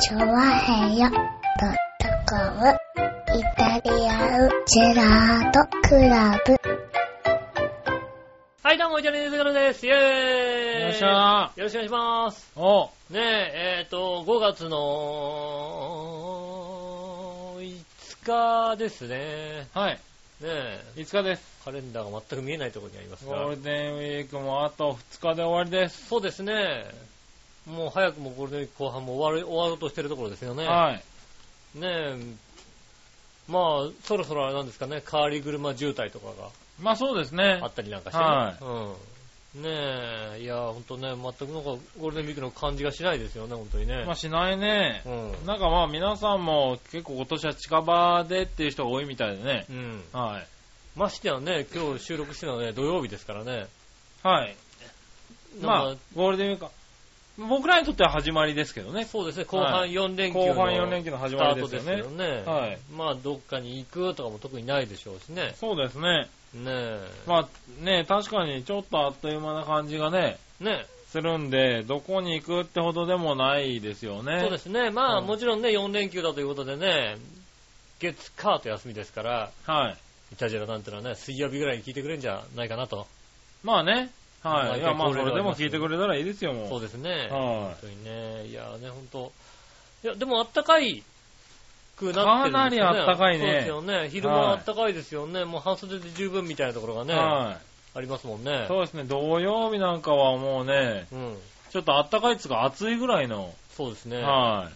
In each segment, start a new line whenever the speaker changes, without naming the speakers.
チョワヘヨドットコムイタリアンジェラートクラブ。
はい、どうも、イタリアンジェラートです。イェーイ
よっしゃ
よろしくお願いします。
お
ねえ、えっ、と、5月の5日ですね。
はい。
ねえ、
5日です。
カレンダーが全く見えないところにあります
ゴ
が
ー。ルデンウィークもあと2日で終わりです。
そうですね。もう早くもゴールデンウィーク後半も終わる、終わろうとしてるところですよね。
はい。
ねえ、まあ、そろそろあれなんですかね、変わり車渋滞とかが
まあそうですね
あ。ったりなんかしてね。
はい
うん。ねえ、いや、ほんとね、全くなんかゴールデンウィークの感じがしないですよね、ほんとにね。
まあしないね
う。ん。
なんかまあ皆さんも結構今年は近場でっていう人が多いみたいでね
う。ん。
はい。
ましてやね、今日収録してるのはね、土曜日ですからね。
はい。ま
な
あ
んか、
ゴールデンウィークは。僕らにとっては始まりですけどね。
そうですね、後半
はい
4連休
後
の
半4連休の始
ス
ま
タ
り
ー
で
ト
す
で
よ
すけ
ね
ど。ね。
はい
まあ、どっかに行くとかも特にないでしょうしね。
そうですね。
ねえ。
まあね、確かにちょっとあっという間な感じがね、
ね
するんで、どこに行くってほどでもないですよね。。
そうですすね。まあ、
うん
もちろんね、4連休だということでね、月、火と休みですから、
はい。
イタジェラなんてのはね、水曜日ぐらいに聞いてくれんじゃないかなと。
まあね。
まあ
はい。いやまあ
結構
それでも聞いてくれたらいいですよ、もう。
そうですね。本
は
当にね、いやね、ほんと。いや、でもあったかいくなってるんですよね。
かなりあったかい
そ
ね
うですよね。昼間はあったかいですよね。もう半袖で十分みたいなところが
い。
ね、
は
ありますもん
い。
ね。
そうですね、土曜日なんかはもうね、
うん。
ちょっと暖かいっつうか暑いぐらいの、
そうですね。
は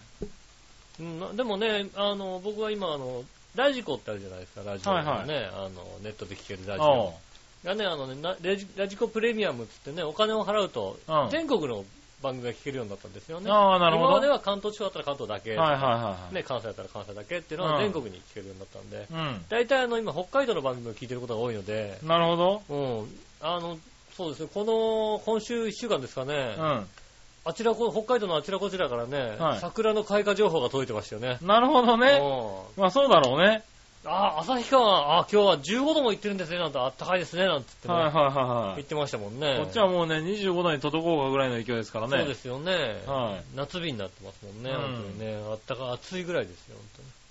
うんでもね、あの、僕は今、あの、ラジコってあるじゃないですか、ラジコのね、
はい
あの、ネットで聞ける
い。
ラジ
お
コ
う。
がね、あのねなラジ、ラジコプレミアムっつってね、お金を払うと、
うん
全国の番組が聞けるようになったんですよね。
ああ、なるほ
今
ど。
ま
はい
では関東地方だったら関東だけ、
はいはい。
ね、関西だったら関西だけっていうのは
う
全
ん
国に聞けるようになったんで、大体あの今北海道の番組を聞いてることが多いので
う、ん。なるほど。
うん、あの、そうですね、この、今週1週間ですかね、
う
あちらこ、北海道のあちらこちらからね、
はい
桜の開花情報が届いてましたよね。
ん。なるほどね。
うん
まあそうだろうね。
あ、旭川、あ、今日は15度も行ってるんですね、なんて、あったかいですね、なんて言ってね、
はいはいはいは
言
い
ってましたもんね。。
こっちはもうね、25度に届こうかぐらいの勢いですからね。
そうですよね。
は
夏日になってますもんね、
うん
本当にね。あったか、暑いぐらいですよ、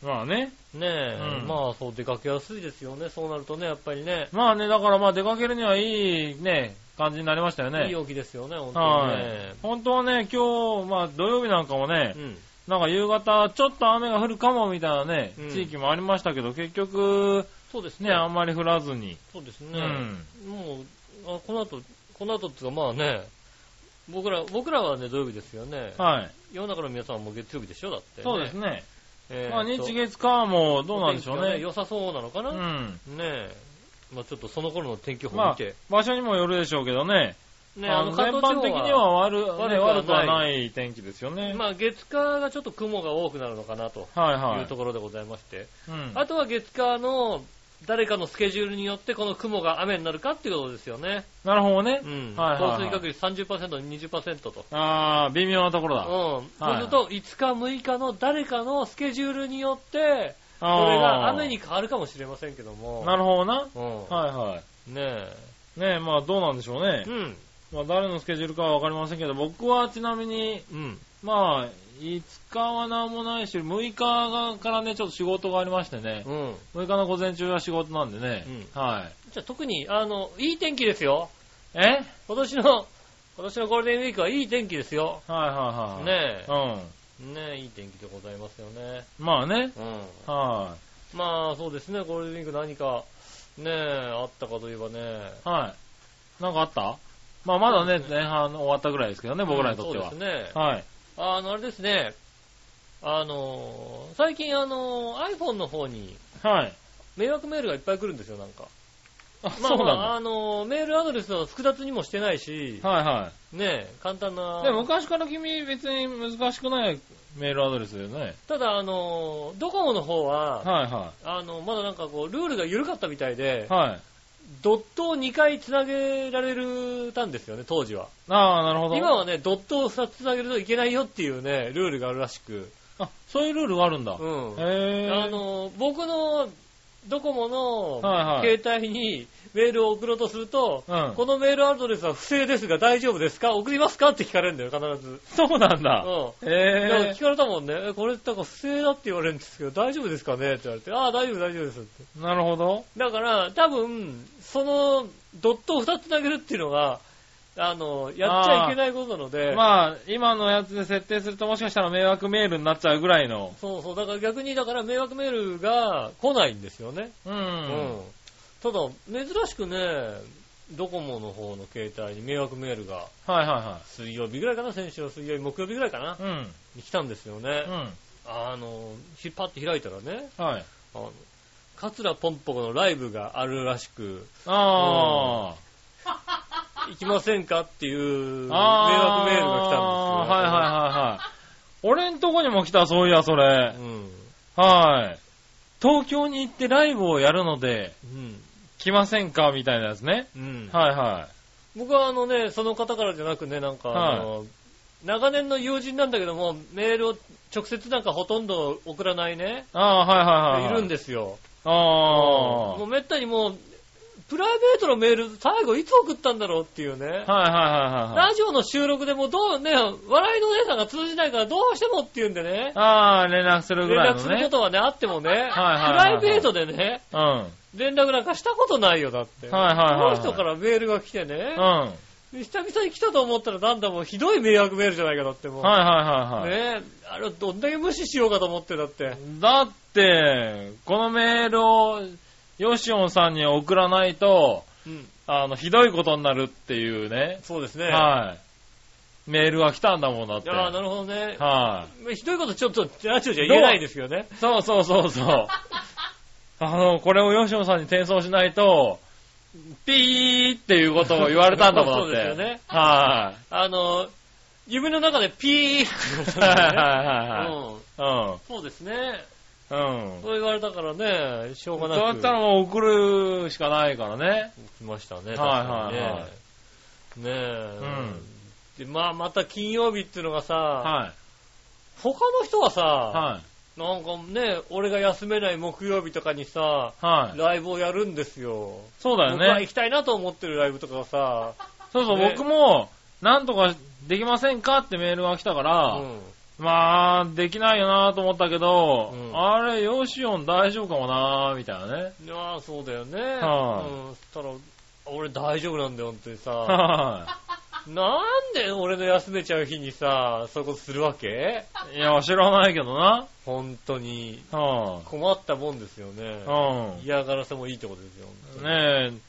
本
い。まあね。
当に。ねえ、
うん
まあそう、出かけやすいですよね、そうなるとね、やっぱりね。
まあね、だからまあ出かけるにはいいね、感じになりましたよ
いい
ね。
陽気ですよね、本当に
は
ね
い。。本当はね、今日、まあ土曜日なんかもね
う、ん。
なんか夕方、ちょっと雨が降るかもみたいなね、
うん
地域もありましたけど、結局、
そうですね
ね、、あんまり降らずに。
そうです
う
ね。
ん。
もう、あこの後、この後っていうか、まあね、僕ら、僕らはね、土曜日ですよね。
はい。
世の中の皆さんも月曜日でしょ、だって、
そうです。ね。
えーと
まあ、日月火もどうなんでしょ
お
う
天気が
ね。
良さそうなのかな、
う
ね
ん。
え。まあちょっとその頃の天気予報
ま
見
あ
て。、
場所にもよるでしょうけどね。
ね
あの全般的には悪
悪くはな
ね
い
悪くはない天気ですよね。
まあ、月火がちょっと雲が多くなるのかなと
はい
い
は
うと
い。
ころでございまして、
うん
あとは月火の誰かのスケジュールによってこの雲が雨になるかっていうことですよね。
なるほどね
う。ん。
はいはいはい
降水確率30%、20%と。
ああ、微妙なところ
う
だ。
ん。
あ
そうすると、5日、6日の誰かのスケジュールによって、そ
あ
れが雨に変わるかもしれませんけども。
なるほどな。
ほど。うん。
はいは
ねえ。
い。ねまあどうなんでしょうね
う。ん。
まあ誰のスケジュールかはわかりませんけど、僕はちなみに、
うん。
まあ、5日は何もないし、6日からね、ちょっと仕事がありましてね、
うん。
6日の午前中は仕事なんでね、はい。
じゃあ特に、あの、いい天気ですよ。
えはい
今年の、今年のゴールデンウィークはいい天気ですよ。
はいはい。
ね
え。
え。ねえ、いい天気でございますよね。
うん。まあね、
うん。
は
まあ、そうですね、ゴールデンウィーク何か、ねえ、あったかといえばね。
い。はい。なんかあったまあまだね
そうで、すね
前半終わったぐらいですけどね、僕らにとっては。
うんそうですね。
はい。
あの、あれですね。あの、最近あの、iPhone の方に
はい。
迷惑メールがいっぱい来るんですよ、なんか。
あ、
ま
そ
あ
う
まあ、
な
あの、メールアドレスは複雑にもしてないし
んだ。、はいは。。
ねえ、簡単ない
で、昔から君別に難しくないメールアドレスだよね。
ただ、あの、ドコモの方は、
はいは
あの、まだなんかこう、ルールが緩かったみたいで
い。、はい。
ドットを2回つなげられるたんですよね、当時は。
ああ、なるほど。
今はね、ドットを2つつなげるといけないよっていうね、ルールがあるらしく。
あ、そういうルールがあるんだ。
うん。
へえ。
あの、僕のドコモの
はいはい
携帯にメールを送ろうとすると、
うん
このメールアドレスは不正ですが大丈夫ですか送りますかって聞かれるんだよ、必ず。
そうな
う
んだ。
ん。だから
え
聞かれたもんね、えこれなんか不正だって言われるんですけど、大丈夫ですかねって言われて、ああ、大丈夫、大丈夫ですって。
ー、なるほど。
だから、多分、その、ドットを2つ投げるっていうのが、あの、やっちゃいけないことなので、
まあ、今のやつで設定するともしかしたら迷惑メールになっちゃうぐらいの。
そうそう、だから逆に、だから迷惑メールが来ないんですよね。
う。
うんただ、珍しくね、ドコモの方の携帯に迷惑メールが、
はいは
水曜日ぐらいかな、先週の水曜日、木曜日ぐらいかな、
いはい。うん。
に来たんですよね。
う
あの、引っ張って開いたらね、
ん。はい。
あの、桂ポンポコのライブがあるらしく、
あ
行きませんかっていう
ー
迷
あ
惑メールが来たんですよ。
はいはいはいはい。俺んとこにも来た、そういや、それ。
うん。
はい。東京に行ってライブをやるので、
うん。
来ませんかみたいなやつね。
うん。
はいは
僕はあのね、その方からじゃなくね、なんか、あの、長年の友人なんだけども、メールを直接なんかほとんど送らないね、
い。ああー、はいはいいはい。
るん
で。
ですよ。
あ
もうめったにもう、プライベートのメール、最後いつ送ったんだろうっていうね。
あ。はいはいはいはい。
ラジオの収録でもどうね、笑いの姉さんが通じないからどうしてもっていうんでね、
ああ、連絡する
連
ぐらい
絡
の
するこ
ね。
とはね、あってもね、プ
はいはいは
ラ
い
イベートでね、
うん。はい
連絡なんかしたことないよ、だって。
はいはい。
この人からメールが来てね、
うん。はい
久々に来たと思ったらなんだもうひどい迷惑メールじゃないか、だってもう。
はいはいはい。
ねえ、あれどんだけ無視しようかと思って、だって。
だって、このメールを、ヨシオンさんに送らないと、
うん、
あの、ひどいことになるっていうね。
そうですね。
はい。メールが来たんだもんだっ
い
て。
やあなるほどね。
はい。
ひどいことちょっと、ラジオじゃ言えないですけどね。
そうそうそうそう。 あの、これを吉野さんに転送しないと、ピーっていうことを言われたんだもんだって。
そうですよね
は
あの、夢の中でピー
い。
ッ
はいはい
うん
は
そうですね。
いはい。うん。
そう言われたからね、しょう
うん。
が
だ
なく。
ったらもう送るしかないからね。
来ましたね。
はいはいはい
確かにねねえ。
うん
で、まあ、また金曜日っていうのがさ、
は
他の人はさ、
い。は
なんかね、俺が休めない木曜日とかにさ、
い。はい。
ライブをやるんですよ。
そうだよ
僕は
ね
行。きたいなと思ってるライブとかがさ、
そうそう、
ね
僕も、なんとかできませんかってメールが来たか
う
ら、
ん。
まあ、できないよなと思ったけど、
うん
あれ、ヨシオン大丈夫かもなみたいなね。
いやあそうだよね。
は
うん。そしたら、俺大丈夫なんだよ、本当にさ。
はい。
なんで俺の休めちゃう日にさ、そういうことするわけ
いや、知らないけどな。
本当に。
は
困ったもんですよね
あ、。うん。
嫌がらせもいいってことですよ、本当に。
ねえ、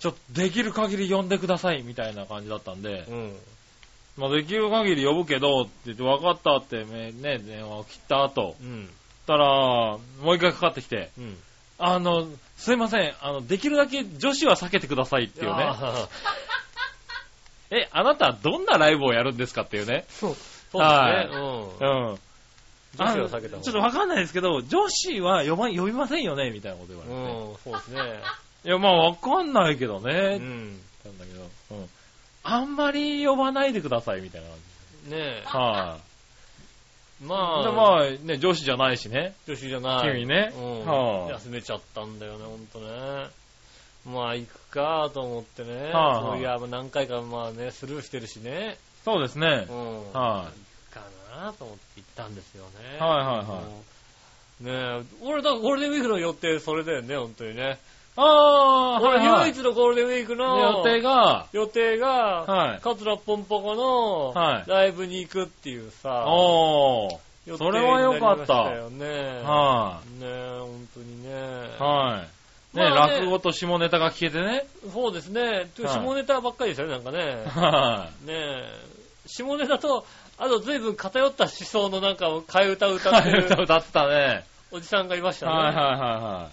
ちょっとできる限り呼んでください、みたいな感じだったんで、
うん。
まあできる限り呼ぶけど、って言って、分かったってね、ね電話を切った後、
うん。
たら、もう一回かかってきて、
うん。
あの、すいません、あの、できるだけ女子は避けてくださいっていうね。
ああ
え、あなたはどんなライブをやるんですかっていうね。
そう。そうだね。うん
う。ん。
女子は避けた
あ
も
の
ん
ちょっとわかんないですけど、女子は呼ば呼びませんよねみたいなこと言われて。
うん、そうですね。
いや、まあわかんないけど
う
ね、
ん。
なんだけど、うん。あんまり呼ばないでください、みたいな感じ。
ねえ。
はい、
まあ、
でまあ、ね、女子じゃないしね。
女子じゃない。
君ね
うん。
はあ
休めちゃったんだよね、ほんとね。まあ、行くかと思ってね。
はあはあ
そういや、何回かまあね、スルーしてるしね。
そうですね
う。ん。
は
行くかなと思って行ったんですよね。
い、はいはいはい。
い。ねえ、俺、だからゴールデンウィークの予定、それだよね、ほんとにね。
あー、はい、
俺、
は
唯
い。
一のゴールデンウィークの
予定が、
予定が、
はい。
カツラポンポコの
はい
ライブに行くっていうさ、
おー、
予定
それは良か
にな
った
りましたよね。
は
ねえ、本当にね。
い、はい。ね、
まあね
落語と下ネタが聞けて ね。
そうですね。て
はい
下ネタばっかりでしたね、なんかね。
は
ねえ。下ネタと、あと随分偏った思想のなんかを替え歌を歌って
い。歌
る
歌ってたね。
おじさんがいましたね。
はいはいは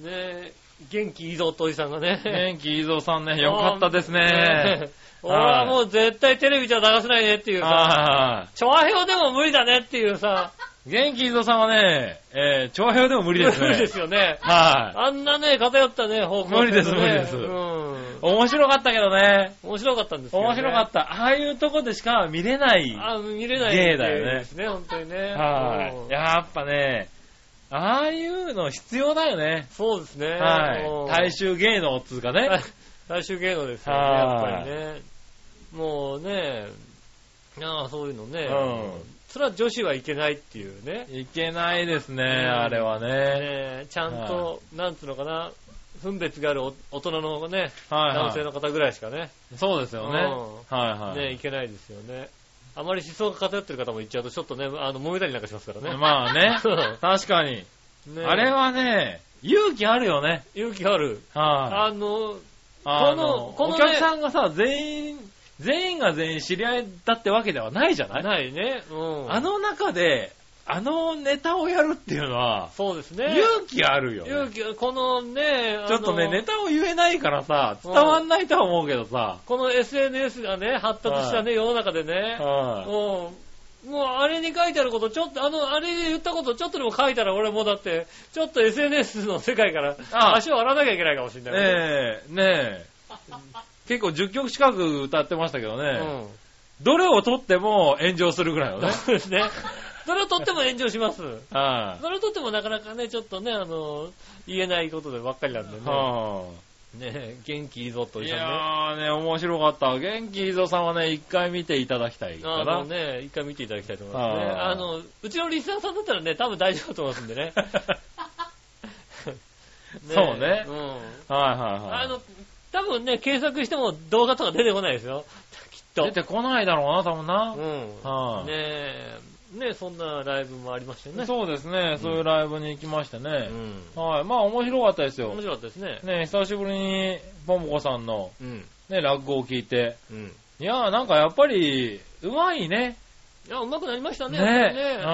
ねえ、元気いいぞっておじさんが
いはい。
ね。
元気いいぞさんね、よかったです
ね
ね。
え 俺はもう絶対テレビじゃ流せないねっていうさ、
は
調和表でも無理だねっていうさ、
いはい。元気いいぞさんはね、えー、長編でも無理です ね。
無理ですよね。
はい。
あんなね、偏ったね、方向性のね
無理です無理です
うん。
面白かったけどね。
面白かったんですよ、ね。
面白かった。ああいうとこでしか見れない。
あ、見れない
芸だよね
ですね、本当にね。
は
うん
い。やっぱね、ああいうの必要だよね。
そうですね。
はい。大
衆。
衆芸能っつうかね。
大衆芸能ですよね、やっ
はい
ぱりね。もうね、ああ、そういうのね。
う
それは女子はいけないっていうね。
ん。いけないですね、
ん
あれはね。
ねちゃんと、なんつうのかな、分別があるお大人のね、
はい、
男性
は
の方ぐらいしかね、
い。そうですよね。
う
はいはい。
ね、いけないですよね。あまり思想が偏ってる方も言っちゃうと、ちょっとね、あの、揉めたりなんかしますからね。
まあ ね。確かに。
ね
あれはね、勇気あるよね。
勇気ある。
はい、
あの、
あ
このこのね
お客さんがさ、全員、全員が全員知り合いだってわけではないじゃない
ないね。うん。
あ、の中で、あのネタをやるっていうのは、
そうですね。
勇気あるよね、
勇気、このね、あ
ち
の
ょっとね、ネタを言えないからさ、
う
伝
ん
わんないとは思うけどさ、
この SNS がね、発達したね、世の中でね、
は
うんもうあれに書いてあること、ちょっと、あの、あれで言ったこと、ちょっとでも書いたら、俺もうだって、ちょっと SNS の世界から
ああ
足を洗わなきゃいけないかもしれ
い
ないね。
ねえ、ねえ、 結構10曲近く歌ってましたけどね、
うん。
どれを取っても炎上するぐらいの ね。
そうですね。それをとっても炎上します。
は
それをとってもなかなかね、ちょっとね、あの、言えないことでばっかりなんで
い、
ね。
は
ね元気いいぞとい
い
う
や
ね。あ
ーね、面白かった。元気伊蔵さんはね、一回見ていただきたいか
の
な。
ね、一回見ていただきたいと思いますね。
はあ
あの、うちのリスナーさんだったらね、多分大丈夫だと思いますんでね。
そう
うん。
ねはいはいはい。
あの、多分ね、検索しても動画とか出てこないですよ。きっと。
出てこないだろうな、多分な。
うん。
はい
ねえ、ねえそんなライブもありましたよね。
そうですね、そういうライブに行きました
う
ね。
ん。
はい。まあ面白かったですよ
面。白かったですね。
ね、久しぶりに、ポンポコさんの、
うん。
ね、落語を聞いて。
うん。い
いやーなんかやっぱり、うまいね。
や、うまくなりましたね。
ねえ
やっぱりね
うん
ん。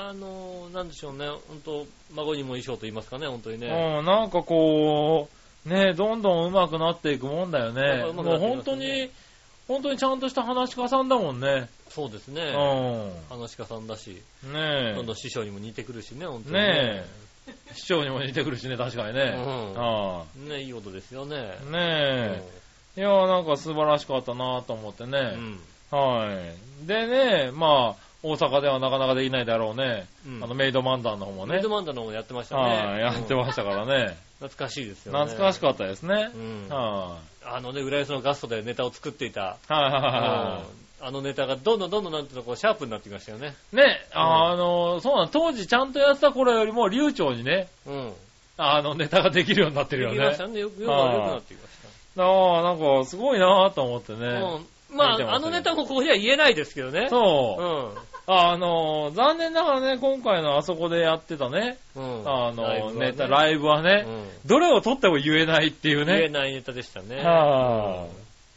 あの、なんでしょうね。本当孫にも衣装と言いますかね、本当にね。
うん、なんかこう、ね、どんどん上手くなっていくもんだよ
なんか
ね。
上手くなっ
も
て
う
ます
本
ね
当に、本当にちゃんとした話し家さんだもんね。
そうです
う
ね。
ん。
話し家さんだし、
ね
どんどん師匠にも似てくるしね、本当に
ねえ。市長にも似てくるしね、確かに
う
ね。
ん。
は
ねえいいことですよね
い。。ねえ。いやーなんか素晴らしかったなと思って
う
ね。
ん。
はい。でね、まあ、大阪ではなかなかできないだろうね。
うん
あの、メイド漫談の方も
メイ
ね
ド。マンダのもやってましたね。
はい、やってましたからね。
懐かしいですよね。
懐かしかったですね
う。ん。
は
あのね、浦安のガストでネタを作っていた、
い。はいはい
うん
は
あのネタがどんどんどんどんなんていうのこうシャープになってきましたよね。
い。ね、あの、そうなの、当時ちゃんとやってた頃よりも流暢にね、
うん。
あの、ネタができるようになってるよ
できまし
ね。
たね。よく、よく
はい
良くなってきまし
ああ、なんか、すごいなと思って
た。
ね。
うん。ま
見て
あ、
ま
あ
すよ
のネタもここでは言えないですけどね。
そ
う。
う。あの、残念ながらね、今回のあそこでやってたね、
ん。うん。
あの、ネタ、
イ
ライブは
ブはね
ね、どれを取っても言えないっていう
うん言え
ね。
ないネタでしたね。
は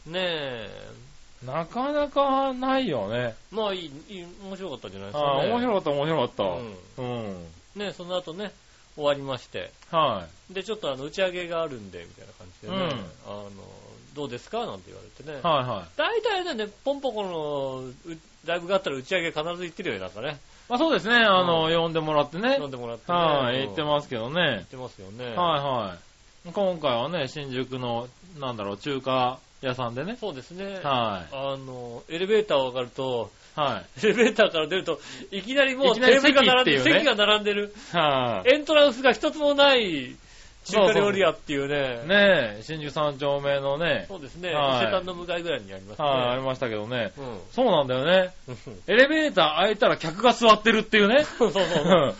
ねえ。
あ、なかなかないよね。
まあ、いい、いい面白かったんじゃないですか
ああ、
ね。
面白かった、面白か
うん
った。うん。
ねその後ね、終わりまして。
は
で、ちょっとあの、打ち上げがあるんで、みたいな感じでね。
う
あの、どうですかなんて言われてね。
い。はいはい。
大体ね、ポンポコのうライブがあったら打ち上げ必ず行ってるよね、なんかね。
まあそうですね、あの、呼んでもらってね
飲ん。でもらって、ね。
はい、行っ
す。
てますけど
行
ね
っ。てますよね。
はいはい。今回はね、新宿の、なんだろう、中華屋さんでね。
そうですね。
はい。
あの、エレベーターを上がると、
は
エレベーターから出ると、いきなりもう
いきなり
テーブルが並んでる、
席っていうね
席が並んでる、
い。はい。
エントランスが一つもない中華料理屋っていうね。
ねえ、新宿三丁目のね、
そうですね。伊
はい
勢丹の向かいぐらいにありますね。
はい、ありましたけどね。
うん。
そうなんだよね。
そう
エレベーター開いたら客が座ってるっていうね。
そうそうう。
ん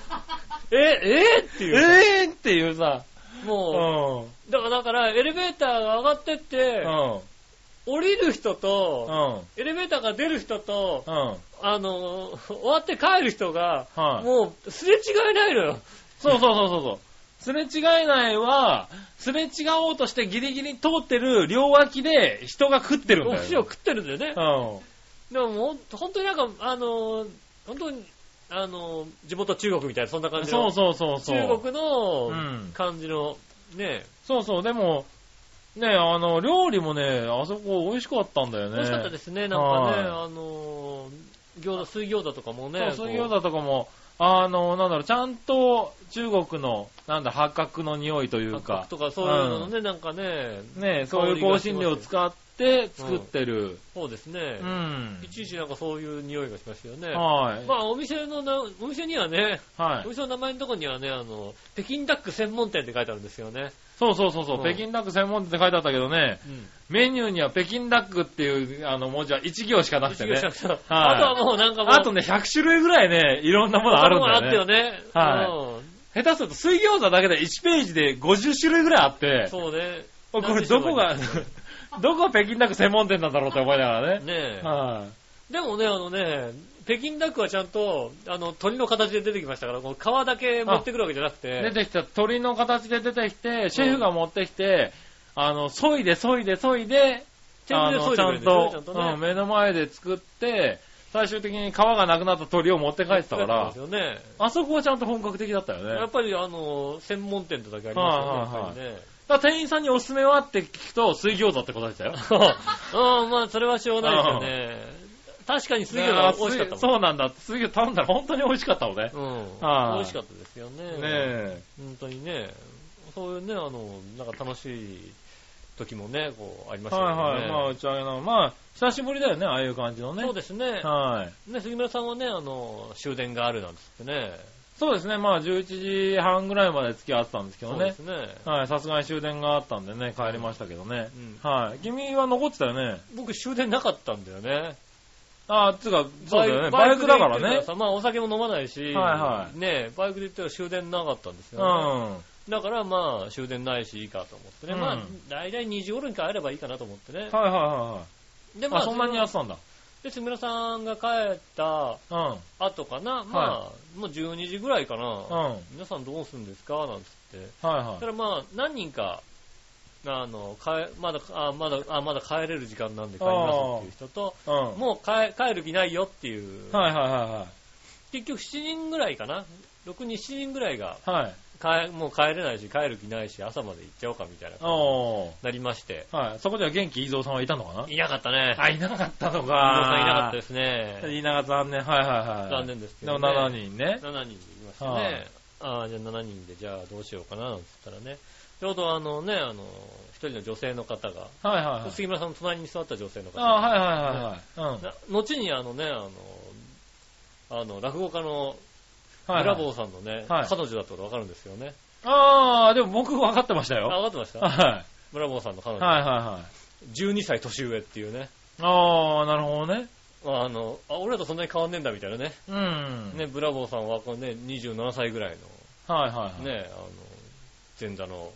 え、えっていう。
えーっていうさ。うん。
も
うん。
う、だから、だから、エレベーターが上がってって、
う
降りる人と、
ん。
エレベーターから出る人と、
うん。
あのー、終わって帰る人が、
はい
もう、すれ違いないのよ。
そうそうそうそうそう。すれ違えないは、すれ違おうとしてギリギリ通ってる両脇で人が食ってるん
お
だよ。
寿司を食ってるんだよね。
うん。
でももう、本当になんか、あのー、本当に、あのー、地元中国みたいな、そんな感じ
そ
の。
うそうそうそう。
中国の
うん
感じの、ね、
そうそう、でも、ね、あの、料理もね、あそこ美味しかったんだよね。
美味しかったですすね、なんかね、
は
あのー、餃子、水餃子とかもね、
ね。そう、水餃子とかも、あの、なんだろう、ちゃんと中国の、なんだ、八角の匂いとい
こう
う
八角
か、
とかそういうののね、なんかね、
ね、そういう香辛料を使っって作ってる。
そうですね。
うん
い。ちいちなんかそういう匂いがしますよね。
はい。
まあお店のな、お店にはね、
は
お
い。
店の名前のとこにはね、あの、北京ダック専門店って書いてあるんですよね。
そうそうそうそうう、
ん
北京ダック専門店って書いてあったけどね、メニューには北京ダックっていうあの文字は1行しかなくてね
一。行しかなくてあとはもうなんかもう、
あとね、100種類ぐらいね、いろんなものあるんだ
あった
よ
よ
ね。
ね。。
はい下手すると水餃子だけで1ページで50種類ぐらいあって、
そうね。
これどこが
ね、
どこが北京ダック専門店なんだろうって思いながらね。
え。
はい。
でもね、あのね、北京ダックはちゃんと、あの、鳥の形で出てきましたから、この皮だけ持ってくるわけじゃなくて、
出てきた鳥の形で出てきて、シェフが持ってきて、あの、削いで削いで削いで、
テーブルで削いで
あ
くれ
の
るんで
ち
すよね
ゃんと、
ちゃんとね
うん目の前で作って、最終的に皮がなくなった鳥を持って帰ってたか
やっ
ら
て、たんですよね。
あそこはちゃんと本格的だったよね。
や
だ
っ
か
ぱりあの、専門店とだけありますよね、やっ
ら店員さんにおすすめはって聞くと、水餃子って答え てたよ。
ぱりね。うん、まあそれはしょうがないですよね。確かに水餃 子は美味しかったもん。
そうなんだ。水餃子頼んだら本当に美味しかったもんね。
うん。
はい
美味しかったですよね。
ねえ。
本当にね、そういうね、あの、なんか楽しい時もね、こう、ありました
は
よね。
いはい。まあ、打ち上げの。まあ、久しぶりだよね、ああいう感じのね。
そうですね。
はい。
ね、杉村さんはね、あの、終電があるなんつってね。
そうですね、まあ11時半ぐらいまで付き合ってたんですけど
そうで
ね
す。ね。
はい、さすがに終電があったんでね、帰りましたけどね。
うん
はい。君は残ってたよね。
僕終電なかったんだよね。
ああ、つうか、そうだよね。
バ
バ
イ
イ
ク
ク
で
だ
行
か
って
ら
る
ね。
さまあお酒も飲まないし、
はいはい
ね、バイクで行ったら終電なかったんです
う
よ、ね。
ん。
だからまあ終電ないしいいかと思ってね。
うん
まあ大体2時頃に帰ればいいかなと思ってね。
はいはいは
で
いはい。
ま
あ、そんなにやってたんだ。
で、杉村さんが帰った
うん。うん。
後かな、まあ、もう12時ぐらいかな。
はい
皆さんどうするんですかなんつって。
は
ただまあ、何人か、あの、帰まだ、あ、まだ、あ、まだ帰れる時間なんで帰りますっていう人と、
い。うん。
もう帰帰る気ないよっていう、
はいはいは
結局7人ぐらいかな。6人、7人ぐらいが、
いはい。はい。
帰もう帰れないし、帰る気ないし、朝まで行っちゃおうかみたいな、
お
なりまして。
ー。はい。そこでは元気伊蔵さんはいたのかない
なかったね。
あ、いなかったのか。。
皆さんいなかったですすね。
いなかった、残念。はいはいはい。
残念ですけ
で
ど、
も
ね。
7人ね。
7人いました
は
ね
い。
ああ、じゃあ7人で、じゃあどうしようかな、なんつったらね。ちょうどあのね、あの、一人の女性の方が、
はいはいはい。
杉村さんの隣に座った女性の方
あ
が、
あー、はいはいはいはい。うん。
な後にあのね、あの、あの、落語家の
はいはい
ブラボーさんのね、
はい
彼女だったことわかるんですよね。
ああ、でも僕分かってました
あ、
よ。
わかってました
は
ブラボーさんの彼
い。はい
女。
はいはい。
12歳年上っていうね。
ああ、なるほどね。
ああの、あ、俺らとそんなに変わんねえんだみたいなね。
うん。
ね、ブラボーさんはこのね、27歳ぐらい
はいはい
の、
はい。
ね、あの、前座の、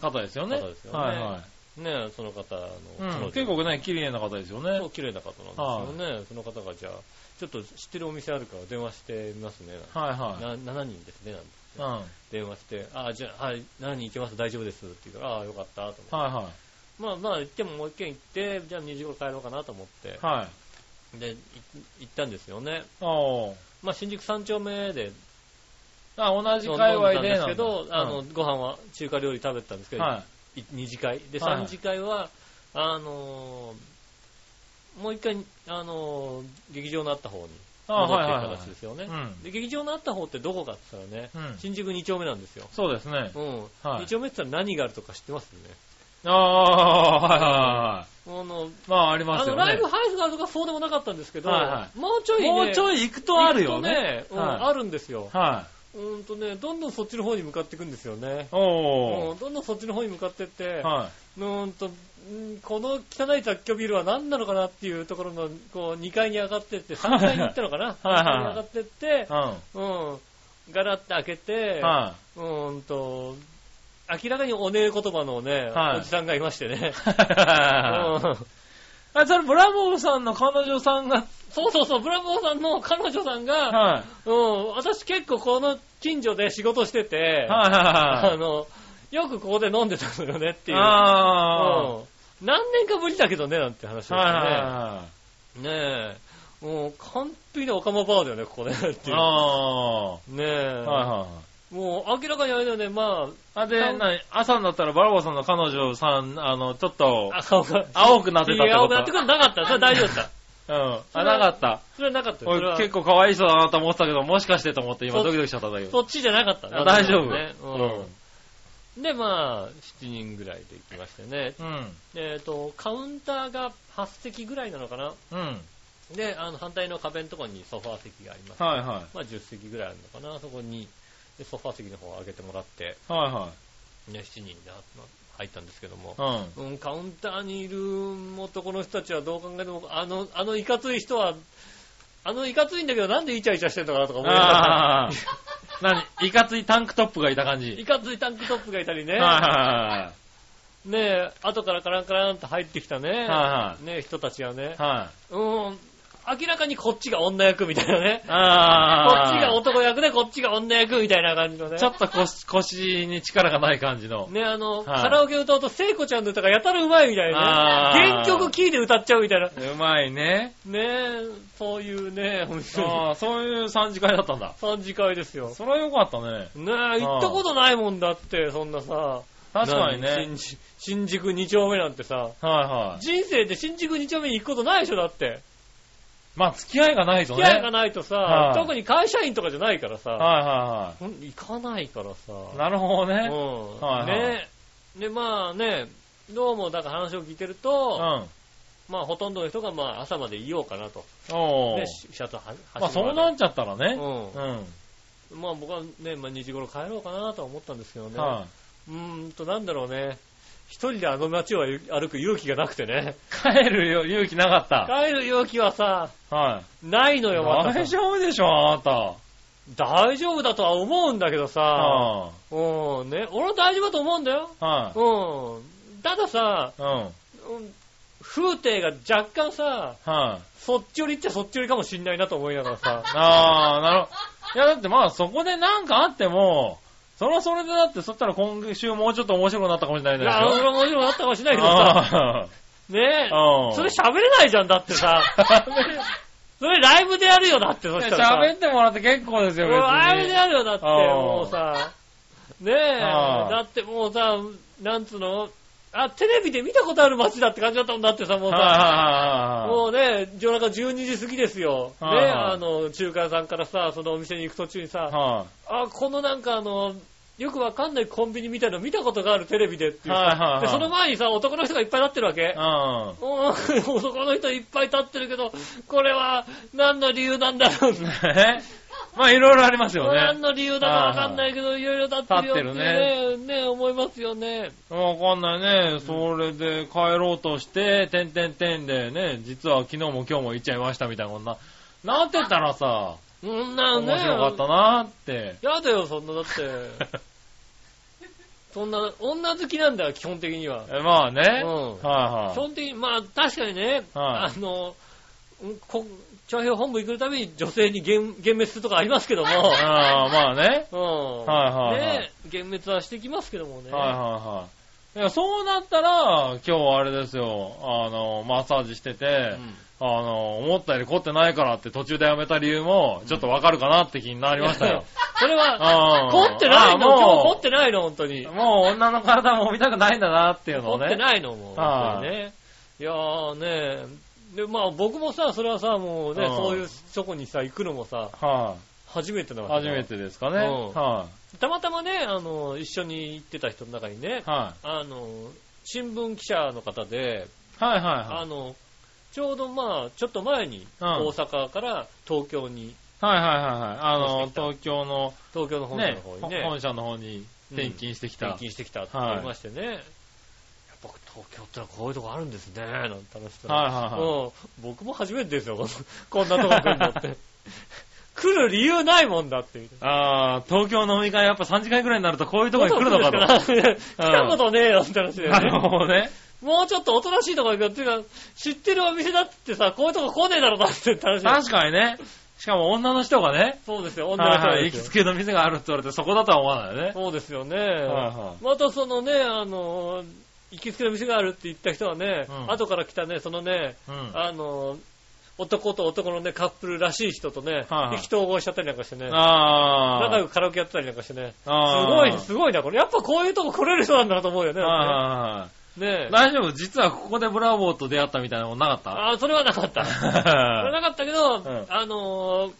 方ですよね。
方ですよね
はいは
ね、その方の
い。う
彼
ん
女。
結構ね、綺麗な方ですよね。
そう綺麗な方なんですよね。その方がじゃあ、ちょっと知ってるお店あるから電話してみますね。
はいは
な7人ですね。なんて
い。うん。はい
電話して、あ、じゃあ、はい、7人行けます、大丈夫ですって言うから、ああ、よかった、と思って。
は
まあまあ、行ってももう一軒行って、じゃあ2時頃帰ろうかなと思って
い。、はい。
で、い行ったんですよね。
おー
まあ、新宿3丁目で
あ、同じ
飲ん
界
だ
隈
ん
で
で
なん
す
だ
けど、あの、
うん
ご飯は中華料理食べてたんですけど、
はい
2次会。で、
はいはい
3次会は、あのーもう一回、あのー劇場のあった方に
い。あー
戻っ
は
てい
いはい
く
はい
形ですよね。
うん
で、劇場のあった方ってどこかって言ったらね、
うん
新宿2丁目なんですよ。
そうですね
う。ん。
はい
2丁目って言ったら何があるとか知ってますよね。
ああ、はいはいはい。
あの、
まあ、ありま
あ
す
の
よ
ライ
ね
ブ。ハウスがあるとかそうでもなかったんですけど、
はいは
もうちょいね、
もうちょい行くとあるよね。
行くとうん
はい
あるんですよ。
は
うんとね、どんどんそっちの方に向かっていくんですよね
い。。お
うんどんどんそっちの方に向かってって
ー。、は
う
い。
ーんと、うんこの汚い雑居ビルは何なのかなっていうところの、こう、2階に上がってって、3階に行ったのかな
はいはい
?3 階に上がってって
う、ん。
うん、ガラッて開けて、
は
うーんと、明らかにおねえ言葉のね、
はい
おじさんがいましてね。
い。
うん
あ、それ、ブラボーさんの彼女さんが、
そうそうそう、ブラボーさんの彼女さんが、
は
うん、私結構この近所で仕事してて、
い。はいはい
あ
はい。
の、よくここで飲んでたのよねっていう。
あ
うん何年かぶりだけどね、なんて話です
あ。
よ
はいはい
ね。
は
ねえ。もう完璧なオカマバーだよね、ここね。って
い。
いう
あ
ねえ。
あ。はいは
もう明らかにあれだよね、ま
い。あ、で、なに、朝になったらブラボーさんの彼女さん、あの、ちょっと
あ、、あ顔が、
青くなってたって
青
こ
くなってく
と
るのなかった。それは大丈夫だった。
うん。あ、なかった。
それはなかったよ。それ
俺
は
結構可愛い人だなと思ってたけど、もしかしてと思って今ドキドキしちゃったんだけど。
そっちじゃなかったね
あ大丈夫
ね
うん
うん。で、まあ、7人ぐらいで行きましてね。
うん。
えっ、と、カウンターが8席ぐらいなのかな。
うん。
で、あの、反対の壁のところにソファー席があります。
はいは
まあ、10席ぐらいあるのかな、そこに。で、ソファー席の方を上げてもらって、
い。はいは
ね、7人であま入ったんですけども。
い。
うん、カウンターにいる男の人たちはどう考えても、あの、あのいかつい人は、あのいかついんだけどなんでイチャイチャしてんのかなとか
うん。
思いながら、
ああ。何いかついタンクトップがいた感じ。
いかついタンクトップがいたりね、
は
ねえ、後からカランカランと入ってきた
い
ね、
は
ねえ、人たちがね
いはい。、は
うん、明らかにこっちが女役みたいなね
い。、あ
こ
あ。
っちが男役でこっちが女役みたいな感じのね
ちょ、っと腰腰に力がない感じの。
ねえ、あの、
はい
カラオケ歌うと聖子ちゃんの歌がやたら上手いみたいな
あ
ね、
ー
原曲キーで歌っちゃうみたいな、
うまいね。
ねえ、そういうね、本当に
ああ、そういう三次会だったんだ。
三次会ですよ。
それはよかったね。
ねえ、行ったことないもんだって、そんなさ。
確かに
何
ね。
新宿新宿2丁目なんてさ。
はいはい。
人生で新宿2丁目に行くことないでしょ、だって。
まあ、付き合いがないと
付
ね。
き合いがないとさ
は、い
特に会社員とかじゃないからさ、
はいは
ほん行かないからさ。
いはい。なるほど
う
ね。
ん。
はいはい
ねえ。で、まあね、どうも、だから話を聞いてる
う
と、
ん。
まあほとんどの人がまあ朝までいようかなと。
おー
ね、シシャツは、
まあ、そうなっちゃったらね。
う
うん。
ん。まあ僕はね、まあ2時頃帰ろうかなとは思ったんですけどね。
はいう
ーんと、なんだろうね。一人であの街を歩歩く勇気がなくて ね。
帰るよ勇気なかっ
帰る勇気はさ、
た。はい。
ないのよ、またさ
大丈夫でしょ、あなた。
大丈夫だとは思うんだけどさ、
は
うん、ね、俺は大丈夫だと思うんだよ。
い。は
うん。たださ、
い。うん。
うん風景が若干さ、
はい。、
そっち寄りっちゃそっち寄りかもしんないなと思いながらさ
ああ、なるほど。いや、だってまあ、そこでなんかあっても、それはそれでだって、そしたら今週もうちょっと面白くなったかもしれ ない
い
じゃ
や、
ない
俺
ですか。
はもちろんあったかもしれないけどさ、
あ
ね
あ、うん。
それ喋れないじゃん、だって さ。それライブでやるよ、だって、そしたらさ。
喋ってもらって結構ですよ、別に。
あれであるよ、だって、
あー
もうさ。ねえ、
あー
だってもうさ、なんつうのあ、テレビで見たことある街だって感じだったもんだってさ、もう
はいはい
さ、
はいはい
もうね、夜中12時過ぎですよ。ね、
はいはい
あの、中華屋さんからさ、そのお店に行く途中にさ、
は
あ、このなんかあの、よくわかんないコンビニみたいの見たことがあるテレビでっていう
はいはいは
さ
い、
で、その前にさ、男の人がいっぱい立ってるわけ
い。。うん。
おー男の人いっぱい立ってるけど、これは何の理由なんだろう
えまあいろいろありますよ
何
ね。
の理由だかわかんないけど、いろいろ立ってるよっていうね、ね思いますよね。
わかんないね。それで帰ろうとして、てんてんてんでね、実は昨日も今日も行っちゃいましたみたいなこんな。なってたらさ、
そんなね。
面白かった なって。
やだよ、そんな、だ って。そんな、女好きなんだよ、基本的には。
えまあね。
うん
は
基
いはい。
本的に、まあ、確かにね、
は
あ
い
の、うんこ、長編本部行くたびに女性に幻幻滅するとかありますけども、
ああ、まあね。
うん。
はいはいはい
ね幻滅はしてきますけど もね。
はいはいはい。いや、そうなったら、今日あれですよ、あの、マッサージしてて、
うん
あの、思ったより凝ってないからって途中でやめた理由も、ちょっとわかるかなって気になりまし たよ。
それは、
ああ
凝ってないの、今日
も
凝ってないの、本当に
う、。もう女の体も見たくないんだなっていうの
持
を
って
ね。
ないのも、
はい
本当にね。いやーねで、まあ僕もさ、それはさ、もうね、
うん
そういうとこにさ、行くのもさ、
は、
初めてないわけ
初
だ
めてですかね。
うん
は
たまたまね、あの、一緒に行ってた人の中にね
い、、は
あの、新聞記者の方で、
い。はいはい
あ
は
の、ちょうどまあ、ちょっと前に、
うん
大阪から東京に、
い。はいはいはいはい。あ
そうし
の、
てきた
東京の
東京の本社の
ね
方にね、
本社の方に転勤してきた。
転勤してきたって言いましてね、やっぱ東京ってのはこういうとこあるんですね、なんて話したら、
はいはいは
うん僕も初めてですよ、このこんなとこ来るのって。 来る理由ないもんだって、みたいな。
ああ、東京飲み会やっぱ3時間くらいになるとこういうとこに来るのかと。
と。来たことねえよって話だ
なる
よね。
ほどね。
もうちょっとおとなしいとこ行くよっていうか、知ってるお店だってさ、こういうとこ来ねえだろうなって話だよ
確かにね。しかも女の人がね、
そうですよ、女の
はい
人
は
が
い、
で
行
す
き
よ
つけの店があるって言われてそこだとは思わないよね。
そうですよね。
は
またそのね、あの、行きつけの店があるって言った人はね、
うん
後から来たね、そのね、
うん。
あの、男と男のね、カップルらしい人とね、
はいはい
意気投合しちゃったりなんかしてね、
ああ。
仲良くカラオケやってたりなんかしてね、す
あー
ごい、すごいな、これ。やっぱこういうとこ来れる人なんだなと思うよね。
はいはいはい
ねえ。
大丈夫実はここでブラボーと出会ったみたいなのもなかった
あーそれはなかった。それはなかったけど、
ん
あのー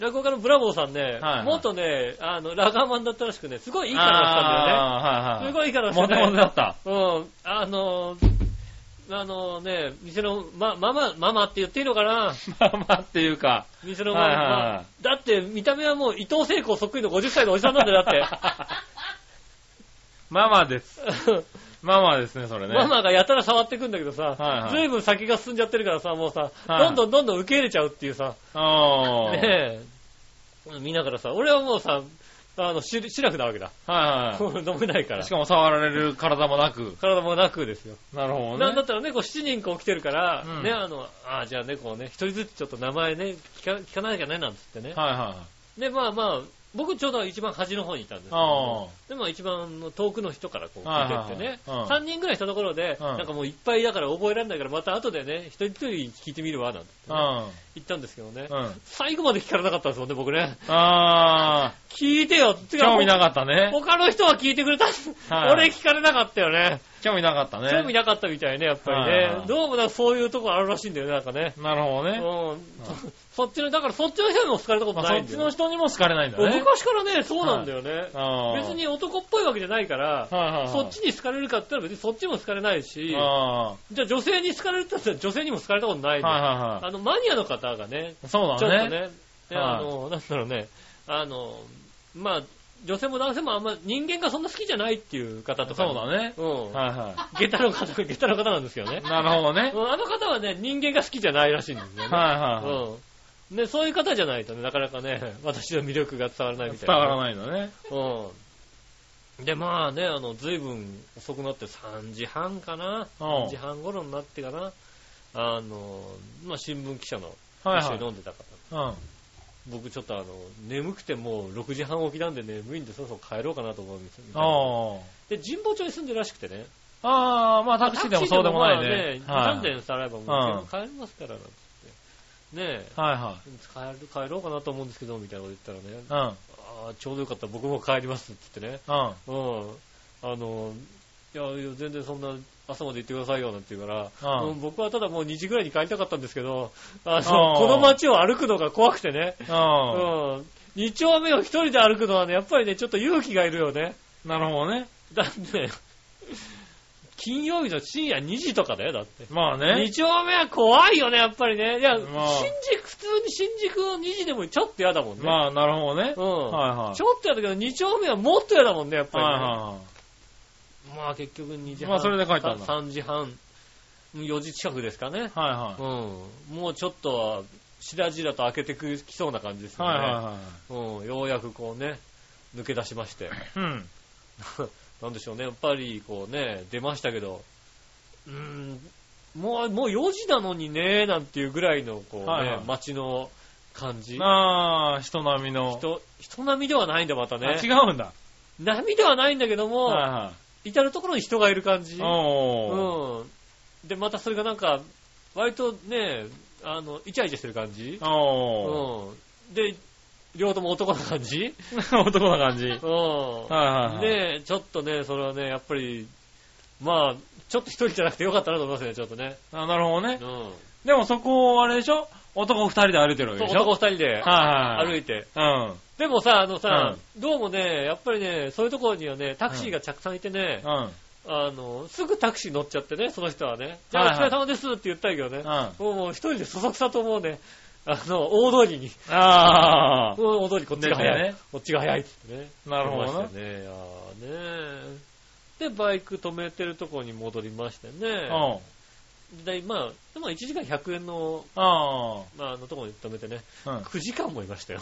落語家のブラボーさんね、
はいはい
元ね、あの、ラガーマンだったらしくね、すごいいいキャラだったんだよね。す
い
ごいいいキャラ
モ
して
テ
ね
モテだった。
うん、あの、あのね、店の、ま、ママ、ママって言っていいのかな
まあまあっていうか。
店のママ、
はいはいは
だって見た目はもう伊藤聖子そっくりの50歳のおじさんなんだよ、だ
ママです。
って。
ママですね、それね。
ママがやたら触ってくんだけどさ、
はいはい
ずいぶん先が進んじゃってるからさ、もうさ、
はい
どんどんどんどん受け入れちゃうっていうさ、
ああ。
ねえ、見ながらさ、俺はもうさ、あの、シラシラフなわけだ。
はいは
飲めないから
い。し。かも触られる体もなく。
体もなくですよ。
なるほど
なんだ
ね
っ。たらね、こう7人こう来てるから、
うん
ね、あの、あーじゃあね、こうね、一人ずつちょっと名前ね、聞か聞かなきゃね、なんつってね。
はいは
で、まあまあ、僕ちょうど一番端の方にいたんですけ
あ
ど、でも一番の遠くの人からこう聞いてってね、
はいはいはいうん
3人ぐらいしたところで、
うん
なんかもういっぱいだから覚えられないから、また後でね、一人一人聞いてみるわ、なんて
いはい。
言ったんですけどね、
うん。うん。
最後まで聞かれなかったんですもんね、僕ね。
ああ。
聞いてよ、てか
興味なかったね。
他の人は聞いてくれた。
はい
俺聞かれなかったよね。
興味なかったね。
興味なかったみたいね、やっぱり
はいはい
ね
は。い
どうもなんかそういうとこあるらしいんだよね、なんかね。
なるほど
う
ね。
ん。 そそっちの、だからそっちの人にも好かれたこと
ま
な
あ、そ
い
っ
ん
ち
だよ。
の人にも好かれないんだね。
昔からね、そうなんだよね。
ああ。
別、に男っぽいわけじゃないから、
はいはいはい。
そっちに好かれるかって言ったら別にそっちも好かれないし、
あ
じゃあ女性に好かれるって言ったら女性にも好かれたことない
あ。
の、
はいはいは
あの、マニアの方がね、
い。そうだね。
ちょっとね、で
はい
あの、なんだろうね、あの、まあ、女性も男性もあんま人間がそんな好きじゃないっていう方とか、
そうだね。
うん。
はいは
下駄の方、下駄の方なんですよね
い。。なるほどね。
うんあの方はね、人間が好きじゃないらしいんですよね。
はいは
うん。ね、そういう方じゃないとね、なかなかね、 私の魅力が伝わらない
いは
み
い。
たい
伝
な。
わらないのね。
うん。で、まあね、あの、随分遅くなって3時半かな。
うん
3時半頃になってかな。あの、まあ新聞記者の
はい
一緒
はい
に。飲んでた方。
うん。
僕ちょっとあの、眠くてもう6時半起きなんで眠いんでそろそろ帰ろうかなと思うみたいな。
あ
で、神保町に住んでるらしくてね。
あ。ああ、まあタクシーでもそうでもないね。
タクシーでもまあね、
はい。
何年さらえばもう帰りますからなんつって。ね
はいは
え、帰る帰ろうかなと思うんですけど、みたいなこと言ったらね
い。、う
あ
ん。
あ、ちょうどよかった、僕も帰りますって言ってね。
う
う
ん。
ん。あの、いや、いや全然そんな朝まで行ってくださいよなんて言うから、
うん
うん僕はただもう2時ぐらいに帰りたかったんですけど、あ
あ
の、
ー
この街を歩くのが怖くてね、う。
うん
2丁目を一人で歩くのはね、やっぱりね、ちょっと勇気がいるよね。
ん。なるほどね。
だって、金曜日の深夜2時とかだよ、だって。
まあね
2。丁目は怖いよね、やっぱりね。いや、
まあ
新宿、普通に新宿を2時でもちょっと嫌だもんね。
まあ、なるほどね
う。ん。
はいはい。
ちょっとやだけど、2丁目はもっとやだもんね、やっぱり、ね
はいは
まあ結局2時半。
まあそれで帰ったんだ
さ3時半、4時近くですかね。
いはい。は
う
い
ん。もうちょっとは、しらじらと開けてくきそうな感じですよ
はい。
ね。
はいはいは
うん。ようやくこうね、抜け出しまして。
い。うん。
なんでしょうね、やっぱりこうね、出ましたけど、うーん、もう、もう4時なのにね、なんていうぐらいの、こうね、
はいはい
街の感じ。
ああ、人並みの。
人、人並みではないんだ、また
あ
ね。
違うんだ。
波ではないんだけども、
はいは
至るところに人がいる感じ
い。。おー。
うん。で、またそれがなんか、割とね、あの、イチャイチャしてる感じ。う
お
ん。で、両方とも男な感じ。
ー。 男な感じ。はい
うん。
はいはい。
ねえ、ちょっとね、それはね、やっぱり、まあ、ちょっと一人じゃなくてよかったなと思いますね、ちょっとね。
あなるほど
うん
ね。。でもそこ、あれでしょ男二人で歩いてるわ
そ
け
う
でしょ
男二人で
はいはい。
歩
い
いて。
うん。
でもさ、あのさ、どうもね、やっぱりね、そういうところにはね、タクシーが着さんいてね、
うん。
あの、すぐタクシー乗っちゃってね、その人はね。じゃあ、
はいはい
お疲れ様ですって言ったんやけどね。
うん。
もうもう一人でそそくさと思うね、あの、大通りに、
ああ。
うん大通りこっちが早い、
出てね
こっちが早いっつってね。
なるほ
出
ど
ま
ね
し。たね。あーねで、バイク止めてるとこに戻りまして
う
ね。
ん。
で、まあ、でも1時間100円の、
あ
まあ、あのとこに止めてね、
あ。うん。
9時間もいましたよ。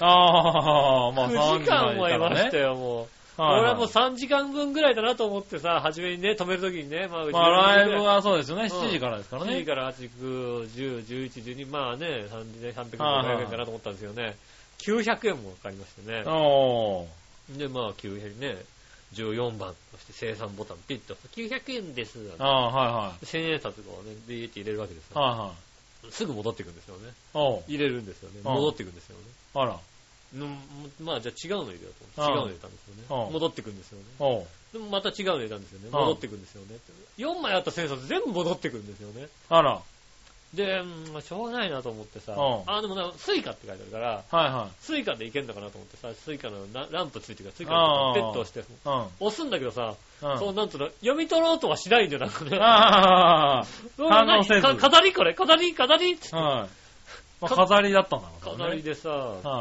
ああ、まあ、
9時間もいました
よ。
よ、もう。
はい
俺は
は
いもう3時間分ぐらいだなと思ってさ、初めにね、止めるときにね、まあ、
まあ、ライブ
は
はそうですよね。
ん
7時からですから
7時
ね。
から8、9、10、11、12、まあね、3で300
はいはい
円かなと思ったんですけどね、900円もかかりましてね。
おー。
で、まあ、900ね、14番、そして生産ボタンピッと、900円です。
ああ、はい
1000円札をね、ビーって入れるわけですよ。
はい。はいはい。
すぐ戻ってくんですよね。
おう。
入れるんですよね。
うん
戻ってくんですよね。
あら。
うんまあ、じゃあ違うの入れようと
うん
思って。違うの入れたんですよね。
うん
戻ってくんですよね。
おう。
でもまた違うの入れたんですよね。
ん
戻ってくんですよね。4枚あった千円札全部戻ってくんですよね。
あら。
で、うんしょうがないなと思ってさ、
うん
あ、でもな、スイカって書いてあるから、
はいは
スイカでいけんのかなと思ってさ、スイカのラランプついてるから、スイカのペットをして、
い。うん。
押すんだけどさ、
うん。
そう、なんつうの、読み取ろうとはしないんじゃなくて、
ああ、
そう
反応せず
か飾りこれ飾り飾り
はい。まあ、飾りだったんだろうからね。
飾りでさ、
は
あ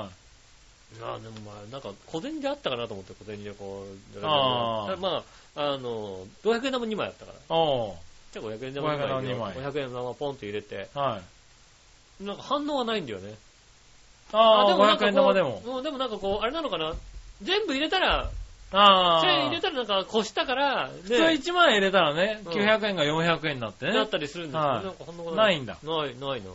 あ、でもまあ、なんか小銭であったかなと思って、小銭でこう、
ああ
まあ、あの、500円玉2枚あったから、
い。おう
じゃあ500円玉
500円
2
玉
枚
二
で、
枚
500円玉ポンと入れて、
はい。
なんか反応はないんだよね。
ああ、
なんか
500
こう
円玉でも。。
うんでもなんかこう、あれなのかな全部入れたら、
ああ。
1000円入れたらなんか越したから、
普通
ね、
1万円入れたらね、
うん
900円が400円になって
な
ね
っ。たりするんですけど、
はい
なんかそんなこと
ないんだ。
ない、ないな。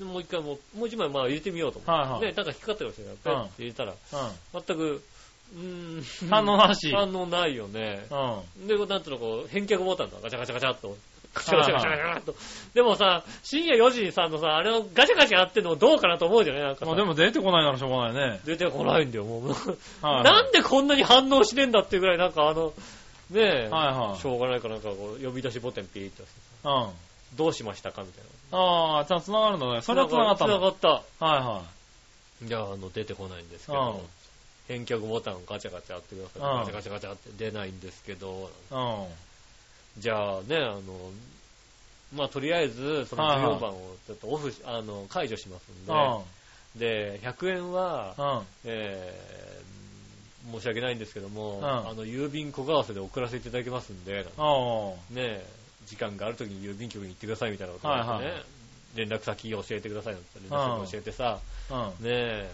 でもう一回もう、もう一枚まあ入れてみようと思って。
はいはい
ね、なんか引っかかってましたよ。ペッて入れたら、
う
全く、うーん。
ん。反応なし。うん。
反応ないよね。
は
で、なんていうのこう、返却ボタンとかガチャガチャガチャっと。ガチャガチャガチャガチャっと。でもさ、深夜4時にさ、あのさ、あれをガチャガチャやってんのどうかなと思うじゃないなんかさ
い。まあでも出てこないならしょうがないね。
出てこないんだよ、もう。
はい。
なんでこんなに反応しねえんだっていうぐらい、なんかあの、ねえ、
はいは
しょうがないからなんかこう、呼び出しボタンピーッと押して、
い。うん。
どうしましたかみたいな。
ああ、ちゃんと繋がるんだね。それは繋がったんだ。
繋
はい
がった。
はい
や、あの、出てこないんですけ
うん
ど、返却ボタンをガチャガチャやってください。
う
ガ
ん
チャガチャガチャって出ないんですけど、
い。うん。
じゃあね、あの、まあ、とりあえず、その
はい
需
はい
要番をちょっとオフし、あの、解除しますんで
う、ん。
で、100円は、
うん。
えー、申し訳ないんですけども、
うん
あの、郵便小為替で送らせていただきますんで、
お
ね、時間がある時に郵便局に行ってくださいみたいなことを言ってね、
はいはい
連絡先教えてくださいなんて連絡先教えてさ、
うん。うん。
ねえ、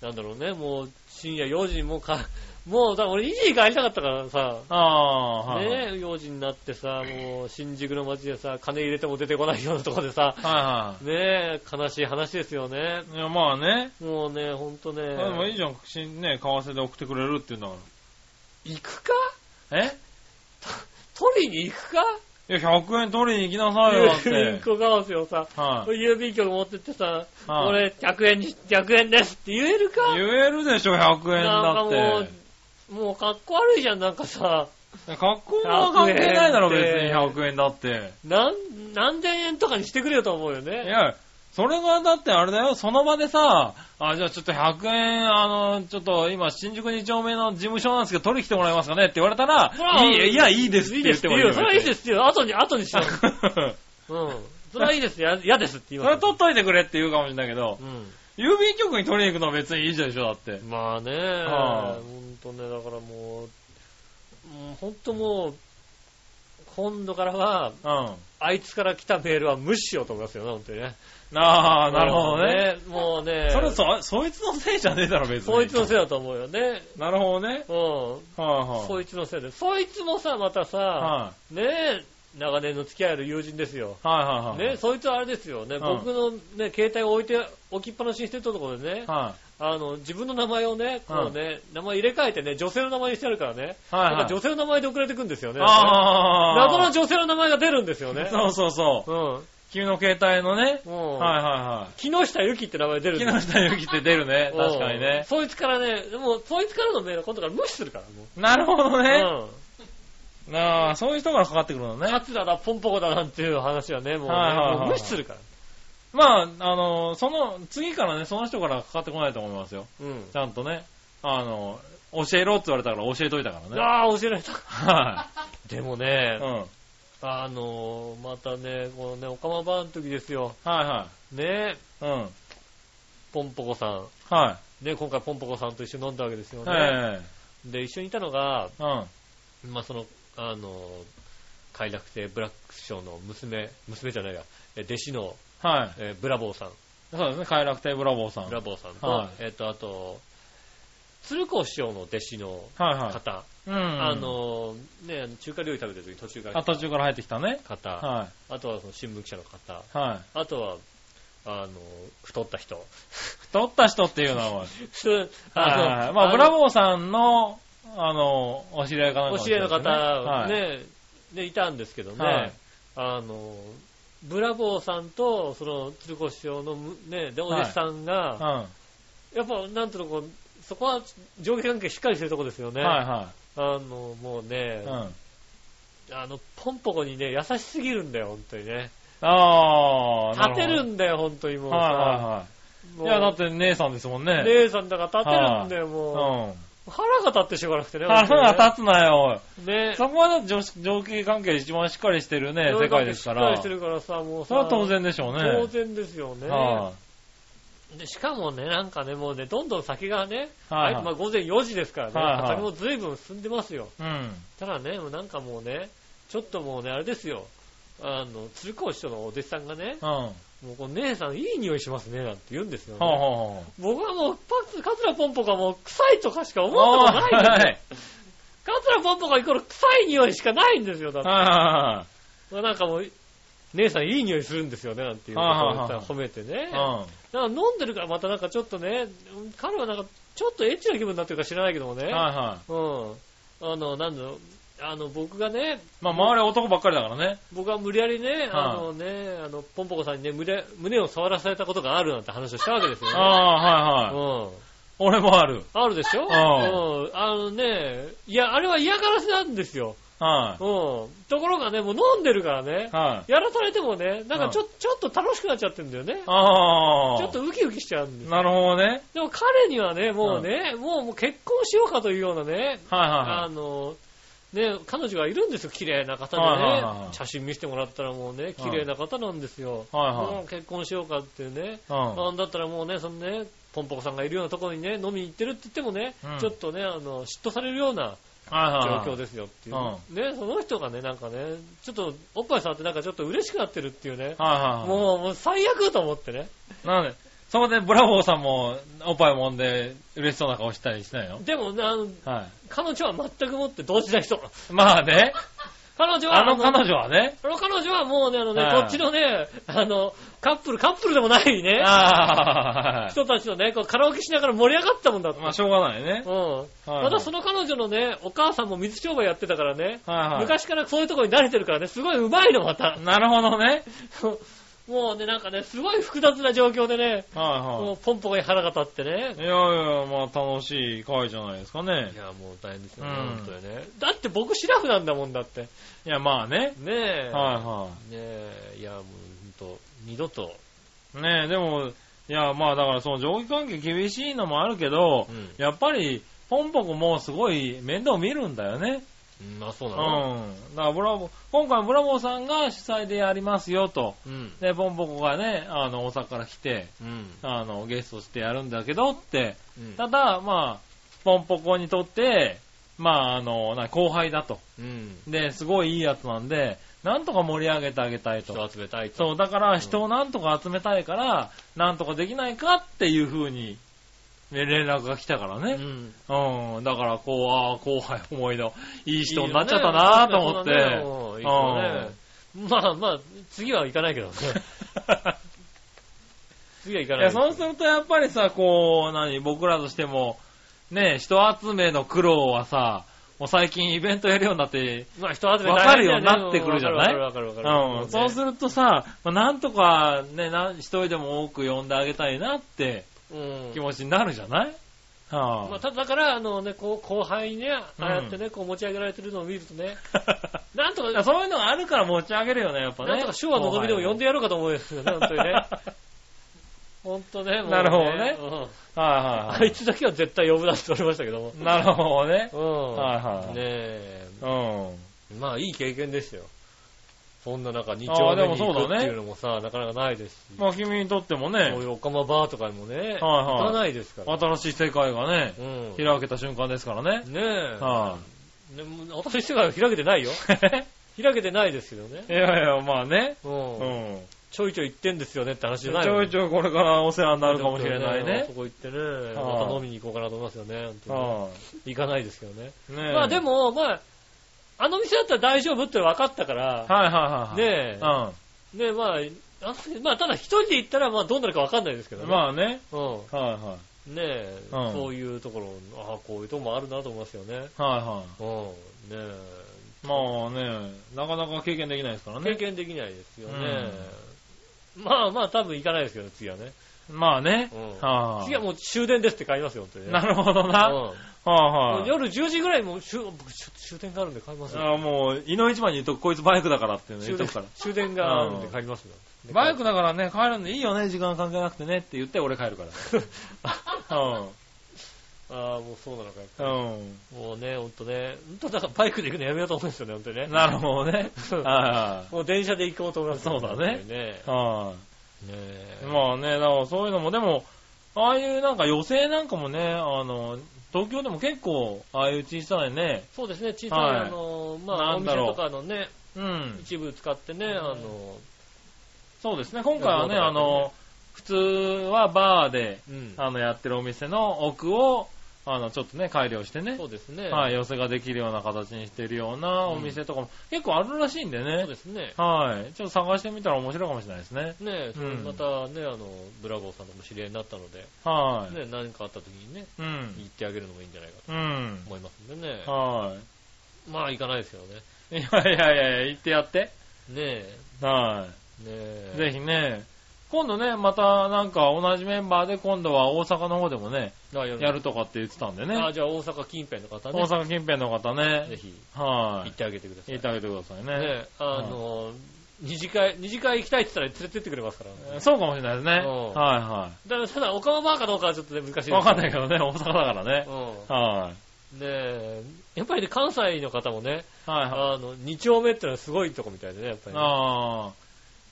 なんだろうね、もう深夜4時もうか、 もうだから俺2時に帰りたかったからさ、
ああ、はい。はい
ねえ、4時になってさ、もう新宿の街でさ、金入れても出てこないようなとこでさ、
は
ねえ、悲しい話ですよね。
い。いや、まあね。
もうね、ほんとね。
でもいいじゃん。しね、為替で送ってくれるっていうんだか。
行くから
え
取りに行くか
いや、100円取りに行きなさ いよ、だっ
郵便
て。
小為替をさ、
はい。
郵便局持ってってさ、
はい
俺100円に、100円ですって言えるか
言えるでしょ、100円
なんか
だっ
もう、もうかっこ悪いじゃん、なんかさ、
て。格好は関係ないだろ、別に100円だって。
なん、何千円とかにしてくれよと思うよ
い
ね。
や、それがだってあれだよ、その場でさ、あ、じゃあちょっと100円、あの、ちょっと今、新宿2丁目の事務所なんですけど、取り来てもらえますかねって言われたら
ほ、ら
いいえいや、いいですっ
いいで
て言っ
すってて
も
言
いう
よ。
いよ。。
それはいいですすって言うよ。後に、後にしよ。
そう
うん。それはいいですよ。や嫌ですって言いま
れ
す。
取っといてくれって言うかもしれないけど
う、ん。
郵便局に取りに行くのは別にいいでしょ、だって。
まあね、
は
ほ
い
んとね、だからもう、もうほんともう、今度からは、
うん。
あいつから来たメールは無視しようと思いますよね、ほんとにね。
ああ、なるほどね。。
もうね、
それそ、そいつのせいじゃねえだろ、別に。
そいつのせいだと思うよね。
なるほどね。
うん。
はいはい。
そいつのせいで。そいつもさ、またさ、
は
ねえ、長年の付き合いの友人ですよ。
いはいはいはい。
ね、そいつはあれですよね、
ん
僕のね、携帯を置いて、置きっぱなしにしてたところでね、
は
あの、自分の名前をね、こうね、名前入れ替えてね、女性の名前にしてあるからね、
い。はい
な
は
んか
い。
女性の名前で送れてくんですよね。
ああ。
謎の女性の名前が出るんですよね。
そうそうそう。
う
君の携帯のね。
ん。うん。
はいは
木下ゆきって名前出るん
い
で
はい。木下ゆきって出るね。
す
確かに
うん
ね。
そいつからね、でもそいつからのメールは今度から無視するから、もう。
なるほどね。
うん。
なあ、そういう人からかかってくるのね。
桂だ、ポンポコだなんていう話はね、もうね
はいはいはいはい
もう無視するから。
まあ、あの、その、次からね、その人からかかってこないと思いますよ。
うん。
ちゃんとね。あの、教えろって言われたから教えといたからね。
ああ、教えられた。
は
でもね
い。うん。、はい
あのー、またね、このね、オカマバーの時ですよ。
は
ね、
い。うん。
ポンポコさ
は
ん。ね、今回ポンポコさんと一緒に飲んだわけですよ
い。
ね。
え
で、一緒にいたのが、
え。うん。
まあ、その、あのー、快楽亭ブラックショーの娘、娘じゃないや、え弟子の、
はい。
えーブラボーさん、
そうですね。快楽亭ブラボーさん。
ブラ
はい
ボーさんと、
はい
えっ、と、あと、鶴子師匠の弟子の
は
方、
い。うん。
あ、のー、ね、あの中華料理食べてる時に途中から
あ、
来た
途中から入ってきたね。
方、
は
あとはその新聞記者の方、
い。はい。
あとは、あの、太った 人。
太った人っていうのは、おいはい。まあ、ブラ
ー
ボーさんの、あの、お知り合いかなんか
お
も
知
し
り合
れ
いの
ないですね、
方、
はい。
ね、ね、いたんですけど
はい
ね、あの、ブラボーさんと、その、鶴子師匠のむ、ね、で、お弟子さんが、やっぱ、なんとなくこう、そこは上下関係しっかりしてるとこですよ
う
ね。
ん。
あ
は
の、もうね
いはい。う、ん。
あの、ポンポコにね、優しすぎるんだよ、本当にね。
ああ、な
立て
る
るんだよ、本当にも
ほ
う
ど。
さ。
はいはいはい。
も
いうや、だって姉さんですもんね。
姉さんだから立てるんだよ、
う
も
ん。
う。腹が立ってしょうがなくてね。
腹が立つなよ、
つ。ね
おい。。そこはだって女子上級関係一番しっかりしてるね、世界ですか。
しっからりして
そ
るからさ、もうさ。
れは当然でしょうね。
当然ですよね。
は
でしかもね、なんかね、もうね、どんどん先がね、
はいはい
あいまあ午前4時ですからね、
はいはい
先も随分進んでますよ。
い。うん。
ただね、もうなんかもうね、ちょっともうね、あれですよ、あの、鶴光師匠のお弟子さんがね、
うん。は
もうこの姉さんいい匂いしますね、なんて言うんですよ、
あ、
ね。
は
僕はもう、パツ、カツラポンポがもう臭いとかしか思
あは
った
あ、
ことないん
は
ですよ
い。。
カツラポンポがイコール臭い匂いしかないんですよ、だって。
は
まあなんかもう、姉さんいい匂いするんですよね、なんていうことを言ったら褒めてね
い。は
なんか飲んでるからまたなんかちょっとね、彼はなんかちょっとエッチな気分になってるか知らないけどもね、
い。うん。はいは
うん。あの、なんだろう、あの、僕がね、
い。まあ、周り男ばっかりだからね。
僕は無理やりね、あのね、あの、ポンポコさんにね、胸、胸を触らされたことがあるなんて話をしたわけですよ
あ
ね。
あ、はいはい。
うん。
俺もある。
あるでしょ
ん
うん。あのね、いや、あれは嫌がらせなんですよ。う
は
ん。
い。
ところがね、もう飲んでるからね、
はい。
やらされてもね、なんかちょ,、
う
ちょっと楽しくなっちゃってるんだよね。
ああ。
ちょっとウキウキしちゃうんですよ
なるほどね。
でも彼にはね、もうね、もうもう結婚しようかというようなね、
はい
あ
は
の、ね、彼女がいるんですよ、綺麗な方で
はいはいはいは
ね。
い
写真見せてもらったらもうね、綺麗な方なんですよ。
はいはい
もう結婚しようかっていうね。
いはい。
なんだったらもうね、そのね、ポンポコさんがいるようなところにね、飲みに行ってるって言ってもね、
うん
ちょっとね、あの、嫉妬されるような
はい
状
はいはい。
況ですよっていう。
は
ね、その人がね、なんかね、ちょっとおっぱい触ってなんかちょっと嬉しくなってるっていうね。
はいはいはい。
もう、もう最悪と思ってね。
なので、そこでブラボーさんもおっぱい揉んで嬉しそうな顔したりしないの
でも、あの、
は
彼女は全くもって同時な人。
い。まあね、
彼女は、
あの彼女はね、
あの彼女はもうね、あのね、
はい
こっちのね、あの、カップル、カップルでもないね、
あ
人たちのね、こうカラオケしながら盛り上がったもんだって。
あ、まあしょうがないね
う。ん。
はい
またその彼女のね、お母さんも水商売やってたからね、
はいはい。
昔からそういうところに慣れてるからね、すごい上手いの、また。
なるほどね。
もうね、なんかね、すごい複雑な状況でね、も
は
うポンポコに腹が立ってね
いはい。い。やいや、まあ楽しい会じゃないですかね
い。や、もう大変ですよね、
うん
本当にね。だって僕、シラフなんだもんだって。
いや、まあね。
ねえ。
は
ねえ、いや、もう本当二度と。
いはい。ねえ、でも、いや、まあだからその上下関係厳しいのもあるけど、
うん
やっぱり、ポンポコもすごい面倒見るんだよね。
うん、まあそうなの。
うん。だからブラボー、今回ブラボーさんが主催でやりますよと。
うん。
で、ボンボコがね、あの、大阪から来て、
うん。
あの、ゲストしてやるんだけどって、
うん
ただ、まあ、ポンポコにとって、まあ、あの、な後輩だと。
うん。
で、すごいいいやつなんで、なんとか盛り上げてあげたい
人を
と。
集めたいと。
そう、だから人をなんとか集めたいから、なんとかできないかっていう風に、ね連絡が来たから
う
ね。
ん。
うん、だから、こう、ああ、後輩思いの、いい人になっちゃったなと思って。
いいよね まあまあ、次は行かない けどね。次は行か
い
ない
や、
けど。
そうするとやっぱりさ、こう、何、僕らとしても、ね、人集めの苦労はさ、もう最近イベントやるようになって、
まあ人集め
わかるようになってくるじゃない
わかるわか
う
るわかる。
ん、そうす
る。
るとさ、まあなんとかね、なん一人でも多く呼んであげたいなって
うん
気。持ちになるじゃない、はあ、
まあ、ただから、あのね、こう、後輩にね、ああやってね、こう持ち上げられてるのを見ると ね、なんとか、
いやそういうのがあるから持ち上げるよね、やっぱね。
なんとか昭和のぞみでも呼んでやろうかと思うんですよね、本当に ね。本当ね、もう
なるほどね
うん
はい
あ
はい
いつだけは絶対呼ぶなって言われましたけども。
はい。なるほどね。
うん。
はいは
ね
い
え、
うん。
まあいい経験ですよ。そんな中、2
あ
丁
あで
目
も
に
そうだね
行くっていうのもさ、なかなかないですし、
まあ君にとってもね
こう、いうオカマバーとかにもね、
はい
行かないですから。
新しい世界がね
う、ん。ね
開けた瞬間ですからね。
え。
は
でも私世界は開けてない よ。
い。
開けてないですけどね。
いやいや、まあね。
う。
うんん。
ちょいちょい行ってんですよねって話じ
ち
ゃない
ょいちょいこれからお世話になるかもしれないね
そ。こ行ってね、
はい
また飲みに行こうかなと思いますよね。本当に
は
行かないですけどね。
い。ねえ
まあで。も、まあ、あの店だったら大丈夫って分かったから、
はいはいはい。
ねえね、
え。
まあ、あのまあ、ただ一人で行ったら、まあ、どうなるか分かんないですけど
うん。
ね。
まあね。
うん。
はいは
ねえ、
うん
そういうところ、ああ、こういうとこもあるなと思いますよね。
い。はいは
うん。ねえ、
い。まあね、なかなか経験できないですから
経
ね。
験できないですよね。まあまあ、多分行かないですけど、次はね。
まあね
う。ん
は。
次はいもう終電ですって書いますよ、本当にね。
なるほどな。
うん
はいはい。
夜10時ぐらいにもう終僕終終電があるんで帰りますよ。
あもう、井の一番に言っとく、こいつバイクだからっていうの言
終
っと
電
くから。
終電があるんで帰りますよ。で
バイクだからね、帰るんでいいよね、時間関係なくてねって言って俺帰る から。
ああ、もうそうなのかやっぱ
う
り
ん。うん。
もうね、ほんとね。ほんとだからバイクで行くのやめようと思うんですよね、ほんとにね。
なるほどね。は
もう電車で行こうと思いますよ。
そうだね
本当にね
いはい。はい。
ねえ
まあね、だからそういうのも、でも、ああいうなんか予選なんかもね、あの、東京でも結構、ああいう小さいね、
そうですね、小さい、
はい
あの、まあ、
な
お
ん
店
だろう
とかのね、
うん。
一部使ってね、あの、
そうですね、今回はね、
いや
あの、普通はバーで、
うん
あの、やってるお店の奥を、あの、ちょっとね、改良してね
そ、うですね。
はい、寄せができるような形にしてるようなお店とかも、結構あるらしいんで
そう
ね
で、すね。
はい、ちょっと探してみたら面白いかもしれないですね。
ねえ、それ
うん
またね、あの、ブラボーさんとも知り合いになったので、
はい。
ね、何かあった時にね、
うん。
行ってあげるのもいいんじゃないかと
うん。
思いますんでね。
は
まあ、行かないですけどね。
い。いやいやいや、行ってやって。
ね
はい。
え、ねえ。
ぜひね、今度ね、またなんか同じメンバーで今度は大阪の方でもね、
あやる
やるとかって言ってたんでね、
あ、じゃあ大阪近辺の方
大
ね、
阪近辺の方
ぜ
ね、
ひ
は
行ってあげてくださ
い、
い。
行ってあげてくださいね。
ね、あの、二次会、二次会行きたいって言ったら連れてってくれますから。
そうかもしれないですね。
うん
は
だからただ、オカマバーかどうかはちょっとね、難しいです
いはい。
ね
わかんないけどね、大阪だからね。
う
はい。
ん。ねえ、やっぱりね、関西の方もね、
はいはい。
あの、二丁目ってのはすごいとこみたいでね、やっぱりね。
ああ。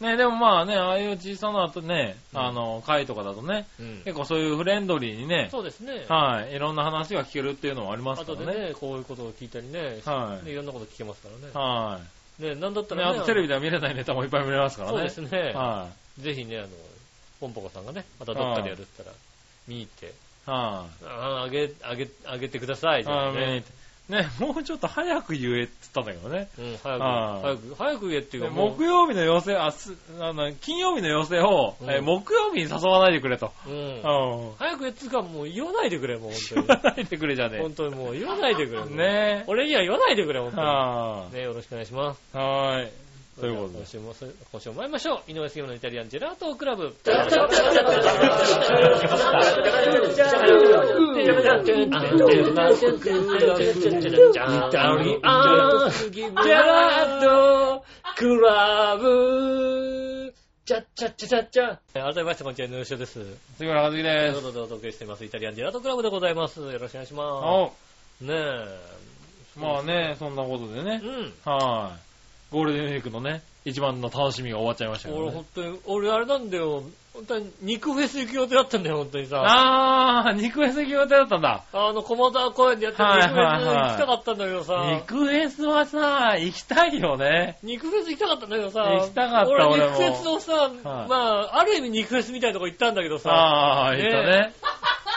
ね、でもまあね、ああいう小さなね、
うん
あの、会とかだとね、
うん
結構そういうフレンドリーにね、
そうですね。
はい、いろんな話が聞けるっていうのもありますか
後で
らね。
ね、こういうことを聞いたりね、
はい
ねいろんなこと聞けますからね。
は
ね、なんだった
い。ね、
ら
あ
ね、
とテレビでは見れないネタもいっぱい見れますからね。
そうですね。
はい。
ぜひね、あの、ポンポコさんがね、またどっかでやるって言ったら、見に行って、
は
ああ、あげ、あげ、あげてください。
い。あー見に行っ
ね。
てね、もうちょっと早く言えって言ったんだけどね。
うん、早く、
あー
早く、早く言えっていうか、もう
木、曜日の要請、あ、す、あの、金曜日の要請を、
うん
え木曜日に誘わないでくれと。
うん
う。ん。
早く言えっていうか、もう言わないでくれ、もう
言
本
わないでくれじゃ
当に。本
ね
当にもう言わないでくれ。も
え。
う
ね
俺には言わないでくれ、本
え。
当
は
に。ね、よろしくお願いします。
い。はーい。ということ
今
で。
週も、今週も参りましょう。井上杉村のイタリアンジェラートクラブ。クラブ。チャッチャッチャチャッチャ。改めまして、こんにちは、井上翔です。
杉村和樹
とい
で
うこ
す。
とでお届けしています、イタリアンジェラートクラブでございます。よろしくお願いしま
お
す。ねえ。
まあね、そんなことでね
う。ん。
はい。ゴールデンウィークのね、一番の楽しみが終わっちゃいましたけど
俺、
ね。
本当に、俺、あれなんだよ。本当に、肉フェス行く予定だったんだよ、本当にさ。
あー、肉フェス行く予定だったんだ。
あの、駒沢公園でやってる
はい
肉
は
フ
い
ェス
はい
行きたかったんだけどさ。
肉フェスはさ、行きたいよね。
肉フェス行きたかったんだけどさ。
行きたかった
俺、
俺
肉
も
フェスをさ、まあ、ある意味肉フェスみたいなとこ行ったんだけどさ。
ああ、
ね
いたね。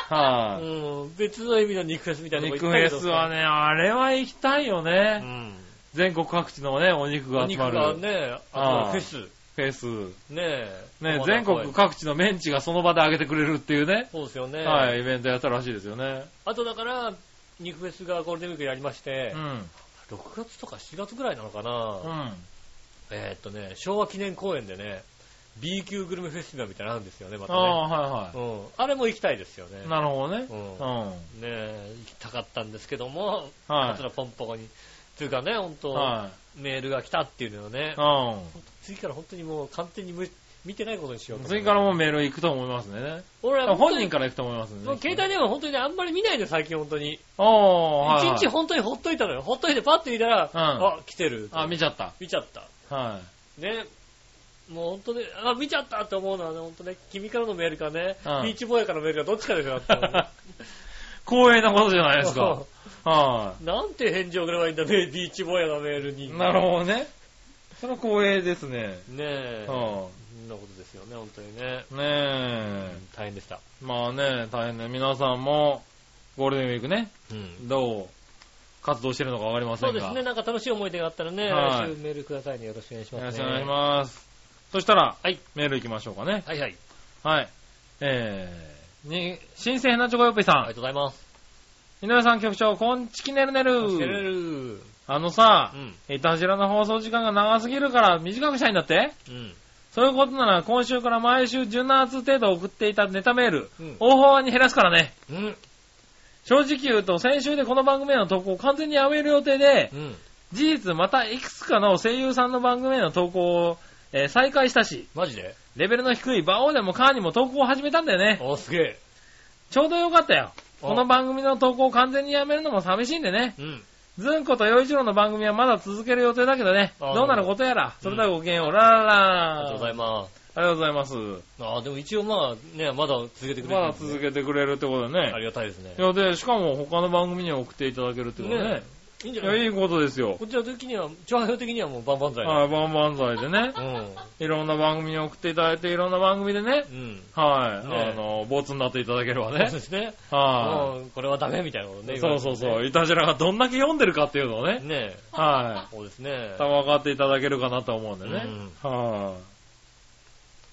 は
う
い、
ん、別の意味の肉フェスみたいなとこ
肉
行
フ
ったけど
ェ
さ。
スはね、あれは行きたいよ
う
ね。
ん。
全国各地のね、お肉
お
が集
肉
ま
が
る
ね、あ
はい
フェス。
フェス。
ねえ。駒、
ね
沢
全
公園
国各地のメンチがその場で揚げてくれるっていうね、
そうですよね。
はい、イベントやったらしいですよね。
あとだから、肉フェスがゴールデンウィークやりまして
う、ん。
6月とか7月ぐらいなのかな。
うん。
えーっとね、昭和記念公園でね、B 級グルメフェスティバルみたいなのあるんですよね、ま
あ
たね。
あ、はいうは
ん。あれも行きたいですよね。
い。なるほどね
う。ん。
う
ね
ん。
え、行きたかったんですけども、
は
らポンポコに、というかね、本
い。
当、
は
メールが来たっていうのをね
い。、うん。
次から本当にもう完全にむ見てないことにしようと思う
次からもうメール行くと思いますね。
俺は
本人
か
から行くと思いますね。
もう携帯電話本当にね、あんまり見ないのよ、最近本当に。
おー、はいはい
一日本当にほっといたのよ。ほっといてパッと見たら、あ、来てる。
あ、見ちゃった。
見ちゃった。
は
ね、もう本当ね、あ、見ちゃったって思うのはね、本当ね、君からのメールかね、
うん
ビーチボーイからのメールかどっちかですよ、だって
い。光栄なことじゃない ですか。は い。
なんて返事をくればいいんだ、ね、ビーチボーイのメールに。
なるほどね。それは光栄ですね。
ねえ、
う
そ
ん。
んなことですよね、本当にね。
ねえ。
大変でした。
まあね、大変ね。皆さんも、ゴールデンウィークね、どう活動してるのかわかりませ
そうんで
が。
すね、なんか楽しい思い出があったらね、
はい
来週メールくださいね、よろしくお願いし
よ
ま
ろし
す、
く
ね。
お願いします。そしたら、
はい
メール行きましょうかね。
はいはい。
はい。えー、に、新鮮なチョコヨッピーさ
ありが
ん。
とうございます。
井上さん局長、こんちきねるね
てれ
る。
る
あのさ
う、ん。
いたじらの放送時間が長すぎるから短くしたいんだって
うん。
そういうことなら今週から毎週17通程度送っていたネタメール、
うん
大幅に減らすからね。
うん。
正直言うと、先週でこの番組への投稿を完全にやめる予定で、
うん。
事実またいくつかの声優さんの番組への投稿を、えー再開したし、
マジで
レベルの低いバオでもカーにも投稿を始めたんだよね。
あ、すげえ。
ちょうどよかったよ。
あ
この番組の投稿を完全にやめるのも寂しいんでね。
うん。
ずんこと洋一郎の番組はまだ続ける予定だけどね。
あー
どうなることやら。それではごきげんよう。ララ
ありが
ラ
とうございます。
ありがとうございます。
あーでも一応まあ、ね、まだ続けてくれてる
まだ続けてくれるってことだ
あ
ね。
りがたいですね
い。や、で、しかも他の番組にも送っていただけるってことね。
いいん
い
じゃな
や、
い
いいことですよ。
こちら的には、チャーハイ的にはもうバンバンだよ。
はい、バンバン剤でね。いろんな番組に送っていただいて、いろんな番組でね。
うん。うん。
はい、
ね
あの、ボツになっていただければ
そうで
ね。
すね。
は
うんこれはダメみたいなこと
い、
ね。
そうそう
言
そ
わ
う。いたじらがどんだけ読んでるかっていうのを
れ
ね
て。ね。ね
は
そうですね
い。。多分分かっていただけるかなと思うんでね。は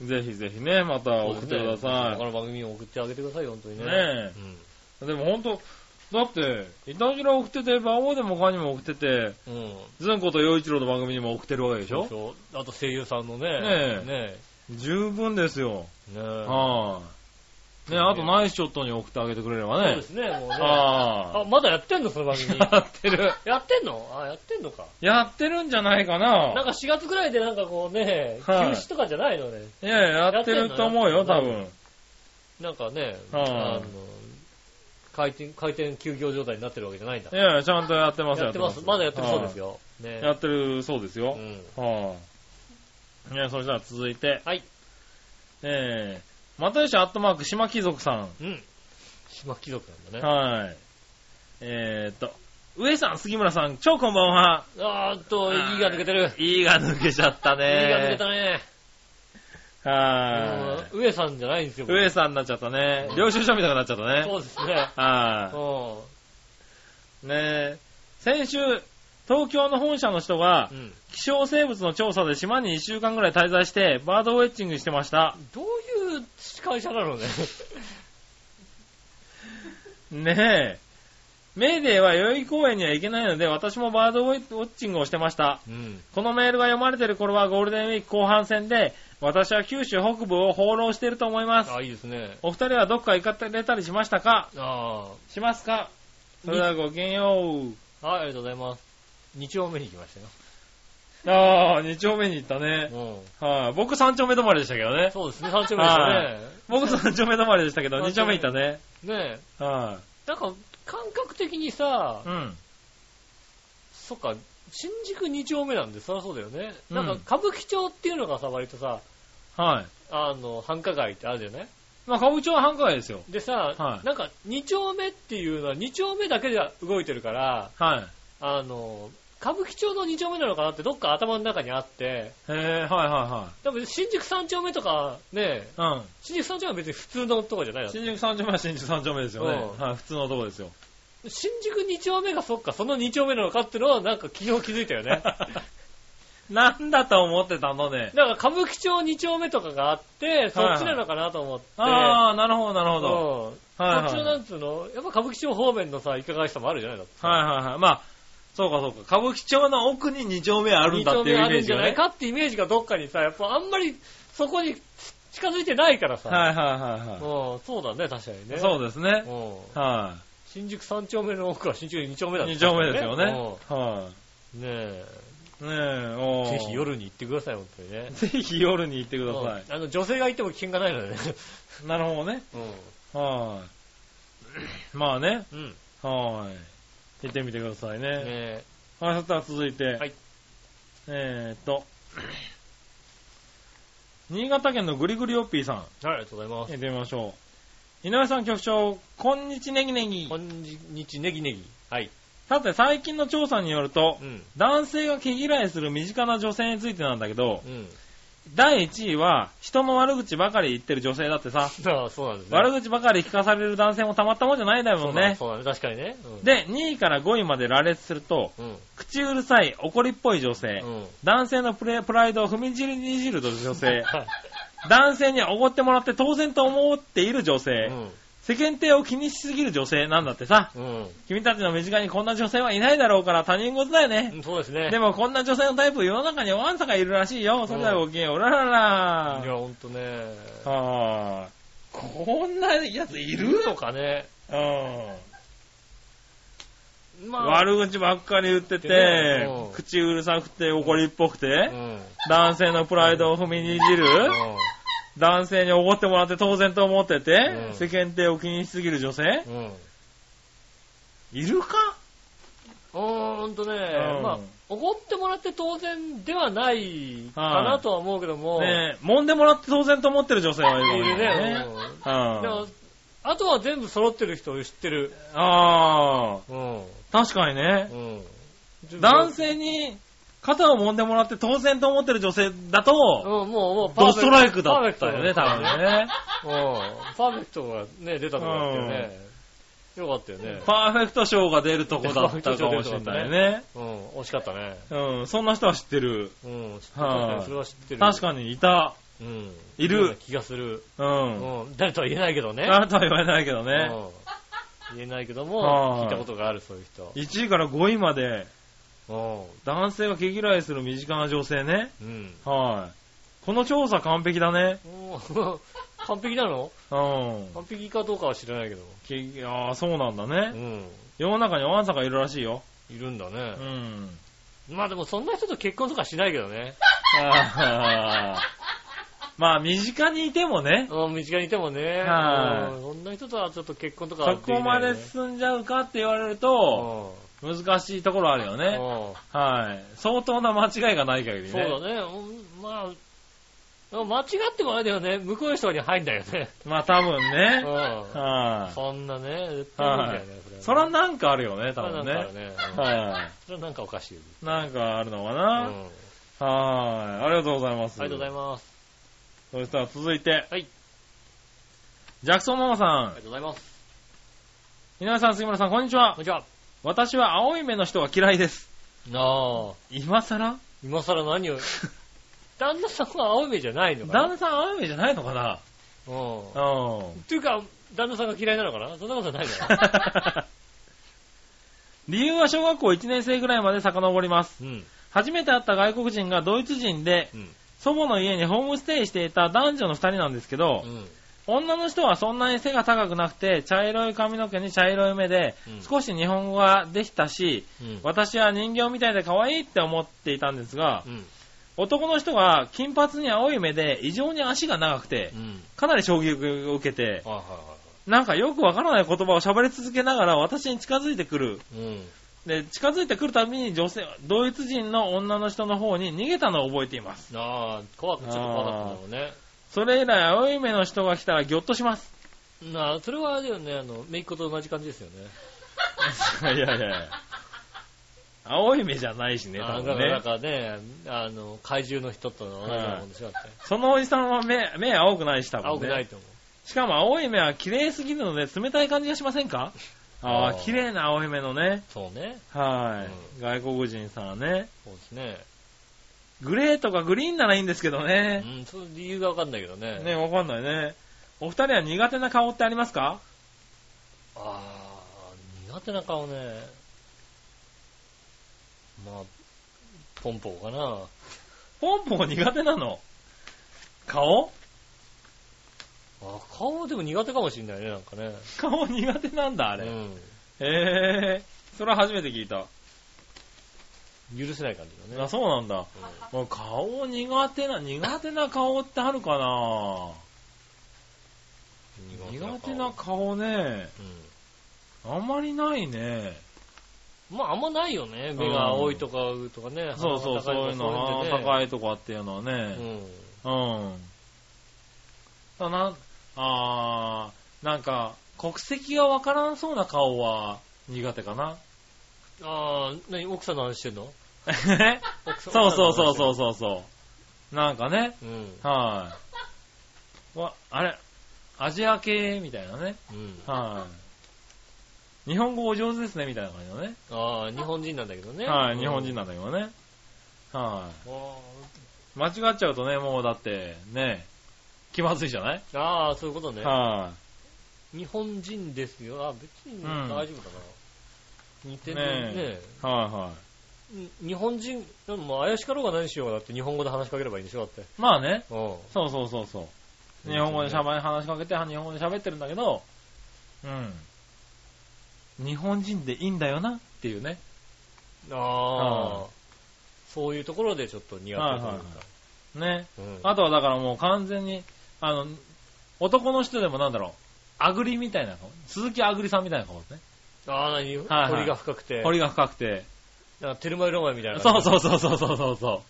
い、ぜひぜひね、また送ってくださ
他の番組に送ってあげてくださいよ、本当に
い。
ね。
ねえ。でもほんと、だって、いたじら送ってて、馬王でも他にも送ってて、
うん。うん。
ずんこと洋一郎の番組にも送ってるわけでしょ
そうあと声優さんのね。
ねえ
ね
十分ですよ。
え。ねえ。
はい、ね、あとナイスショットに送ってあげてくれれば
そう
ね
で。すね、もうね。
あ
あ、まだやってんのその番 組。
やってる。
やってんのあ、やってんのか。
やってるんじゃないか
なん
な。
か4月ぐらいでなんかこうね、休
はい
止とかじゃないのね。
いやいや、やってると思う
や
よ、
ってんの
多分。
なんかね、
はい
あの、回転、回転休業状態になってるわけじゃないんだ
い。やいや、ちゃんとやってます
やってます。まだやってるそうです。よ。
は
ね
いやってるそうですよ
う。ん。
はい、ねそしたら続いて。
はい。
えー、またよしアットマーク、島貴族さ
うん。島貴族なん
ん。
だね。
はい。えーっと、上さん、杉村さん、超こんばんは。
あーっと、いいが抜けてる。
いいが抜けちゃった
いいが抜
ね
け。たね。
た。は
うん上さんじゃないんですよ。
い。上さんになっちゃったね。領収書みたいになっちゃったね
そ。うですね。う
は
ん。
い。ねえ先週、東京の本社の人が
う、ん
希少生物の調査で島に1週間ぐらい滞在して、バードウェッチングしてました。
どういう会社なのね。
ねえ。メーデーは代々木公園には行けないので、私もバードウォッチングをしてました。
うん。
このメールが読まれている頃はゴールデンウィーク後半戦で、私は九州北部を放浪していると思います。
あ、いいですね。
お二人はどっか行かれたりしましたか
あ
しますかそれではごきげんよ
あ。はい、ありがとうございます。2丁目に行きましたよ。
う。ああ、二丁目に行ったね。
う
はい、僕三丁目止まりでしたけど
ん。
ね。
そうですね、3丁目でしたね。
僕三丁目止まりでしたけど、
三
二
丁目
丁目行ったね。
ねえ。
は
なんか、感覚的にさ
い、、うん。
そっか、新宿2丁目なんで、そりゃそうだよね。
うん
なんか、歌舞伎町っていうのがさ、割とさ、
はい。
あの、繁華街ってあるじゃない
まあ、歌舞伎町は繁華街ですよ。
でさ、
はい
なんか、2丁目っていうのは、2丁目だけで動いてるから、
はい。
あの、歌舞伎町の2丁目なのかなって、どっか頭の中にあって、
へえ、はいは
多分新宿3丁目とか、ね、
いはい。うん。
新宿3丁目は別に普通のとこじゃないの。
新宿三丁目は新宿三丁目ですよね。
うん
はい、普通のとこですよ。
新宿2丁目がそっか、その2丁目なのかってのは、なんか昨日気づいたよ ね。
なんだと思ってたのね。
なんか歌舞伎町2丁目とかがあって、そっちなのかなと思って。
ああ、なるほど、なるほど。
うん
はいはい
そっちのなんつうの、やっぱ歌舞伎町方面のさ、いかがわしさもあるじゃないだって
はいはいはい。まあ、そうかそうか。歌舞伎町の奥に2丁目あるんだって
二丁
いう
目あ
イメ
る
ー
ん
ジ
じゃ
が
ない
ね。
かってイメージがどっかにさ、やっぱあんまりそこに近づいてないからさ。
はいはいはいは
うん、そうだね、確かにね。
い。そう
う
ですね。
ん
は
新宿3丁目の奥は新宿2丁目
い。
だった
2丁目ですよね。
うん
は
ねえ。
い。ねえ、おー
ぜひ。夜に行ってください、本当にね。
ぜひ夜に行ってくださ
うんあの、女性がいても危険がないのでね。
い。なるほどね。はい。まあね。
うん。うん。ね
はい。行ってみてくださいね。
え。
はい、そしたら続いて。
はい
えーっと。新潟県のぐりぐりおっぴーさん。
はいありがとうございます。
行ってみましょう。井上さん局長、こんにちねぎねぎ
こ。んにちネギネギ。はい。
さて、最近の調査によると
う、ん。
男性が毛嫌いする身近な女性についてなんだけど、
うん。
第1位は、人の悪口ばかり言ってる女性だってさ、
ああ、そうなんですね。
悪口ばかり聞かされる男性もたまったもんじゃないだよね。
そうだね、確かにね。うん、
で、2位から5位まで羅列すると、
うん。
口うるさい、怒りっぽい女性、
うん。
男性のプレプライドを踏みにじりにじる女性、男性におごってもらって当然と思っている女性、世間体を気にしすぎる女性なんだってさ、
うん。
君たちの身近にこんな女性はいないだろうから他人事だよ
う
ね。
ん。そうですね。
で
も、
もこんな女性のタイプ世の中にはわんさかいるらしいよ。それではごきげんよう。おらら
いや、
ら。
ほんとね。
はぁ。こんなやついる
とかね。
うん。悪口ばっかり言ってて、
ねうん
口うるさくて怒りっぽくて、
うん。
男性のプライドを踏みにじる、男性におごってもらって当然と思ってて、
うん
世間体を気にしすぎる女性、
うん。うん。
いるか
うーんとね、
うん
まあ、おごってもらって当然ではないかなとは思うけども、
ねえ、揉んでもらって当然と思ってる女性はいるか
い
もし
る
れない
ね
ね。。
うん
うん、
でもあとは全部揃ってる人を知ってる。
ああ、
うん。
確かにね。
うん。
男性に肩を揉んでもらって当然と思ってる女性だと、
うん、もう、もうパーフェクト、
ドストライクだったよね、
パ
多
ーフェクト
分
だよね
ね。
うん。パーフェクトがね、出たとこだったよね。よかったよね。
パーフェクト賞が出るとこだったかもしれないね。
うん、惜しかったね。
うん、そんな人は知ってる。
うん、知って
は
る。
い
それは知ってる。
確かにいた。
に。うん。
いる
ような気がする。
う。
うんん。誰とは言えないけどね。
誰とは言われないけどね。
うん言えないけど
はい
も、聞いたことがある、そういう人。
1位から5位まで、
う
男性が毛嫌いする身近な女性ね。
ん。うん。
はい。この調査完璧だね。
もう 完璧なの
うん。
完璧かどうかは知らないけど。
けああ、そうなんだ
う
ね。
ん。
世の中におあんさんがいるらしいよ。
いるんだ
う
ね。
ん。
まあでもそんな人と結婚とかしないけどね。
あーまあ、身近にいてもね、
うん、身近にいてもね。
はい
うんそんな人とはちょっと結婚とかは
そ
できな
こ
い
ま
よ
で
ね
進んじゃうかって言われると、難しいところあるよ
うん
ね。
うん
はい。相当な間違いがない限りね。
そうだね。うんまあ、間違ってもあれだよね。向こうの人に入んだよね。
まあ、多分
う
ね。
ん。
はい。
そんなね、絶対無理だよね。
そらなんかあるよね、多
それは
分
なんかあ
ね
る。ね。うん
は
それはなんかおかしいよね。
い。なんかあるのか
うん
な。
あ
はい。ありがとうございます。
りがとうござい
ま
ます。
す。そしたら続いて。
はい。
ジャクソンママさ
ありが。
ん
とうございます。
皆さん、杉村さん、こんにちは
こん。にちは。
私は青い目の人が嫌いです。
なあ、
今更
今更何 を。旦那さんは青い目じゃないのかな
旦那さん青い目じゃないのかな
うん。
うん。
というか、旦那さんが嫌いなのかなそんなことないのかな
理由は小学校1年生ぐらいまで遡ります。
うん。
初めて会った外国人がドイツ人で、
うん。
祖母の家にホームステイしていた男女の2人なんですけど、
うん。
女の人はそんなに背が高くなくて、茶色い髪の毛に茶色い目で、
うん
少し日本語ができたし、
うん。
私は人形みたいで可愛いって思っていたんですが
う、ん。
男の人が金髪に青い目で異常に足が長くて
う、ん。
かなり衝撃を受けて、
はいは
なんかよくわからない言葉を喋り続けながら私に近づいてくる。
いはい。うん。
で、近づいてくるたびに女性、ドイツ人の女の人の方に逃げたのを覚えています。
ああ、怖く、ちょっと怖かったんだろ
それ以来、青い目の人が来たらギョッとします。
うね。なあ、それはあれだよね、あの、めいっ子と同じ感じですよね。
いやいやいや。青い目じゃないしね、
ああ
多
だ
分
からなん
ね。
かね、あの、怪獣の人と同じようなもんでしょだって。
そのおじさんは目、目青くないし、多分、ね。
青くないと思
しかも青い目は綺麗すぎるので冷たい感じがしませんかああ
あー
ー、綺麗な青い目のね。
う。そうね。
はい、外国人さんはね。
そうですね。
グレーとかグリーンならいいんですけど
う
ね。
ん、その理由がわかんないけどね。
ね、わかんないね。お二人は苦手な顔ってありますか
ああ、苦手な顔ね。まあ、ポンポコかな。
ポンポン苦手なの顔
あ顔でも苦手かもしんないね、なんかね。
顔苦手なんだ、あ
あ
れ。
う
へ
ん。
えー、それは初めて聞いた。
許せない感じだね。
あ、そうなんだ。もう顔苦手な、苦手な顔ってあるかな
うん
苦手な顔ね。
う
あんまりないね。
ん。まあ、あんまないよね。目が青いとか、とかね。
そうそう、そ
鼻が
う
高
い
と
う
か
の、
そういう
鼻が
のね
高いとかっていうのはね。
うん。
うん。だな、あー、なんか、国籍がわからんそうな顔は苦手か な。
ああ、何奥さんの話してんの奥さん
そうそうそうそうそうそう。なんかね、
う。うん。
はい。わ、あれ、アジア系みたいなね。
うん。
はい。日本語お上手ですね、みたいな感じのね。
ああ、日本人なんだけどね。
はい、日本人
な
なんだけどね。は
あ
い。間違っちゃうとね、もうだって、ね、気まずいじゃない
ーあー、そういうことね。
は
日本人ですよ。あ、別に
うん
大丈夫かな。似てるね
ね。い。はいは
うん日本人、でももう怪しかろうが何しようがだって日本語で話しかければいいんでしょだって。
い。まあね、
うん。
そうそうそうそう。日本語で喋話しかけて、日本語で喋ってるんだけど、うん。日本人でいいんだよなっっていうね。
あ
う
あ。そういうところでちょっと苦手というか
はいはいはいね。
うん
あとはだからもう完全に、あの、男の人でもなんだろう、アグリみたいな顔。鈴木アグリさんみたいな顔ですね。
ああ、何
はい
彫りが深くて。
彫りが深くて。
なんかテルマエロマエみたいな。
そうそうそうそうそうそうそう。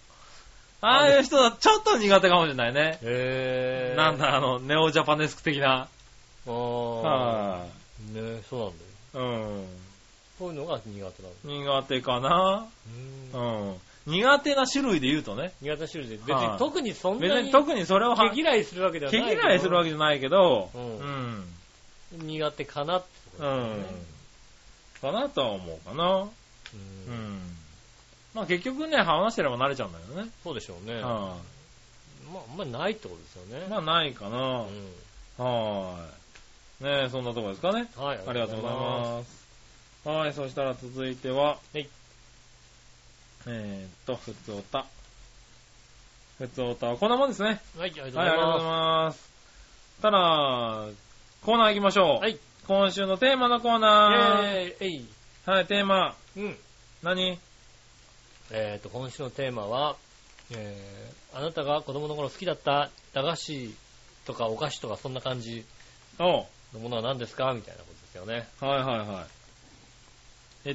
ああいう人はちょっと苦手かもしれないね。
へえ。
なん。だ、あの、ネオジャパネスク的
あ
な。
あ。
は
ねそうなんだよ。
い。うん。
こういうのが苦手なの。
苦手かな。
うん
うん。苦手な種類で言うとね。
苦手な種類で。別
は
に
い
特にそん
別
な
に
に毛
特にそれをは、毛
嫌いするわけではないけど。
嫌いするわけじゃないけど、
う
うんん。
苦手かなってこ
う
とだよ
ん
ね。。
かなとは思うかな。う
うん。
ん。まあ結局ね、話してれば慣れちゃうんだけどね。
そうでしょうね。まあ、
は
あんまりないってことですよ
い。
ね。
まあないかな
う。ん
はい。ねえ、そんなとこですかね。
はい。
ありがとうございます。はい、そしたら続いては、
はい
えーっと、ふつおた。ふつおたはこんなもんですね。
す。はい、ありがとうご
は
ざ
い、あ
い
りがとうござい
ま
ます。ただ、コーナー行きましょう。
はい。
今週のテーマのコーナー。
す。イェーイえい。
はい、テーマ。
うん。
何
えっと、今週のテーマは、えー、あなたが子供の頃好きだった駄菓子とかお菓子とかそんな感じ
おう
のものは何ですかみたいなことですよね。
はいはいはい。行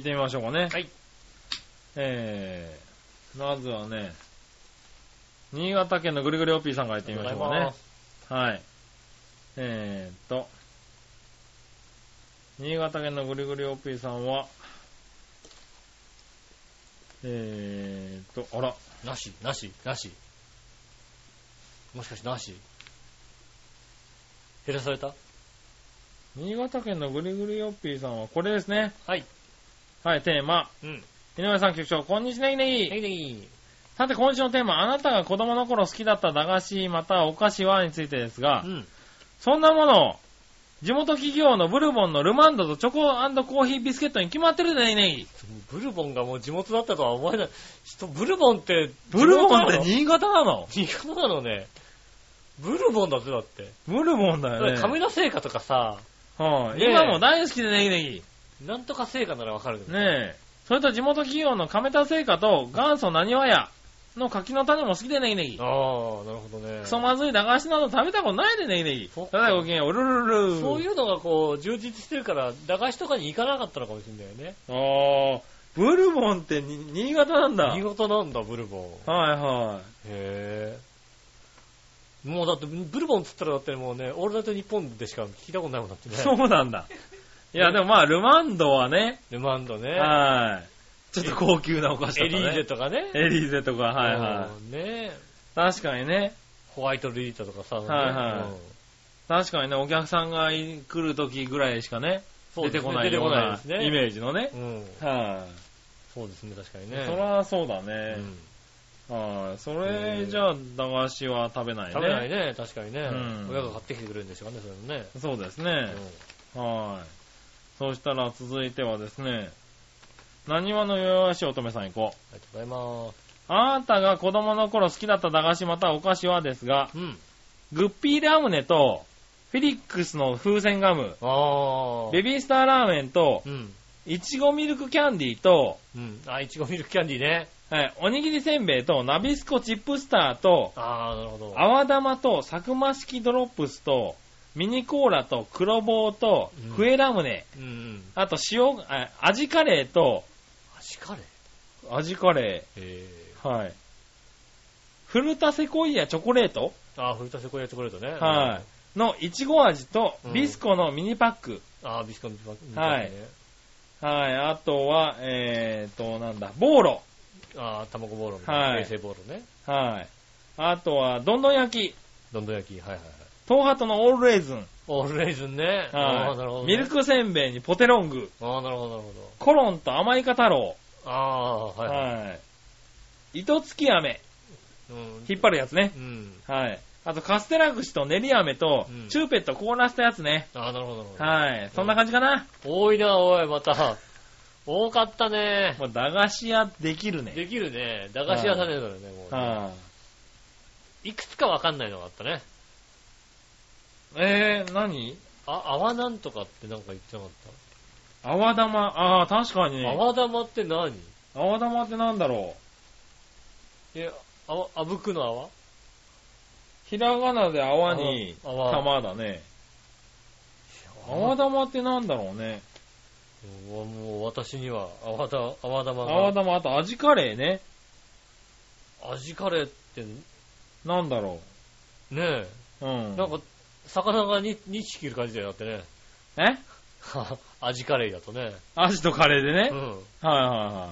ってみましょうかね。
はい。
えー、まずはね、新潟県のぐりぐりおっぴーさんから行ってみましょうかね。はい。えー、っと、新潟県のぐりぐりおっぴーさんは、えーっと、あら、
なし、なし、なし。もしかしてなし減らされた
新潟県のぐりぐりおっぴーさんはこれですね。
はい。
はい、テーマ。
うん。
井上さん局長、こんにちはねぎねぎ。
ネギネギ。
さて、今週のテーマ、あなたが子供の頃好きだった駄菓子、またはお菓子はについてですが
う、ん。
そんなもの、地元企業のブルボンのルマンドとチョココーヒービスケットに決まってるね、ネギ。
ブルボンがもう地元だったとは思えない。ちょっとブルボンって、
ブルボンっ
地元な
て
の
新潟なの
新潟なのね。ブルボンだぜ、だって。
ブルボンだ
だ
よ
から
ね。
亀田製菓とかさ、
はい
ねえ
今も大好きでネギネギ。
なんとか製菓ならわかるけど。
ねえ。それと地元企業の亀田製菓と元祖なにわ屋の柿の種も好きでネギネギ。
ああ、なるほどね。
クソまずい駄菓子など食べたことないでネギネギ。
そったか
だごきげんよう、うるるるる。
そういうのがこう、充実してるから、駄菓子とかに行かなかったのかもしれないよね。
あーブルボンってに新潟なんだ。
見事なんだ、ブルボン。
はいは
へえ。もうだって、ブルボンっつったらだってもうね、オールナイトニッポンでしか聞いたことないもんだって
い。
ね。
そうなん だ。いや、でもまあ、ルマンドはね、
ルマンドね。
はい。ちょっと高級なお菓子
エ
とか
リーゼ
ね。
とかね。
エリーゼとか、はいは
うんね
い。確かにね。
ホワイトルリータとかさ。
はいはい
うん
確かにね、お客さんが来る時ぐらいしかね、
そうで
出て
すね
こな
出
い
て
よう
こない
な
です
イ
ね。
メージのね。
うん。
は
そうですね、確かに
い。
ね。
そらそうだね
う。ん
はい。それじゃあ、駄菓子は食べないね。
食べないね、確かにね
ん。
親が買ってきてくれるんでしょうかね、それもね。
そうですね。はい。そしたら続いてはですね、何話の弱し乙女さん行こう。
ありがとうございま
あなたが子供の頃好きだった駄菓子またはお菓子はですが、
す。うん。
グッピーラムネと、フィリックスの風船ガム、
ああ。
ベビースターラーメンと
う、ん。
いちごミルクキャンディーと、
うん。あ、いちごミルクキャンディーね。
はいおにぎりせんべいと、ナビスコチップスターと、
ああ、なるほど。
泡玉と、サクマ式ドロップスと、ミニコーラと、黒棒と
うん、
笛ラムネ、
うんうん。
あと塩、あ味カレーと、
足カレー
味カレ
え
ー。はい。フルタセコイアチョコレート
ー。ああ、フルタセコイアチョコレートね。
はい。の、いちご味と
うん、
ビスコのミニパック。
い。ああ、ビスコミパックね。
はいはい。あとは、えーと、なんだ、ボーロ。
ああ、卵ボーロみ
はい
衛星ボーロね。
はい。あとは、どんどん焼き。
どんどん焼き。はいはいはい。
東ハトのオールレーズン。
オールレーズンね。ああ、なるほど
は
ね。
い。ミルクせんべいにポテロング。
ああ、なるほど、なるほど。
コロンと甘いか太郎。
ああ、はいはい。
はい。糸付き飴。
うん
引っ張るやつね。
うん。
はい。あと、カステラ串と練り飴と
うん、
チューペット凍らせたやつね。
ああ、なるほど、なるほど。
はい。そんな感じかな。
多いな、 おい、また。多かったね。
もう駄菓子屋できるね。
できるね。駄菓子屋さんね、それね、もうね。
はい
くつかわかんないのがあったね。
い。えー、何
あ、泡なんとかってなんか言ってなかっ
泡玉、ああ、確かに。
泡玉って何
泡玉ってなんだろ
え、あわ、あぶくの泡
う。ひらがなで泡に
泡。泡。
玉だね。泡玉ってなんだろうね。
もうもう私には泡だ、泡玉が。
泡玉、あと味カレーね。
味カレーって、ね
なんだろ
え、
う。うん。
なんか、魚がに2匹いる感じだよ、だってね。
え
味カレーだとね。
アジとカレーでね。
うん。
はいはいは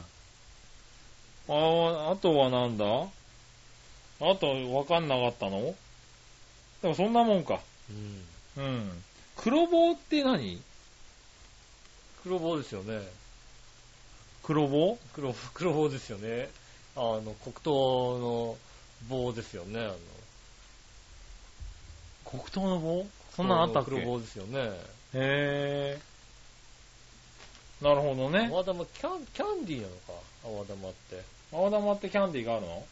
い。ああ、あとはなんだあとわかんなかったのでもそんなもんか。
うん。
うん。黒棒って何
黒棒ですよね。
黒棒
黒、黒棒ですよね。あの、黒糖の棒ですよね。あの
黒糖の棒そんなのあったっけ
黒棒ですよね。
へー。なるほどね。
泡玉、キャン、キャンディーなのか泡玉って。
泡玉ってキャンディーがあるの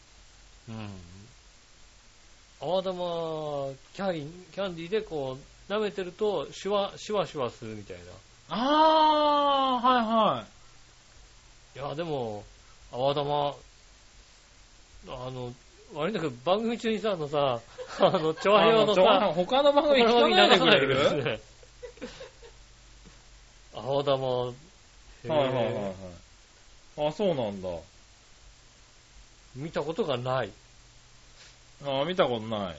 うん。泡玉、キャイン、キャンディーでこう、舐めてると、シュワ、シュワシュワするみたい
あー、はいはい。
な。いや、でも、泡玉、あの、悪いんだけど、番組中にさ、あのさ、 あの、調和用の
あ
さ、
他の番組聞かないでくれる
ね。泡玉、へー
はいはいはいはい。あ、そうなんだ。
見たことがない。
あ見たことない。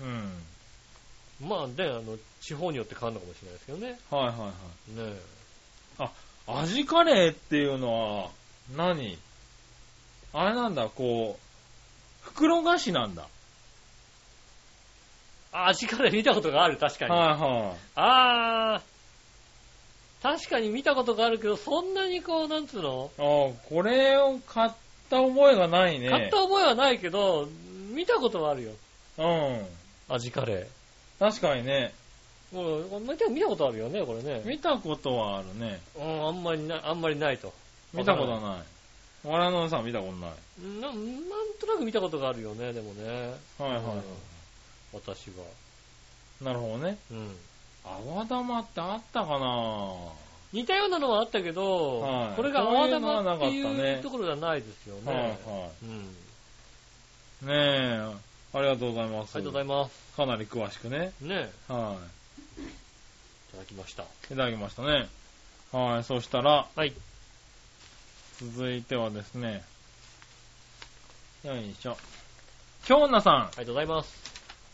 うん。
まあね、あの、地方によって変わるのかもしれないですけどね。ね
はいはいはい。
え。
味カレーっていうのは何、あれなんだ、こう、袋菓子なんだ。
あ味から見たことがある、確かに。
はいはい。
あー、確かに見たことがあるけど、そんなにこう、なんつうの、
あーこれを買った覚えがないね。
買った覚えはないけど、見たことはあるよ。
うん。
味カレ
確かにね。
ー。うん、見た見たことあるよね、これね。
見たことはあるね。
うん、あんまりな、あんまりないと。
見たことはない。わらのさん見たことない。
うんななんとなく見たことがあるよね、でもね。
はいはい
うん
は
私は。
い。なるほどね。
うん。
泡玉ってあったかな
似たようなのはあったけど、
はい
これが泡玉って
こういうのはなかった
い
ね
うところではないですよね。
はいはい。
うん。
ねえ。ありがとうございます。
ありがとうございます。
かなり詳しくね。
ね
はい。
いただきました。
いただきましたね。はい、そしたら、
はい。
続いてはですね、よいしょ。京奈さ
ありがとうございます。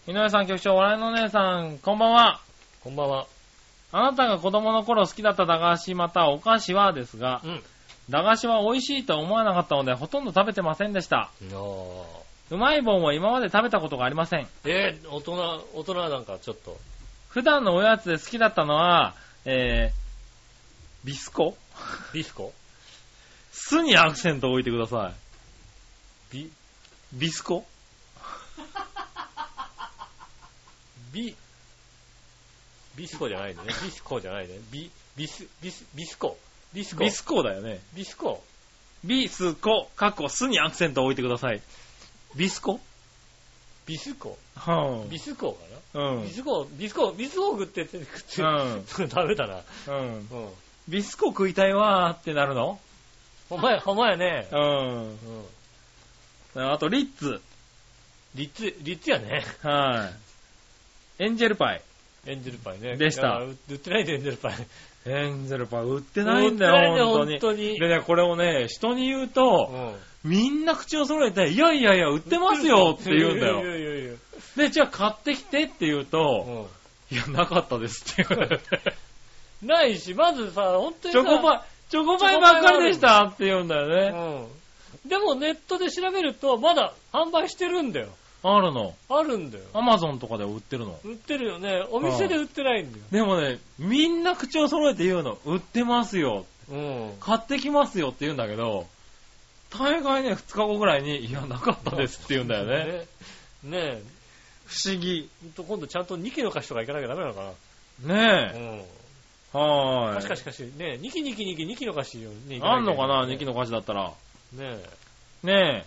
ん、井上さん局長、笑いのお姉さん、こんばんは。
こんばんは。
あなたが子供の頃好きだった駄菓子またお菓子はですが
う、ん。
駄菓子は美味しいと思わなかったのでほとんど食べてませんでした。
いやー
うまい棒も今まで食べたことがありません。
えー、大人、大人なんかちょっと。
普段のおやつで好きだったのは、えー、ビスコ
ディスコ
スにアクセントを置いてください。
ビ、
ビスコ
ビ、ビスコじゃないね。ビスコじゃないね。ビ、ビス、ビス、ビスコ。ビスコ。
ビスコだよね。
ビスコ。
ビスコ、かっこ、すにアクセントを置いてください。ビスコ
ビスコ。
は
ビスコかな、
うん。
ビスコ、ビスコ、ビスコ食って、食って、
うん
食べたな。
うん。
うん。
ビスコ食いたいわーってなるの
ほんまや、ほんまやね。
うん。
うん。
あと、リッツ。
リッツ、リッツやね。
はい。エンジェルパイ。
エンジェルパイね。
でした
いや売ってないで、エンジェルパイ。売っ
エンジェルパイ売って
て
ないんだよ、本
ない
当に
で。本当に。
でね、これをね、人に言うと、みんな口を揃えて、いやいやいや、売ってます よって言うんだ
いや
よ。
いやいやいや
で、じゃあ買ってきてって言うと、
うん
いや、なかったですっ て言われて。
ないし、まずさ、本当に
チ
さ
ョコパイ、チョコパイばっかりでしたって言うんだよね。
うん。でもネットで調べると、まだ販売してるんだよ。
あるの。
あるんだよ。
アマゾンとかで売ってるの。
売ってるよね。お店で売ってないんだよ。
でもね、みんな口を揃えて言うの。売ってますよ。
うん。
買ってきますよって言うんだけど、大概ね、2日後ぐらいに、いや、なかったですって言うんだよね。
ね。ねえ。
不思議。
ほんと今度ちゃんと2期の歌詞とか行かなきゃダメなのかな。う
ね
ん。
え。はーい。
確かしかし、ねえ、2期2期2期2期の歌詞に行
あんのかな、
い
ニ
け
キ
いね
の菓子だったら。
ね
ねえ。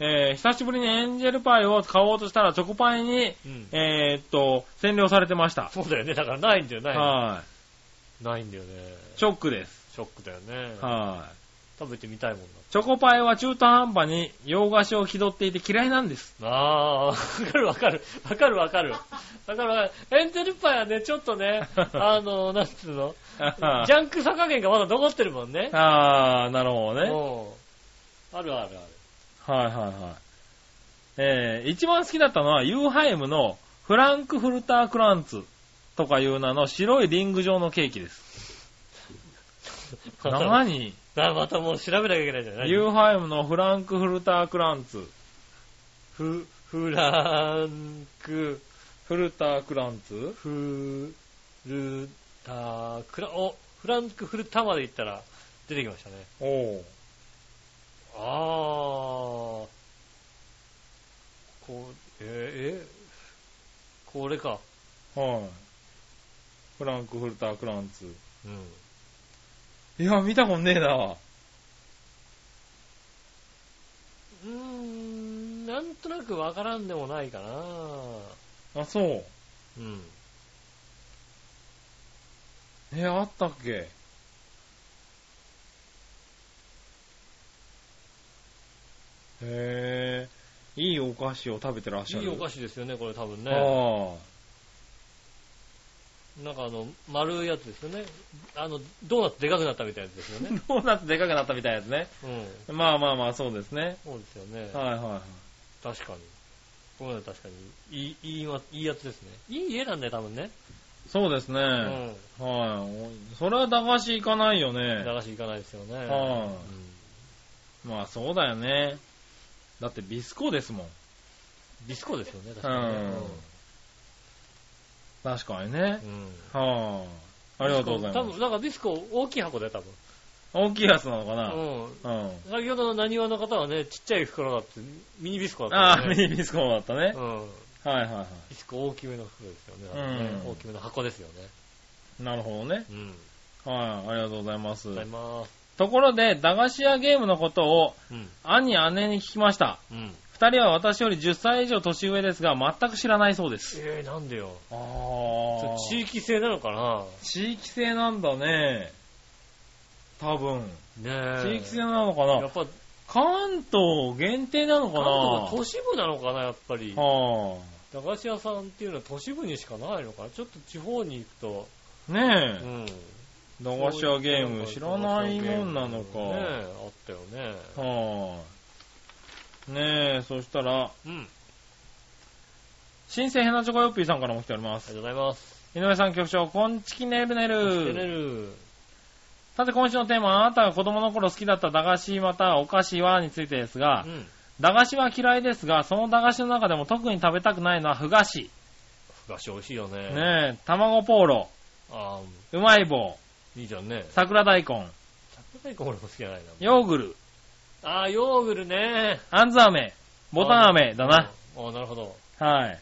えー、久しぶりにエンジェルパイを買おうとしたら、チョコパイに、
え。うん。
えーっと、占領されてました。
そうだよね。だからないんだよ、ない。
はい。
ないんだよね。
ショックです。
ショックだよね。
はい。
食べてみたいもん
チョコパイは中途半端に洋菓子を気取っていて嫌いな んです。
だ。あー、わかるわかる。わかるわかる。わかるわかる。エンゼルパイはね、ちょっとね、あの、なんつうの、ジャンクさ加減がまだ残ってるもんね。
あー、なるほどね。
うんあるあるある。
はいはいはい。えー、一番好きだったのは、ユーハイムのフランクフルタークランツとかいう名の白いリング状のケー キです。
ま
何
たまたもう調 べなきゃいけないじゃない
ユーハイムのフランクフルタークランツ。
フ、フランク、
フルタークランツ
フルタ、クラ、お、フランクフルタまで行ったら出てきましたね。
おう
あー。こう、えーえこれか。
はい。フランクフルタークランツ。
うん。
いや、見たことねえな。
うーん、なんとなくわからんでもないかな
あ、そう。
うん。
え、あったっけへえ、いいお菓子を食べてらっしゃ
い
る。
いお菓
子
子ですよね、これ多分ね。
あ
なんかあの、丸いやつですよね。あの、ドーナツでかくなったみたいなやつですよ
あ。
ね。
ドーナツでかくなったみたいなやつね。
うん。
まあまあまあ、そうですね。
そうですよね。
はいは
確かに。こういうのは確かに、いい、いいわ、いいやつですね。いい家なんだよ、多分ね。
い。そうです
う
ね。はい
ん。
お。それは駄菓子行かないよね。
流し行かないですよね。
は
う
い
ん
まあそうだよね。だってビスコですもん。
ディスコですよね、確
う
かにね。
ん。確かにね
う。ん。
はい。ありがとうござい
多
ます
分、。なんかディスコ大きい箱だよ、多分。
大きいやつなのかな
うん。
うん。
先ほどの何話の方はね、ちっちゃい袋だって、ミニビスコだっ
あ
た
あ、
よね。
ミニビスコもだったね。
うん。
はいはいは
ディスコ大きめの袋ですよね。なんかね
うん
大きめの箱ですよね。
い。なるほどね。
うん。
はい、ありがとうございます
ご。ざいます。
ところで、駄菓子屋ゲームのことを
うん。
兄、姉に聞きました。
うん。
二人は私より10歳以上年上ですが、全く知らないそうです。
えー、なんでよ。
あ
それ
あ
地域性なのかな
地域性なんだね。多分。
ねえ。
地域性なのか
や
な
っぱ、
関東限定なのかな
関東は都市部なのかな、やっぱり。
は
駄菓子屋さんっていうのは都市部にしかないのかな。ちょっと地方に行くと、
あ。ね
う
え。
ん。
駄菓子屋ゲーム知らないもんなのか。
ねえ、あったよね。
はい。ねえ、そしたら、
うん。あり
新生ヘナチョコヨッピーさんからも来ておりま
がと
す
う。ございます。
井上さん局長、こんちきねる
て
ね
れ
る。
る。
さて今週のテーマ、あなたが子供の頃好きだった駄菓子またはお菓子はについてですが
う、ん。
駄菓子は嫌いですが、その駄菓子の中でも特に食べたくないのはふ菓子。
ふ菓子美味しいよね。
ねえ、卵ポーロ、
あ
うまい棒、
ーいいじゃんね。
桜大根、
高い子俺も好きじゃないな。
ヨーグル、
あーヨーグルね。
あんず飴、ボタン飴だな。
うん。あーなるほど。
はい。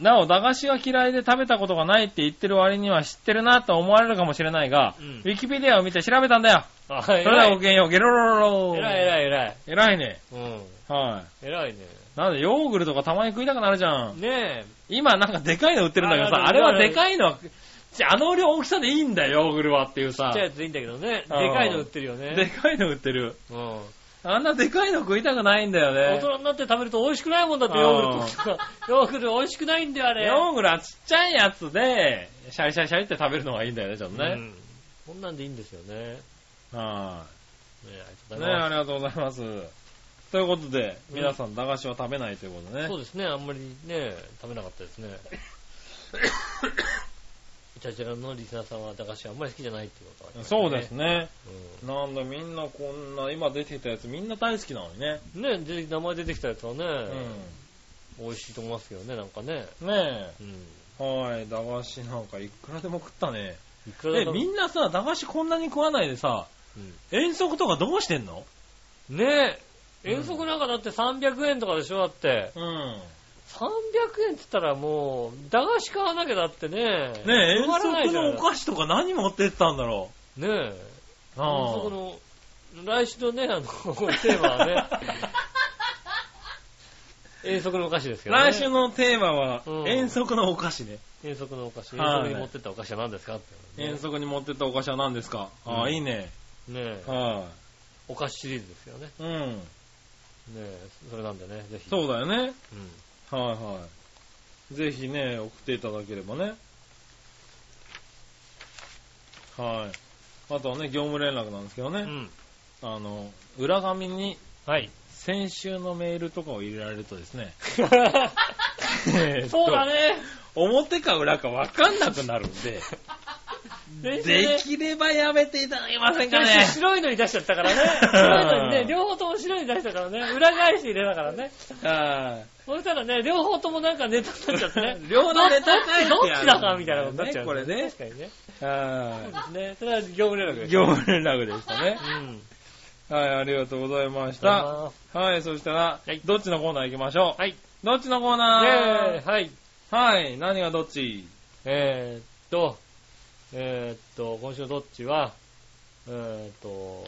なお、駄菓子が嫌いで食べたことがないって言ってる割には知ってるなと思われるかもしれないが、
うん
ウィキペディアを見て調べたんだよ。
あ
そ
ー、
れでは
偉
ご
い。
きげんよう、ゲロロロロ
偉い偉い偉い。
偉いね。
うん。
は
偉いね。
い。なんで、ヨーグルとかたまに食いたくなるじゃん。
ねえ。
今なんかでかいの売ってるんだけどさ、
あ
あ
あ
れ
るある
はでかいのは、じゃああの量大きさでいいんだよ、ヨーグルはってい
ち
う
っ
さ
ちゃい。やつでいいんだけどね。で
あー
かいの売ってるよね。
でかいの売ってる。
うん。
あんなでかいの食いたくないんだよ
大
ね。
人になって食べると美味しくないもんだって、ヨーグルト。ヨーグル美味しくないんだよ、あれ。
ヨーグルはちっちゃいやつで、シャリシャリシャリって食べるのがいいんだよね、ちょっと
う
ね。
ん。こんなんでいいんですよね。ね
はい。
えあり
ね
がとうござい
あ
ます
りがとうございます。ということで、
うん
皆さん駄菓子は食べないということでね。
そうですね、あんまりね、食べなかったですね。イタジェラのリスナーさんは駄菓子はあんまり好きじゃないってことはありますね
そうです。ね。
う
なんだ、みんなこんな、今出てきたやつみんな大好きなのにね。
んねで名前出てきたやつはね、
う
美味しいと思いますけどね、なんかね。
ん。ね
うん。
え。はい、駄菓子なんかいくらでも食ったね。
いくら
え、
だ
みんなさ、駄菓子こんなに食わないでさ、遠足とかどうしてんの
うんねえ、
うん
遠足なんかだって300円とかでしょ、だって。
うん。
300円って言ったらもう、駄菓子買わなきゃだってね。
ねえ、遠
止まらない
足
じゃん
のお菓子とか何持ってったんだろ
ねえ。
う。
遠足
あ
の、 来週のね、あの、テーマはね、
あ。
遠足のお菓子ですけどね。
来週のテーマは
う、ん
遠足のお菓子ね。
遠足のお菓子、遠
はい
足に持ってったお菓子は何ですかって、
遠足に持ってったお菓子は何ですかあ
う
あ、
ん
いいね。
ねえ
は
お菓子シリーズですよね。ね
い。うん。
えそれなんでね、ぜひ。
そうだよね。
うん
はいはい。ぜひね、送っていただければね。はい。あとはね、業務連絡なんですけどね。
うん。
あの、裏紙に
はい。
先週のメールとかを入れられるとで すね。
そうだ
ね。
ね。
表か裏か分かんなくなるん で、
練習
で
ね
きればやめていただけませんか
先
ね
週。白いのに出しちゃった からね。白いのにね、両方とも白いのに出しちゃったからね。裏返して入れたからね。
はい
そしたらね、両方ともなんかネタになっちゃって
。
ね
両方ネタ書いて
どっ
ある
ちだかみたいなことになっちゃう、
ねこれね
確かにね。
は
ね、それは業務連絡で
い。
す。
業務連絡でしたね。
うん。
はい、ありがとうございまし
さ
た。
あ
はい、そしたら、
はい
どっちのコーナー行きましょう。
はい。イ
どっちのコー
ェ
ナ
ーイはい。
ーはい、何がどっ ち
えー、っと、えー、っと、今週のどっちは、えー、っと、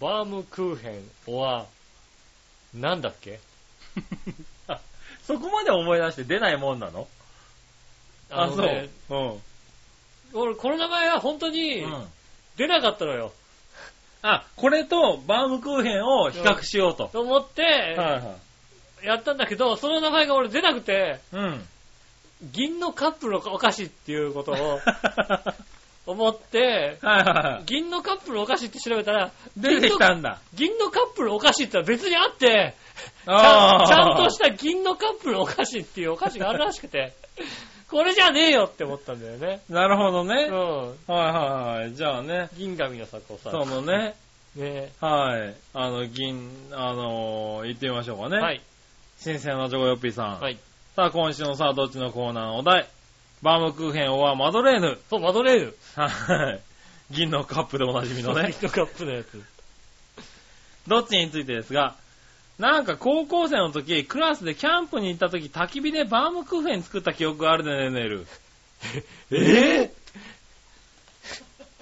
バームクーヘン、おは、なんだっけ
そこまで思い出して出ないもんなのあ、
の
そう
ね。
うん。
俺、この名前は本当に
うん
出なかったのよ。
あ、これとバームクーヘンを比較しようと。
と思って、
はいはい。
やったんだけど、その名前が俺出なくて、
うん。
銀のカップのお菓子っていうことを
は
思って
い、は
銀のカップのお菓子って調べたら、
い。出てきたんだ。
銀のカップのお菓子ってのは別にあって、ちゃん
あー
ちゃんとした銀のカップのお菓子っていうお菓子があるらしくて、 これじゃねえよって思ったんだよね。
なるほど
う
ね。
ん。
はいはいはい。じゃあね、
銀紙のさ、こうさ。
そのね、
ね
はい。あの、銀、あのー、行ってみましょうかね。
はい。
新鮮なジョコヨッピーさん。
はい。
さあ、今週のさあ、どっちのコーナーのお題。バームクーヘンはマドレーヌ。
そう、マドレーヌ。
はい。銀のカップでおなじみのね。
銀のカップのやつ。
どっちについてですが、なんか高校生の時、クラスでキャンプに行った時、焚き火でバームクーヘン作った記憶があるでね、ねる。え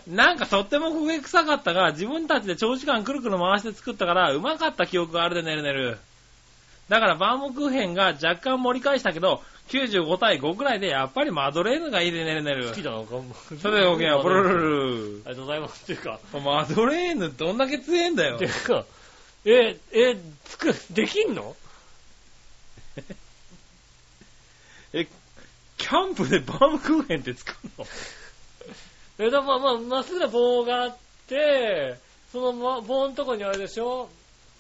なんかとっても焦げ臭かったが、自分たちで長時間くるくる回して作ったから、うまかった記憶があるでねるねる。だからバームクーヘンが若干盛り返したけど、95対5くらいでやっぱりマドレーヌがいいでねるねる
好。きだな、 頑
それでごきげんよう、ブルル
ル。
ルル
ありがとうございます。っていうか、
マドレーヌどんだけ強えんだよ
て。いうか、え、え、つく、できんの
キャンプでバームクーヘンって作るの
え、だまあまあ、まっすぐな棒があって、その、ま、棒のとこにあれでしょ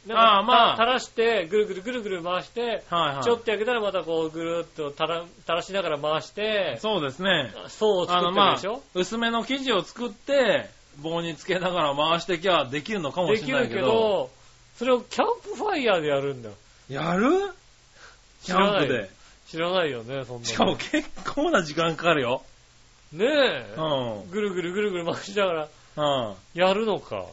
なんか
ああまあ
た垂らして、ぐるぐるぐるぐる回して、
はいはい。
ちょっと焼けたらまたこうぐるっと垂ら垂らしながら回して、
そうですね。
層を作
あ
って
の、
るわけ
ま
でし
あ
ょ、、
薄めの生地を作って、棒につけながら回してきゃできるのかも
で
し
き
れな
る
いけ
け
ど。
ど、それをキャンプファイヤーでやるんだ。
やるキャ
知らな
ンプで。
知らないよね、そんなの。
しかも結構な時間かかるよ。
ねえ、
うん。うん。
ぐるぐるぐるぐる回しながらやるのか。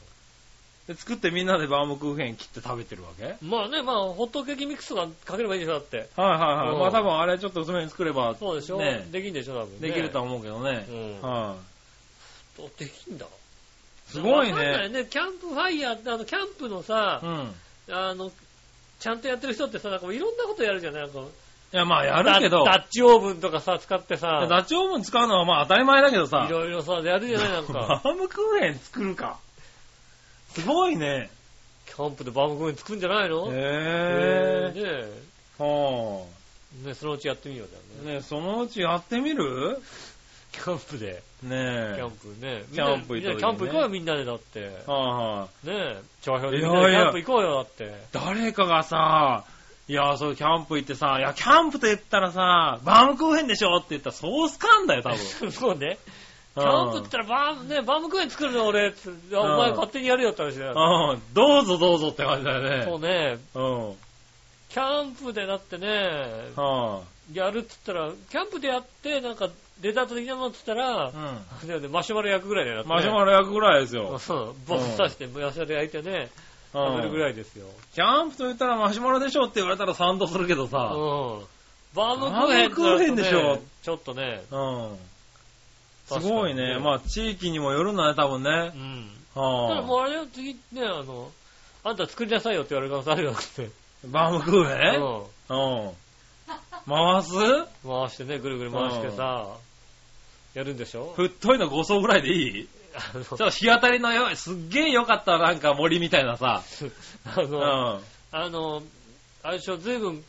で、作ってみんなでバームクーヘン切って食べてるわけはい
まあね、まあ、ホットケーキミックスとかかければいいでしょ、だって。
はいは
う
い。
ん
まあ多分あれちょっと薄めに作れば、
そうでしょ、
ね
できんでしょ、多分、ね。
できるとは思うけどね
う。ん。
は
おできんだ。
い。すご
わか
い
んない
ね。
ね。キャンプファイヤーって、あの、キャンプのさ
う、ん。
あの、ちゃんとやってる人ってさ、なんかいろんなことやるじゃないなんか
いや、まあやるけど、
ダダッチオーブンとかさ、使ってさ、
ダッチオーブン使うのはまあ当たり前だけどさ
い。ろいろさ、やるじゃない なん
バ
か、
ームクーヘン作るか。すごいね。
キャンプでバームクーヘン作るんじゃないのねえ
へぇー。は
ねそのうちやってみようだ
あ。
よね。
ねそのうちやってみる
キャンプで、キ
ね
ャ
え。
ン
は
プね。
キャンプ行っ
みんなで
た時にね
キャンプ行こうよ、みんなでだって。ね
あ、はあ、
え、長編で
い
み
や
ん
い
な
や
でキャンプ行こうよ、だって。
誰かがさ、いや、そう、キャンプ行ってさ、いや、キャンプと言ったらさ、バームクーヘンでしょって言ったら、ソースかんだよ、多分。
そうね。キャンプって言ったらバーム、ね、バームクーヘン作るの俺、つあお前
うん
勝手にやるよって話だよ。
ら、うん、どうぞどうぞって感じだ
そう
よね。
ね。
うん。
キャンプでだってね、
は
やるっつったら、キャンプでやって、なんか、デザート的なものっつったら
あ、、う
だよねマシュマロ焼くぐらいだよ。だっ
ん。
てね
マシュマロ焼くぐらいですよ。
そう、ボン刺して、マシュマロ焼いてね、
う
食べるぐ
ん。
らいですよ。
キャンプと言ったらマシュマロでしょって言われたら賛同するけど
うん
さ、。
バームクーヘンってなるとね
バームクーヘンでしょ。
ちょっとね、
うん。すごいね。まあ、地域にもよるんだね、多分ね
う。ん。ただも
はあ、
うあれよ、次ね、あの、あんた作りなさいよって言われる可能性あるよだって。
バームクーヘン
うん
うん。回す
回してね、ぐるぐる回してさ、やるんでしょ
太いの5層ぐらいでいい
あの
ちょっと日当たりのよい、すっげえ良かったなんか森みたいなさ。
あ
うん。
の、あの、あれでしょ、ずいぶん、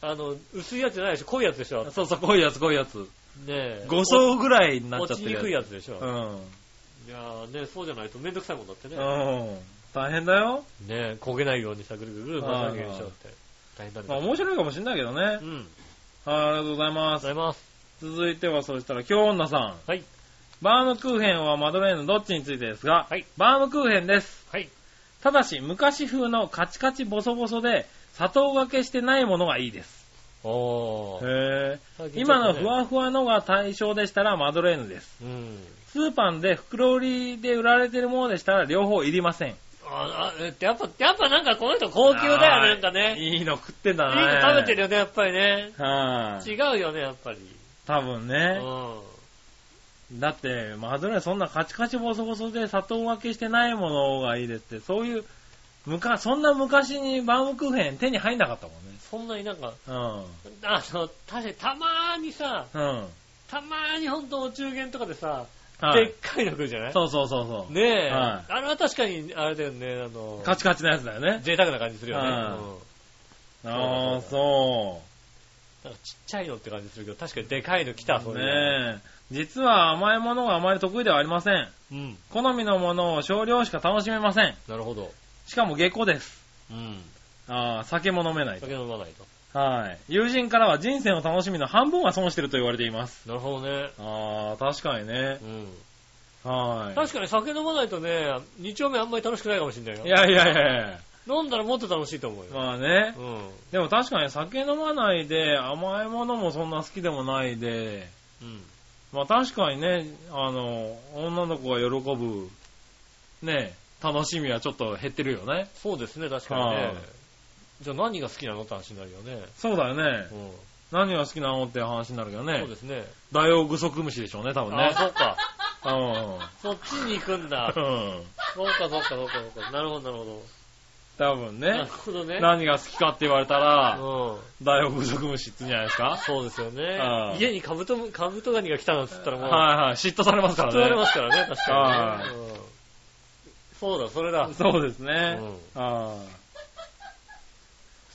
あの、薄いやつじゃないでしょ、濃いやつでしょ。ね
そうそう、こういうやつ、こういうやつ。
え。
5層ぐらいになっち
落
ゃっ
ち
て
にくい
る
やつでしょ。
うん。
いやーね、そうじゃないとめんどくさいもんだってね。
う
ね
ん。大変だよ。
え、焦げないようにさ、ぐるぐるぐる回さなきゃいけないでしょって。大変だね。
まあ面白いかもしんないけどね。はい
うん。ありがとう
ありがとうござい
ご
ま
ざ
す。
います。
続いては、そしたら、京女さん。
はい。
バームクーヘンはマドレーヌどっちについてですが、
はい
バームクーヘンです。
はい。
ただし、昔風のカチカチボソボソで、砂糖がけしてないものがいいです。
おー。
へ
最近ちょっ
今
と
の
ね
ふわふわのが対象でしたらマドレーヌです。
うん。
スーパーで袋売りで売られてるものでしたら両方いりません。
あ、あえやっぱ、やっぱなんかこの人高級だよね、なんかね。いい
いいの食ってんだね。
の食べてるよね、やっぱりね。
はい、
違うよね、やっぱり。
多分
う
ね。
ん。
だって、マドレーヌそんなカチカチボソボソで砂糖分けしてないものがいいですって、そういう、むか、そんな昔にバウムクーヘン手に入んなかったもんね。
そんなになんか、
う
あの、確かにたまーにさ、
ん。うん。
たまーにほんとお中元とかでさ、
は
でっ
い。
かいの来るじゃない
そうそうそうそう。
ねえ、
は
あれは確かに、あれだよね、あの、
カチカチのやつだよね。
贅沢な感じするよね。
う
うんん、
ああ、そ。
なんかちっちゃいのって感じするけど、確かにでかいの来た、そうういう
ねえ。実は甘いものがあまり得意ではありません。
の。うん。
好みのものを少量しか楽しめません。
なるほど。
しかも下戸です。
うん。
ああ、酒も飲めないと
酒。飲まないと。
はい。友人からは人生の楽しみの半分は損してると言われています。
なるほどね。
ああ、確かにね
う。ん。
はい。
確かに酒飲まないとね、二丁目あんまり楽しくないかもしれないよ。
いやいやいやいや。
飲んだらもっと楽しいと思うよ。
まあね
う。ん。
でも確かに酒飲まないで、甘いものもそんな好きでもないで、
うん。
まあ確かにね、あの、女の子が喜ぶ、ね、楽しみはちょっと減ってるよね。
そうですね、確かに
は
ね
い。
じゃあ何が好きなのって話になるよね。
そうだよね
う。ん。
何が好きなのって話になるけどね
そう。ですね。
ダイオウグソクムシでしょうね、多分
あ
ね
あ、。そっか。
う
そっちに行くんだ。
ん。うん。
そうか、そうか、そうか、そうか。なるほど、なるほど。
多分
なる
ね。
ほどね。
何が好きかって言われたら、
うん。
ダイオウグソクムシって言うんじゃないですか。
そうですよ
ああ
ね。家にカブトム、カブトガニが来たなんつったらもう、
はいはい。嫉妬されますからね。
取られますからね、確
あ
か
あ
にね。うんそうだ、それだ。
そうですね。
う
は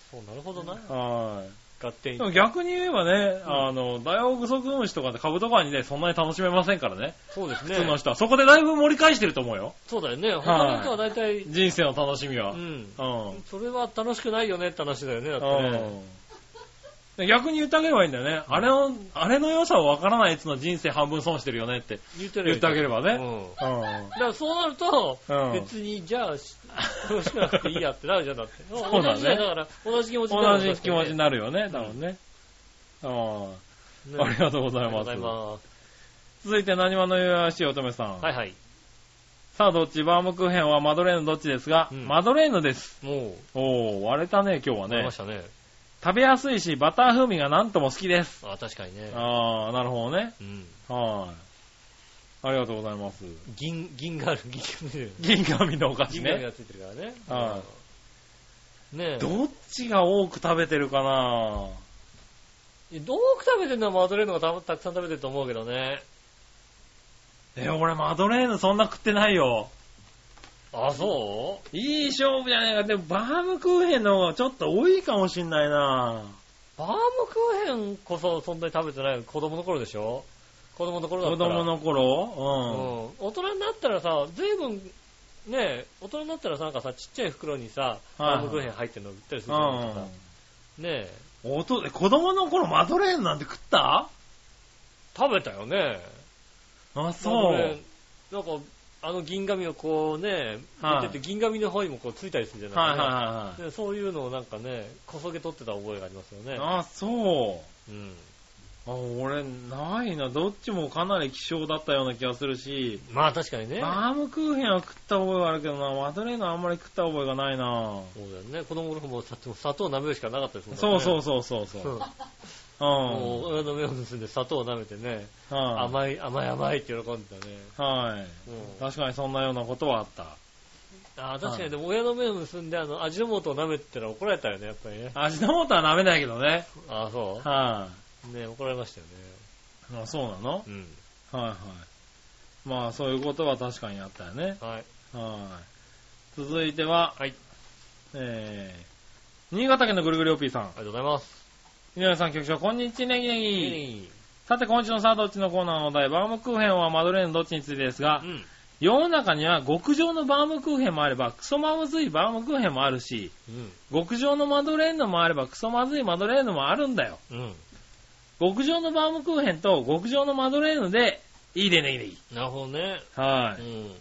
そう、なるほどな。
い。はい。
勝手に
で。も逆に言えばね、あの、ダイオウグソクムシとかで株とかにね、そんなに楽しめませんからね。
そうです
普通の
ね。
人は。そこでだいぶ盛り返してると思うよ。
そうだよね。他の人は大体、
人生の楽しみ
う
は。うん。
ん。それは楽しくないよねって話だよね、だってね。
うん。逆に言ってあげればいいんだよね。あれの、あれの良さをわからないやつの人生半分損してるよねって。
言って
言ってあげればね
うん。
うん。
だからそうなると
うん、
別に、じゃあ、し楽しくなくていいやってなるじゃんだって。
そうだね
同じだから、同じ気持ちにな
同
る
じ気持ちに
な
なるよね、多分ね。ああ。ありがとうござ
あ
い
りがとう
ま
ござい
す。
ます。
続いて、何話のよやしい乙女さん。
はいはい。
さあ、どっちバームクーヘンはマドレーヌどっちですが、
うん
マドレーヌです。
も
おー、割れたね、今日は
う、出
ね
まし。たね。
食べやすいし、バター風味がなんとも好きです。
あ、確かにね。
あー、なるほどね。
うん。
はい。ありがとうございます。
銀、銀がある、銀がね。
銀紙のお菓子
銀紙
ね。
がついてるからね。
は
うんねえ。ど
どっちが多く食べてるかな
どうく食べてんのはマドレーヌがたたくさん食べてると思うけどね。
え、俺マドレーヌそんな食ってないよ。
あ、そう
いい勝負じゃねえか。でもバームクーヘンの方がちょっと多いかもしんないな
バームクーヘンこそそんなに食べてない子供の頃でしょ子供の頃だ
子
ったら。
供の
うん
頃、
大人になったらさ、ずいぶん、ねえ、大人になったらさなんかさ、ちっちゃい袋にさ、
はいはい
バームクーヘン入ってるの売ったりす
う
るじゃないです
ん
か。。ねえ、
うん。おと、え子供の頃マドレーヌなんて食った
食べたよね。
あ、
まあ
そ
これ
う。
なんか、あの銀紙をこうね、
はい
出てて銀紙の方にもこうついたりするじゃ
はいはい
な
はいい
でそういうのをなんかね、こそげ取ってた覚えがありますよね。
はい。あ、そう。
うん。
あ俺、ないな。どっちもかなり希少だったような気がするし、
まあ確かにね。
バームクーヘンは食った覚えがあるけどな、マドレーヌあんまり食った覚えがないな。
そうだよね。子供の頃も砂糖砂糖を舐めるしかなかったですもんね。
そうそう
そ
そうそうそう。うん。
もう親の目を盗んで砂糖を舐めてね、
はい
甘い、甘い甘いって喜んでたね。
はい。
うん
確かにそんなようなことはあった。
ああ、確かに、でも親の目を結んで、あの、味の素を舐めてたら怒られたよね、やっぱりね。
味の素は舐めないけどね。
ああ、そ
は
う。ね、怒られましたよね。
い、あ。そうなの
うん。
はいはい。まあ、そういうことは確かにあったよね。
はい。
はい。続いては、
はい。
えー、新潟県のぐるぐるおぴーさん
あ。りがとうございます。
井上さん局長、こんにちは、ネギネ
い
ギ。さて、今週のさあどっちのコーナーのお題、バームクーヘンはマドレーヌどっちについてですが
う、ん。
世の中には極上のバームクーヘンもあれば、クソまずいバームクーヘンもあるし、
うん。
極上のマドレーヌもあれば、クソまずいマドレーヌもあるんだよ。
うん。
極上のバームクーヘンと極上のマドレーヌで、いいでネギネギ。
なるほどね。
は
う
い。
ん。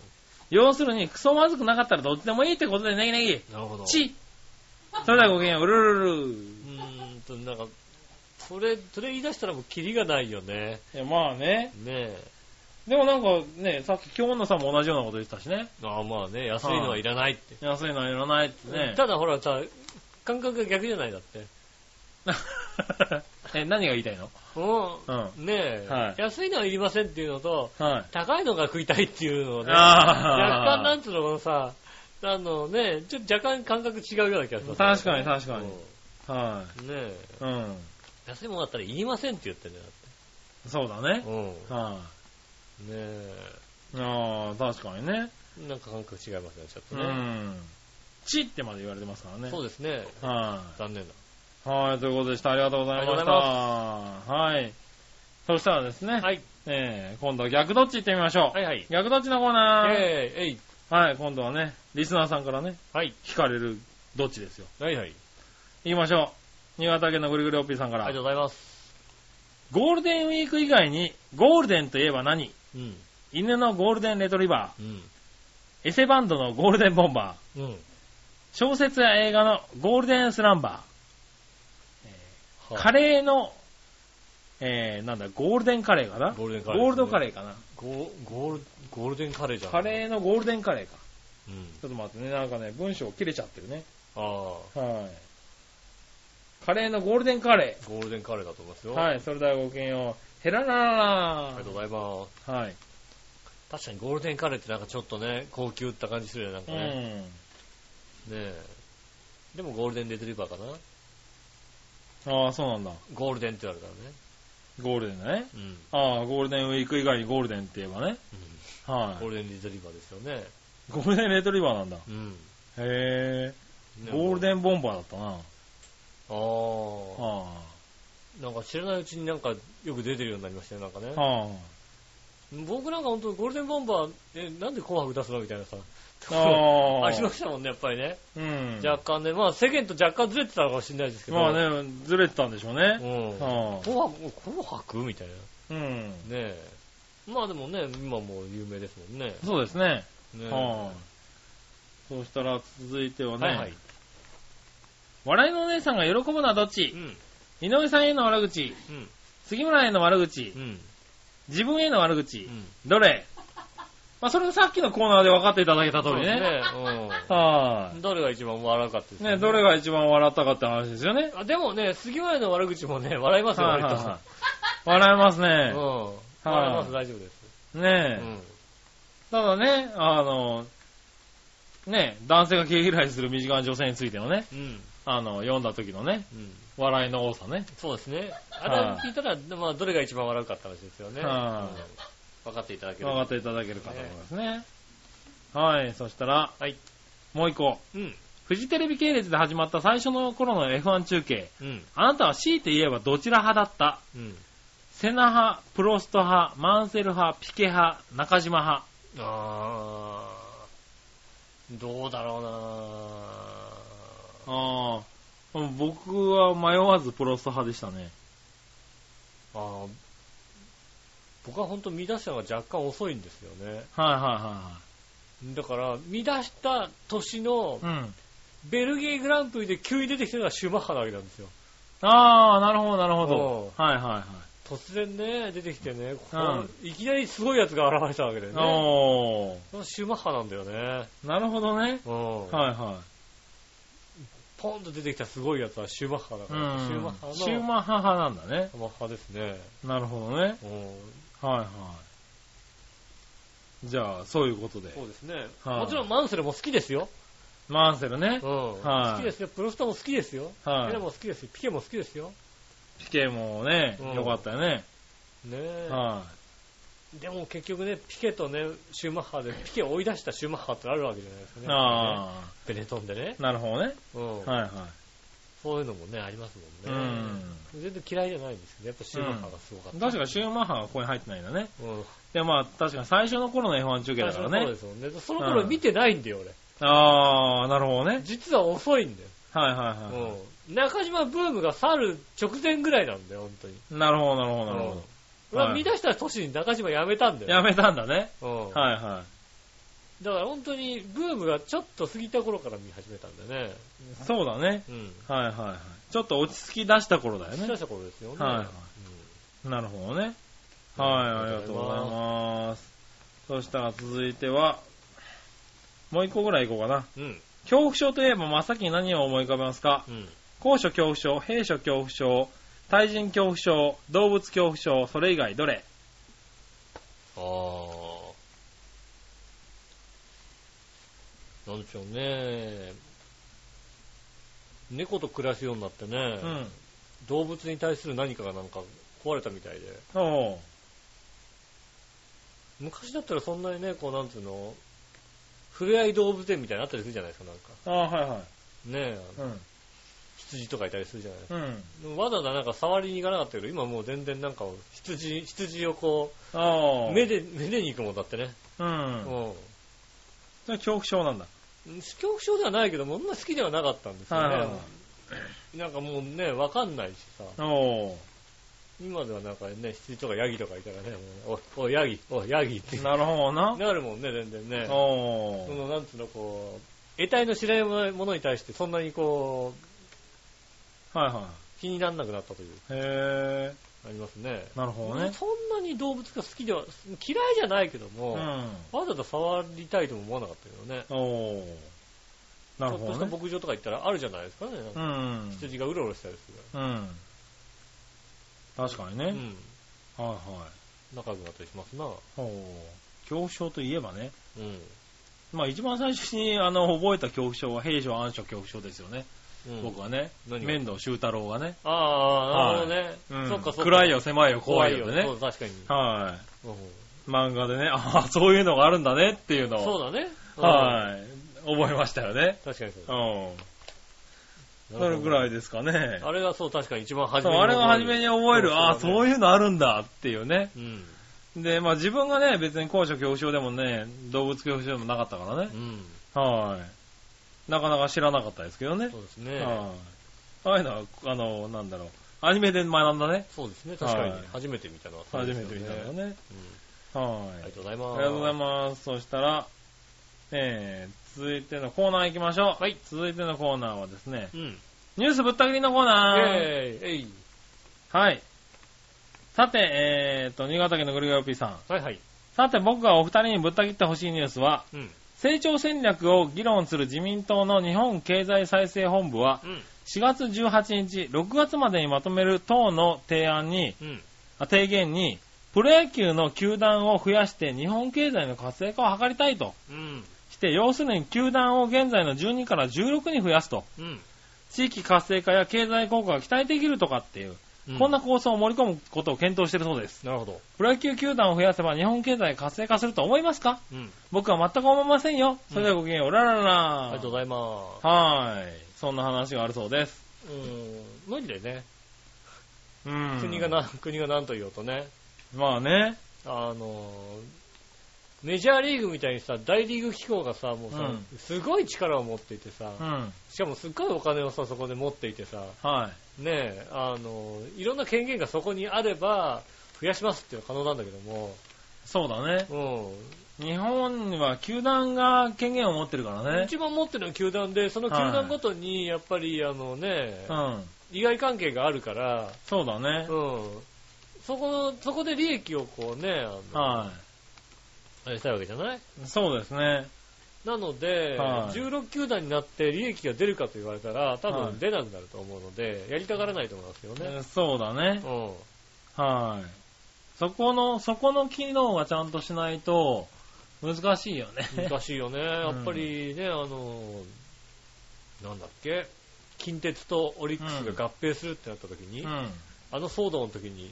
要するに、クソまずくなかったらどっちでもいいってことでネギネギ。
なるほど。
チそれではごきげんよう、うるるるる。
うーんと、なんか、それ、それ言い出したらもうキリがないよね。
いや、まあね。
ねえ。
でもなんかね、さっき京女さんも同じようなこと言ってたしね。
ああ、まあね、安いのはいらないって。
安いのはいらないってね。
ただほらさ、感覚が逆じゃないだって。
え、何が言いたいの
う
うん。
ん。ねえ、
はい
安いのはいりませんっていうのと、
はい。
高いのが食いたいっていうのをね、若
あ
干
ー
なんつうのさ、あのね、ちょっと若干感覚違うような気がする。
確かに確かに
う
は
んねえ、
い。うん。
安いものだったらいりませんって言ってんだよ。
そうだね。
うん。ね
は
え、
い。ああ、確かにね。
なんか感覚違いますね、ちょっ
う
とね。
ん。チってまで言われてますからね。
そうですね。
は
残念だ。
い。はい、ということでした。ありがとうございました。はい。そしたらですね、
はい。
えー、今度は逆どっち行ってみましょう。
はいはい。
逆どっちのコーナー、
えい、えい。
はい、今度はね、リスナーさんからね、
はい。
聞かれるどっちですよ。
はいはい。
行きましょう。新潟県のぐるぐるおっぴーさんか
ありが
ら
と。うございます。
ゴールデンウィーク以外に、ゴールデンといえば何
うん。
犬のゴールデンレトリバ
うん。
ー、エセバンドのゴールデンボンバー、
うん。
小説や映画のゴールデンスランバー、カ
レ
レーの、えー、なんだ、ゴールデンカレーかな
ゴールデンカレーですね
ゴールドカレーかな
ゴゴール、ゴールデンカレーじゃん。
カレーのゴールデンカレーか。
うん。
ちょっと待ってね、なんかね、文章切れちゃってるね。
ああ、
はい。カレーのゴールデンカレ
ゴールデンカレーだと思います
ー。
よ。。
はいい、それではごきげんよう。ヘラララ
ありがとう
ラ
ございます。
はい。
確かにゴールデンカレーってなんかちょっとね、高級って感じするよね、なん
う
かね。
ん。
ねえ。でもゴールデンレトリバーかな。
ああ、そうなんだ。
ゴールデンって言われたらね。
ゴールデンだね。
うん。
ああ、ゴールデンウィーク以外にゴールデンって言えばね。は
ゴールデンレトリバーですよね。
い。ゴールデンレトリバーなんだ。
うん。
へえ。ゴールデ
ン。
ンボンバーだったな。
あ
あ
あ。なんか知らないうちになんかよく出てるようになりましたよ、なんかね
あ。。は
僕なんか本当ゴールデンボンバー、え、なんで紅白出すのみたいなさ。
あ。あ
あ
あ。
りましたもんね、やっぱりね。
うん。
若干ね、まあ世間と若干ずれてたのかもしれないですけど。
まあ。ね、ずれてたんでしょうね。
うん。
はあ。
紅白、紅白みたいな。
うん。
ねえ。まあでもね、今もう有名ですもんね。
そうですね。
ねえ
はあ。そうしたら続いては
はいはい
ね、。笑いのお姉さんが喜ぶのはどっ
う
ち
ん。
井上さんへの悪口、
うん。
杉村への悪口
う、ん。
自分への悪
う
口、
ん。
どれまあそれがさっきのコーナーで分かっていただけた通り
そう
ね。
ですね
は
うん。どれが一番笑うかってです
い。ね、どれが一番笑ったかって話ですよね。
あでもね、杉村の悪口もね、笑いますよ、
はい
割
はい
と。
はい笑えますね
うん。。笑います、大丈夫です。う
ねえ。
ん。
ただね、あの、ねえ、男性が毛嫌いする身近な女性についてのね、
うん。
あの、読んだ時のね、
うん。
笑いの多さね。
そうですね。あれ聞いたら、まあ、どれが一番笑うかって話ですよね。
は
うん分かっていただける。
分かっていただけるかと思いますね。はい、そしたら、
はい。
もう一個。
うん。
フジテレビ系列で始まった最初の頃の F1 中継。
うん。
あなたは強いて言えばどちら派だった
うん。
セナ派、プロスト派、マンセル派、ピケ派、中島派。
あー。どうだろうな
ああ、僕は迷わずプロスト派でしたね。
あー。僕は本当見出したのが若干遅いんですよね。
はいは
だから、見出した年の
いはいはい。うん。
ベルギーグランプリで急に出てきたのがシューマッハなわけなんですよ。
ああ、なるほどなるほ
お
ど。はいはいはい。
突然ね、出てきてね、こう
う
いきなりすごいやつが現れたわけだよね。
お
そのシューマッハなんだよね。
ー、なるほどね。
うん。
はいは
ポンと出てきたすごいやつはシューマッハだ
い。う
から、
ん。
シューマッハの
シューマッハ派なんだね。
マッハですね。
なるほどね。
うん
はいはい。じゃあ、そういうことで。
そうですね。
はい
もちろんマンセルも好きですよ。
マンセルね
う。ん。
はい
好きですよ。プロストも好きですよ。
はい
ペレも好きですよ。ピケも好きですよ。
ピケもね
うん、
よかったよね。
ねえ。
は
でも結局ね、ピケとね、シューマッハで、ピケを追い出したシューマッハってあるわけじゃないですかね。
い。あ
ベネトンでね。
あ、なるほどね。
うん。
はいはい。
そういうのもね、ありますもんね。全然嫌いじゃないんですけど、やっぱシューマッハがすごかっ
うん。
た。
確かシューマッハがここに入ってないんだね。
に。うん。
で、まあ、確かに最初の頃の F1 中継だから
そう
ね
で。すよね。その頃見てないんだよ、俺。
ああ、なるほどね。
実は遅いんだよ。
はいはいは
うん。中島ブームが去る直前ぐらいなんだよ、本当に。
い。なるほど、なるほど、なるほ
うん俺は
はい
見出した年に中島辞めたんだ
ど。
よ。
やめたんだね。
うん。
はいは
だから本当にブームがちょっと過ぎた頃から見始めたんだよね。
い。そうだね。
うん。
はいはいはい。ちょっと落ち着き出した頃だよ
見出
ね
し。た頃ですよね。
はいはいなるほどね。はい、ありがとうございます。そしたら続いては、もう一個ぐらい行こうかな。
うん。うん。
恐怖症といえば真っ先に何を思い浮かべますか
うん。
高所恐怖症、閉所恐怖症、対人恐怖症、動物恐怖症、それ以外どれ
ああ。なんでしょうね。猫と暮らすようになってね、
うん。
動物に対する何かがなんか壊れたみたいで。
おう
昔だったらそんなにね、こうなんていうの、ふれあい動物園みたいなのあったりするじゃないですか、なんか。
ああ、はいはい。
ねえ、
うん。
羊とかいたりするじゃないですか。
うん。
でもわざわざなんか触りに行かなかったけど、今もう全然なんか羊、羊をこ
ああ。
う、めで、めでに行くもんだってね。
う。
うんん。
それ恐怖症なんだ。
恐怖症ではないけども、あんま好きではなかったんですよ
はいはい
ね
は。
なんかもうね、わかんないしさ、
お
今ではなんかね、羊とかヤギとかいたらね、もうおい、おい、ヤギ、おい、ヤギって
う。なるほどな。
なるもんね、全然ね。
お。
そうの、なんつうの、こう、得体の知らないものに対してそんなにこう、
はいは
気にならなくなったという、
い。へえ。
ありますね。
なるほどね。
そんなに動物が好きでは、嫌いじゃないけど
う
も、
ん。
わざと触りたいとも思わなかったけどね。
おう。な
ちょ
るほ
っと
ど
した
ね。
牧場とか行ったらあるじゃないですかね。なん
う
か
ん。
羊がうろうろしたりするか
うん。確かにね。
ら。うん。
はいはい。
仲良くなったりしますな。
おう。恐怖症といえばね。
うん。
まあ一番最初にあの覚えた恐怖症は平常暗所恐怖症ですよね。
うん、
僕はね。
何が
面倒修太郎がね。
ああ、なるほどね。
うん
そっかそっか。
暗いよ、狭いよ、怖いよでね。
そう、確かに。
は
うん
い。漫画でね、ああ、そういうのがあるんだねっていうのを。
そうだね。
はい。覚えましたよね。
い。確かにそう
う
だ。
ん。それぐらいですかね。
あれがそう、確かに一番初
そう
め
あれが初めに覚える、ああ、そう
いう。
いうのあるんだっていうね。
うん。
で、まあ自分がね、別に高所恐怖症でもね、動物恐怖症でもなかったからね
う。ん。
はい。なかなか知らなかったですけどね。
そうですね。
はい。ああいうのは、あの、なんだろう。アニメで学んだね。
そうですね、確かに
はい。
初めて見たのはそう
初
ですよ
め
ね。
て見たの
うん。
ね。は
あり
い
が。とうございます。
ありがとうございます。そしたら、えー、続いてのコーナー行きましょう。はい。続いてのコーナーはですね、
す。うん。
ニュースぶった切りのコーナー。
えい、えい。
はい。さて、えーと、新潟県のグリガヨピーさん。
はいはい。
さて、僕がお二人にぶった切ってほしいニュースは、
うん。
成長戦略を議論する自民党の日本経済再生本部は、
うん。
4月18日、6月までにまとめる党の提案に、
うん。
あ提言に、プロ野球の球団を増やして日本経済の活性化を図りたいと
うん。
して、要するに球団を現在の12から16に増やすと、
うん。
地域活性化や経済効果が期待できるとかっていう、
うん
こんな構想を盛り込むことを検討しているそうです。
なるほど。
プロ野球球団を増やせば日本経済活性化すると思いますか
うん。
僕は全く思いませんよ。それではごきげんよう。ララ
あ
ラ
りがとうございます。
はーい。そんな話があるそうです。
うん。無理だよね。
うん
国がな、 国が何と言おうとね。
まあね。
あの、メジャーリーグみたいにさ、大リーグ機構がさ、もうさ、
うん
すごい力を持っていてさ、
うん。
しかもすっごいお金をさ、そこで持っていてさ、
はい。
ねえ、あの、いろんな権限がそこにあれば、増やしますっていうのは可能なんだけども、
そうだね。
う
日本は球団が権限を持ってるから
ん。
ね。
一番持ってるのは球団で、その球
は
団
い
ごとに、やっぱり、あのね、
うん。
利害関係があるから、
そうだね
う。ん。そこの、そこで利益をこうね、あの、
は
あれしたいわけじゃない
い。そうですね。
なので、
はい
16球団になって利益が出るかと言われたら、多
はい
分出なくなると思うので、やりたがらないと思いますよね。
そうだね
う。ん。
はい。そこの、そこの機能がちゃんとしないと、難しいよね。
難しいよね。やっぱりね、あの、なんだっけ、近鉄とオリックスが合併するってなった時に、
うん。
あの騒動の時に、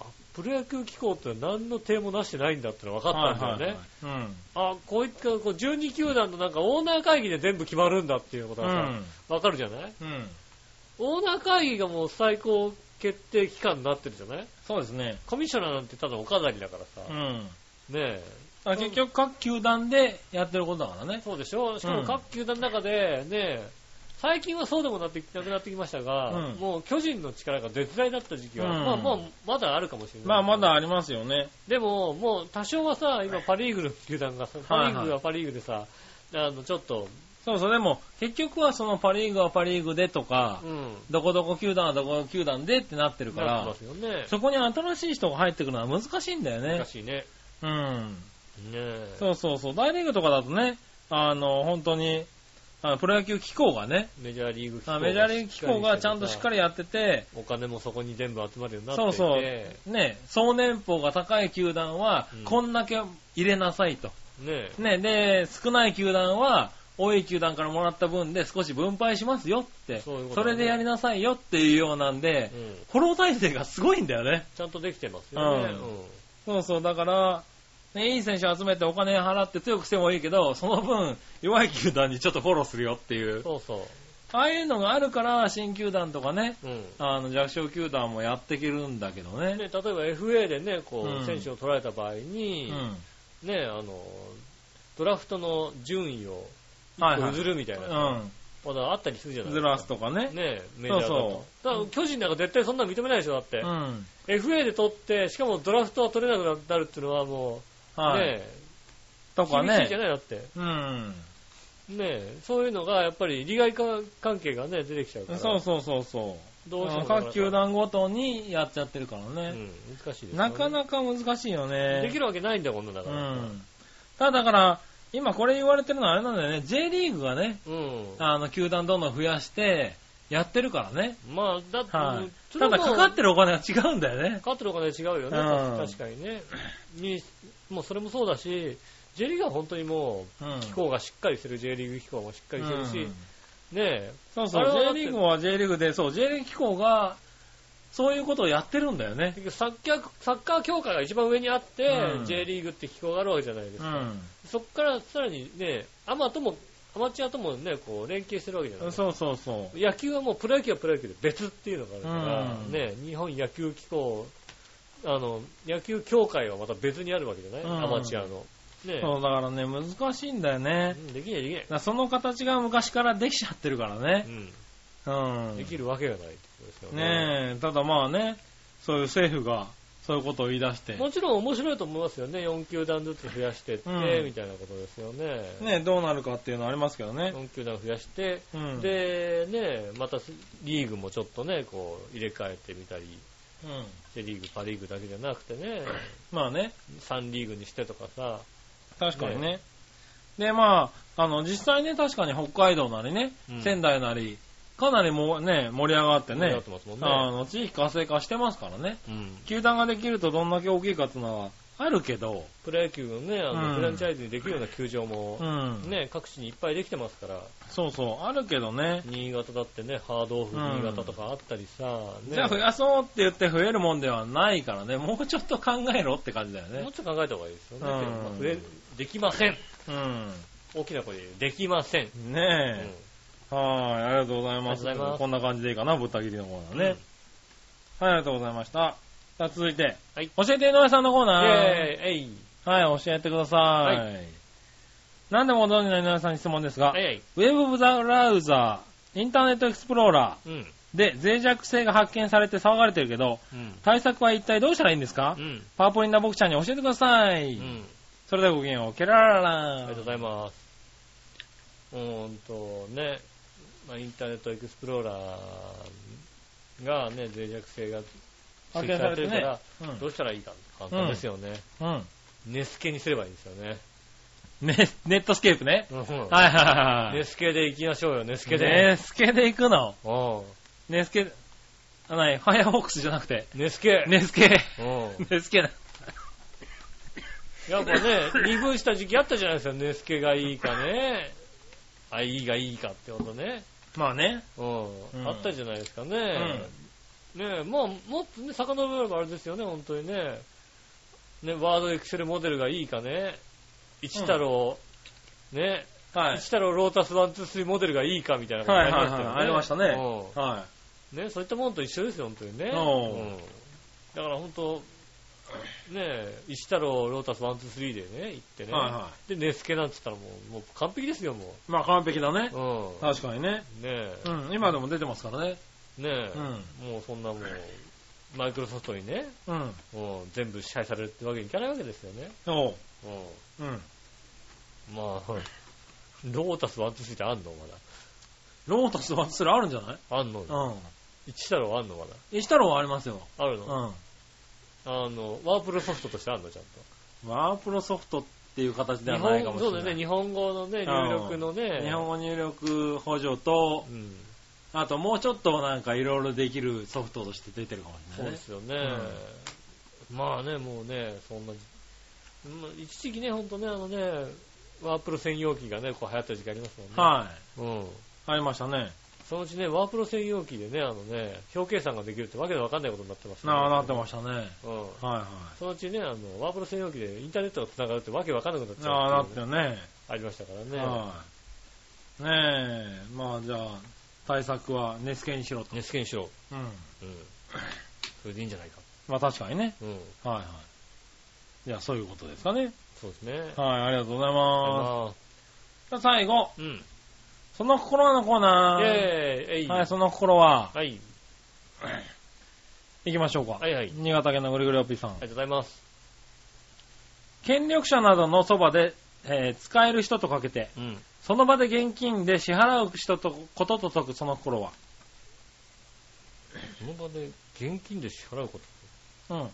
あプロ野球機構って何の手もなしてないんだってのが分かったんだよね。
はいはいはい
あ、こういった、こう12球団のなんかオーナー会議で全部決まるんだっていうことがさ、分かるじゃない
うん。うん。
オーナー会議がもう最高決定機関になってるじゃない
そうですね。
コミッショナーなんてただお飾りだからさ、
う
ね
ん。
え。
あ結局各球団でやってることだからね。
そうでしょしか
う
も
ん
各球団の中で、ねえ、最近はそうでもなってきなくなってきましたが、
うん
もう巨人の力が絶大だった時期は、
うん
まあもうまだあるかもしれない。
まあまだありますよね。
でも、もう多少はさ、今パリーグの球団がさ、パリーグはパリーグでさ、あの、ちょっと、
そうそう、でも結局はそのパリーグはパリーグでとか
う、ん、
どこどこ球団はどこどこ球団でってなってるか
なって
ら
ま、すよね。
そこに新しい人が入ってくるのは難しいんだよね
難。しいね。
うん。
ねえ。
そうそうそう。大リーグとかだとね、あの、本当に、あのプロ野球機構がね、
メジャーリーグ機構
あ
が
メジャーリーグ機構がちゃんとしっかりやってて、
お金もそこに全部集まるようになってい
そ
て
うそう、ね、総年俸が高い球団は
うん、
こんだけ入れなさいと。
ねえ
ね、で、少ない球団は、多い球団からもらった分で少し分配しますよって、
そういうこと
そ
だね
れでやりなさいよっていうようなんで
う、ん、
フォロー体制がすごいんだよね。
ちゃんとできてますよね。うん
うそうそう、だから、ね、いい選手集めてお金払って強くしてもいいけど、その分、弱い球団にちょっとフォローするよっていう。
そうそ
ああいうのがあるから、新球団とかね、
う。うん
あの、弱小球団もやっていけるんだけど
ね、例え
ね。
ば FA でね、こ
うん
う、選手を取られた場合
う
に、
ん。
ね、あの、ドラフトの順位を
はいはい。
譲るみたいな、まだあったりするじゃ
う。
なんい
ず
です
ら
か。
すとかね。
ね、メジャーだ
そ
と。だから巨人なんか絶対そんなの認めないでしょ、だって。
うん。
FA で取って、しかもドラフトは取れなくなるっていうのはもう、
はい。
ね、
とか
厳しいじゃ
ね。
ないだって。
うん。
ねそういうのが、やっぱり利害関係がね、出てきちゃうから。
そうそうそうそう。
どうしても
各球団ごとにやっちゃってるから
う
ね。
ん、難しいですよね
なかなか難しいよね。
できるわけないんだよ、こんなだか
う
ら。
ん。ただだから、今これ言われてるのはあれなんだよね。J リーグがね、
うん。
あの、球団どんどん増やして、やってるからね。
まあ、だって、
はい。
それ
た
はも
だ
う
かかってるお金が違うんだよね
か。かってるお金違うよね、
うん
確かにね。に、もうそれもそうだし、J リーグは本当にも
うん。
う、機構がしっかりしてる、J リーグ機構もしっかりしてるし、
うん
ね
そうそ
あれはだ
う、
って
J リーグは J リーグで、そう、J リーグ機構が、そういうことをやってるんだよね。
え、サッカー、サッカー協会が一番上にあって、
うん
J リーグって機構があるわけじゃないです
う
か。
ん。
そっからさらにね、アマとも、アマチュアともね、こう、連携してるわけじゃないですか。
そうそうそう。
野球はもうプロ野球はプロ野球で別っていうのがあるから、
うん
ね、日本野球機構、あの、野球協会はまた別にあるわけじゃない、
うん
アマチュアの。ね、
そう、だからね、難しいんだよね。
うんできないできない
だ。からその形が昔からできちゃってるからね。う。
うんん、できるわけがないってことですよね。
ねえ、ただまあね、そういう政府が、そういうことを言い出して、
もちろん面白いと思いますよね。4球団ずつ増やしてって、
うん
みたいなことですよね。
ねえ、どうなるかっていうのはありますけどね。
4球団増やして、
うん。
で、ね、またリーグもちょっとね、こう、入れ替えてみたり、
うん。
セリーグ、パリーグだけじゃなくてね、
まあね、
3リーグにしてとかさ、
確かにね。で、まあ、あの、実際ね、確かに北海道なりね、
うん
仙台なり、かなりもうね、盛り上がって
や
ね
って、ますもんね。
あの、地域活性化してますからね。
うん
球団ができるとどんだけ大きいかっていうのはあるけど、
プロ野球のね、あ
うん
のフランチャイズにできるような球場
う
も、
ん。
ね、各地にいっぱいできてますから、
そうそう、あるけどね。
新潟だってね、ハードオフ
うん
新潟とかあったりさ、ね、
じゃあ増やそうって言って増えるもんではないからね、もうちょっと考えろって感じだよ
も
ね
う。ちょっと考えた方がいいですよね。
うん
でもまあ増えできません。
う
大きな声で、できません。
ん。ねえ。はい、ありがとうございます。
ありがとうございます
こんな感じでいいかな、ぶった切りのコー
う
ナー
ん
ね。はい、ありがとうございました。さあ、続いて。
はい
教えて井上さんのコー
イェー
ナー。
イえい、
はい、教えてください。
は
何でもどうにな井上さんに質問ですが、
えいえい、
ウェブブザブラウザー、インターネットエクスプローラ
うん、
ーで脆弱性が発見されて騒がれてるけど、
うん、
対策は一体どうしたらいいんですか、
うん、
パワーポリンダ僕ちゃんに教えてください。
うん。
それではごきげんよう。ケラララ
ありがとうございます。うーんとね、まあ、インターネットエクスプローラーがね、脆弱性が
発
指
見
摘
さ
され
れて
て
ね
るから、
うん
どうしたらいいか、簡単ですよね。
うん。
ネスケにすればいいんですよね。
ねネットスケープね。
は
はいはいはいい。
ネスケで行きましょうよ、ネスケで。
ネスケで行くの。
うん
ネスケ、あ、ない、ファイアフォックスじゃなくて、
ネスケ。
ネスケ、
うん
ネスケな。
やっぱね、二分した時期あったじゃないですか、ネスケがいいかね。あ、いいがいいかってことね。
まあね。
うん。
うん
あったじゃないですかね。ねえ、もう、もっとね、遡ればあれですよね、本当にね。ね、ワードエクセルモデルがいいかね。一太郎、ね、
はい。
一太郎ロータスワンツースリーモデルがいいかみたいなこと
はい
に
はい
な
はい。ありましたね。
うん
は
ね、そういったものと一緒ですよ、本当にね。
おう
うんだから本当、ね、石太郎、ロータスワンツースリーでね、行って
い。
ね。
はいは
で、ネスケなんて言ったらもう、もう完璧ですよ、も
い。まあ完璧だね
う。。う
確かにね。
ん。ねえ
う、ん。今でも出てますからね。
ね
うん。
え、もうそんなもう、マイクロソフトにね、
うん。
うん、全部支配されるってわけにいかないわけですよね。
おう。
う
うん。
ん。まあ、ロータスワンツースリーってあんのま
ロータスワンスルあるんじゃない
だ。あんの
う
一太郎あんのまだ。
ん。石太郎はありますよ。
ある
う
の
ん。
あの、ワープロソフトとしてあんのちゃんと。
ワープロソフトっていう形で
日
はないか
本
もし
そう
れ
だ
ない。
よね、日本語のね、入力のね、
日本語入力補助と、
うん、
あともうちょっとなんかいろいろできるソフトとして出てるかもし
そ
れな
う
い
で。
ね
すよね、まあね、もうね、そんな、まあ一時期ね、ほんとね、あのね、ワープロ専用機がね、こう流行った時期ありますもんね。
はい。
うん。
ありましたね。
そのうちね、ワープロ専用機でね、あのね、表計算ができるってわけでわかんないことになってます
なあ、なってましたね。はい
た。うん。
は
そのうちね、あの、ワープロ専用機でインターネットが繋がるってわけわかんなくなっ
い。
ち
なあ、
ゃ
な
うっ
って
いう
た
ね
よね。
ありましたからね。
はい。ねえ、まあじゃあ、対策は寝付けにしろと。
ね、試験しろ。
うん。
うん。それでいいんじゃないか。
まあ確かにね。
うん。
はいはい。じゃあそういうことですかね。
そうですね。
はい、ありがとうございま
あ
す。じゃあ最後、
ーうん。
その心のコーナ
イェー
ー。
イえい
はい、その心は、
はい。
行きましょうか。
はいはい。あり
新潟県のぐりぐりおっぴーさん。
がとうございます。
権力者などのそばで、えー使える人とかけて、
うん。
その場で現金で支払う人とことと解くその心は。
その場で現金で支払うこと。
うん。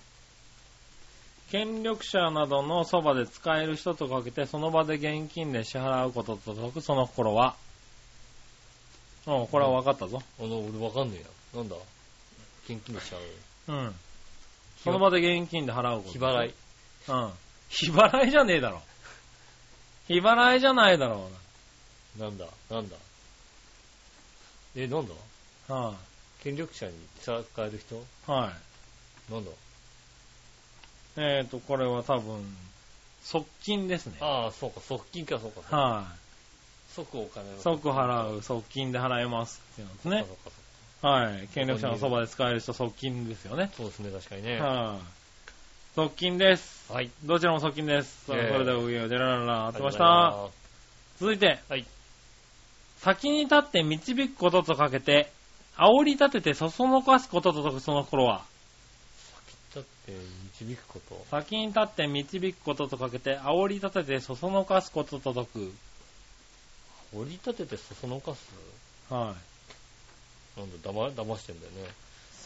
権力者などのそばで使える人とかけて、その場で現金で支払うことと解くその心は。うん、これは分かったぞ。
あの、俺わかんねえや。なんだ現金で支払う。
うん。その場で現金で払うこと。
日払い。。
うん。日払いじゃねえだろ。日払いじゃないだろ
なんだなんだえ、なんだ
うな。は
権力者に使える人
い、はい。
なんだ
えーと、これは多分、側近ですね。はい、
ああ、そうか、側近か、そうか。即お金を。
即
う。
払う、側近で払えますっていうのです
そう
ね
か。そうか
はい。権力者のそばで使える人、側近ですよね。
そうですね、確かにね。
はい、側近です。
はい。
どちらも側近です。さあ
ええ
それでは、おげよ、でららら、あってまし
あり
た。
がとうございます。
続いて、
はい
先に立って導くこととかけて、煽り立ててそそのかすことと解くその頃は、
だって、導くこと。
先に立って導くこととかけて、煽り立ててそそのかすことと解く。
折り立ててそそのかす
はい、
なんだ、だま、騙してんだよね。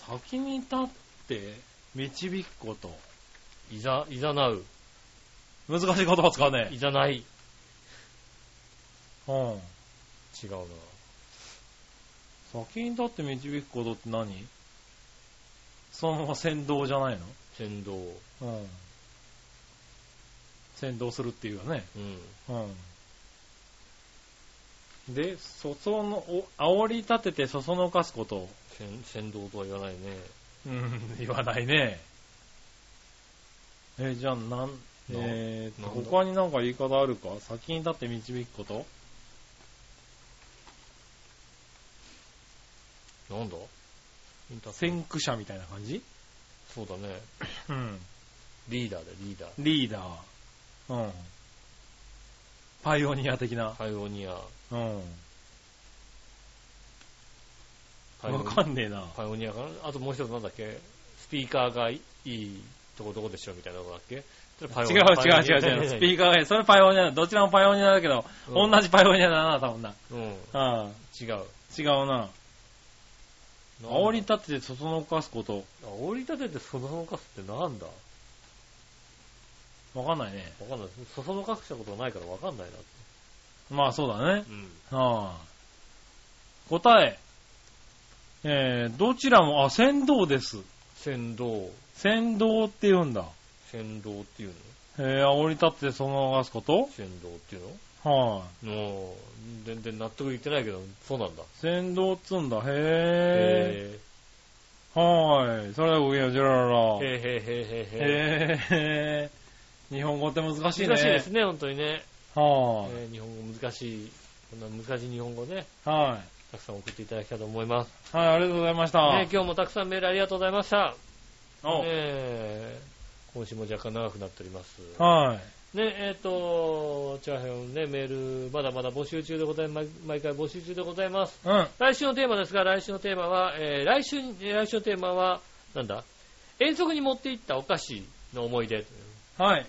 先に立って導くこと。
いざ、いざなう。
難しい言葉使うね
い。ざない。
うん。
違うな。
先に立って導くことって何そのまま先導じゃない
先導。
のうん。先導するっていうよね。
うん。
うん。で、そその、お煽り立ててそそのかすこと。
先先導とは言わないね。
うん、言わないね。え、じゃあ、なん、えー、
な
と、
んだ
他になんか言い方あるか先に立って導くこと
なんだインター
先駆者みたいな感じ
そうだね。
うん。
リーダーだよ、リーダー。
リーダー。うん。パイオニア的な。
パイオニア。
うん。
パイオ
わ
ニ
か
ア。
んねえな。
パイオニアかなあともう一つなんだっけスピーカーがいいとこどこでしょみたいなことだっけそれパイオ
違う
ニア
違う違 う違う。スピーカーが、それパイオニアだ。どちらもパイオニアだけど、
うん
同じパイオニアだな、多分な。
うん。
ああ、
違う。
違うな。煽り立ててそそのかすこと。
煽り立ててそそのかすってなんだわ
わかんないね。
かんない。そそのかしたことがないからわかんないな。
まあそうだね。
うん。
ああ。答え。えー、どちらも、あ、船頭です。
先導。
船頭って言うんだ。
先導っていうの
へえー、煽り立ってそのまま流すこと
先導っていう
はい、
のもう、全然納得いってないけど、そうなんだ。
先導っつうんだ。へぇー。はーい。それではごきげんよう、ジェラララ
へ。えへえへえへえへえ。
へぇー。日本語って難しいね。
難しいですね、本当にね。
は
えー日本語難しい。こんな難しい日本語ね、
い。はい。はい、
たくさん送っていただきたいと思います。
ありがとうございました。
ね、今日もたくさんメールありがとうございました。
お
えー今週も若干長くなっております。
はい。
ね、えっ、と、チャーハンね、メール、まだまだ募集中でございます。毎回募集中でございます。
うん。
来週のテーマですが、来週のテーマは、えー来週、えー来週のテーマは、なんだ遠足に持って行ったお菓子の思い出。
はい。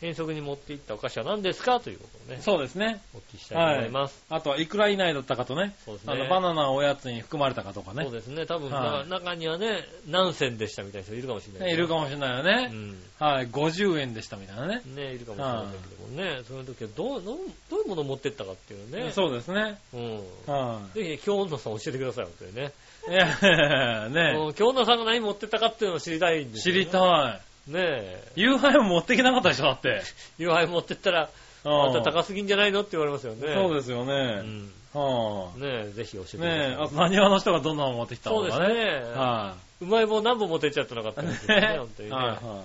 遠足に持って行ったお菓子は何ですかということをね、
そうですね。
お聞きしたいと思います。
あとはいくら以内だったかとね。
そうですね。
あの、バナナおやつに含まれたかとか
そ
ね
う。ですね。多分、
はい
な中にはね、何銭でしたみたいな人いるかもしれない、
ねいるかもしれないよね。
うん。
はい。50円でしたみたいなね。
ね、いるかもしれないけどもね、その時はどう、どうどういうものを持ってったかっていうね。
そうですね。
う。ん。
は
ぜひね、京女さん教えてください、本当にね。
い。いや ね
うん京女さんが何持ってったかっていうのを知りたいんです
知
よね。
りた
い。ねえ。
い。夕飯も持ってきなかったでしょ、だ って。
夕飯持ってったら、
うん
あんた高すぎんじゃないのって言われますよね。
そうですよ
う
ね。
ん。
は
ねえ、ぜひ教えて
い。
ください。
ねえ、あと、なにわの人がどんなの持ってきた
そう
の
です
か
ね。
ね。は
うまい棒何本持ってっちゃったのかって
い。
話ですよね、本当にね。
はいは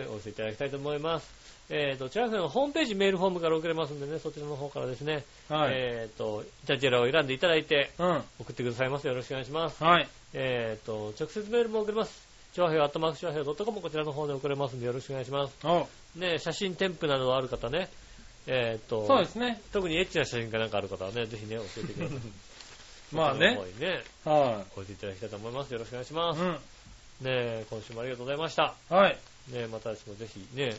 ね、お寄せいただきたいと思います。えーと、チャンスのホームページメールフォームから送れますんでね、そちらの方からですね、
い。はい。
えーと、イタジェラを選んでいただいて、
うん。
送ってくださいます。よろしくお願いします。
はい。
えーと、直接メールも送れます。長平アットマーク長平 .com こちらの方で送れますんでよろしくお願いします。
お
ね、写真添付などある方ね、えーと、
そうですね。
特にエッチな写真かなんかある方はね、ぜひね、教えてください。
まあね
こちらの。方にね、
は
教えていただきたいと思います。よろしくお願いしま
い。
す。
うん。
ね、今週もありがとうございました。
はい。
ねまた私もぜひね、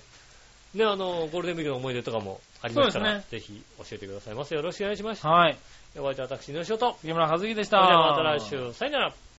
ね、あの、ゴールデンウィークの思い出とかもありましたら、
そ
ぜひ教えてくださいませ。よろしくお願いします。
はい。
お相手は私、のしおと。
杉村和樹でし
そ
た。
れではまた来週、さよなら。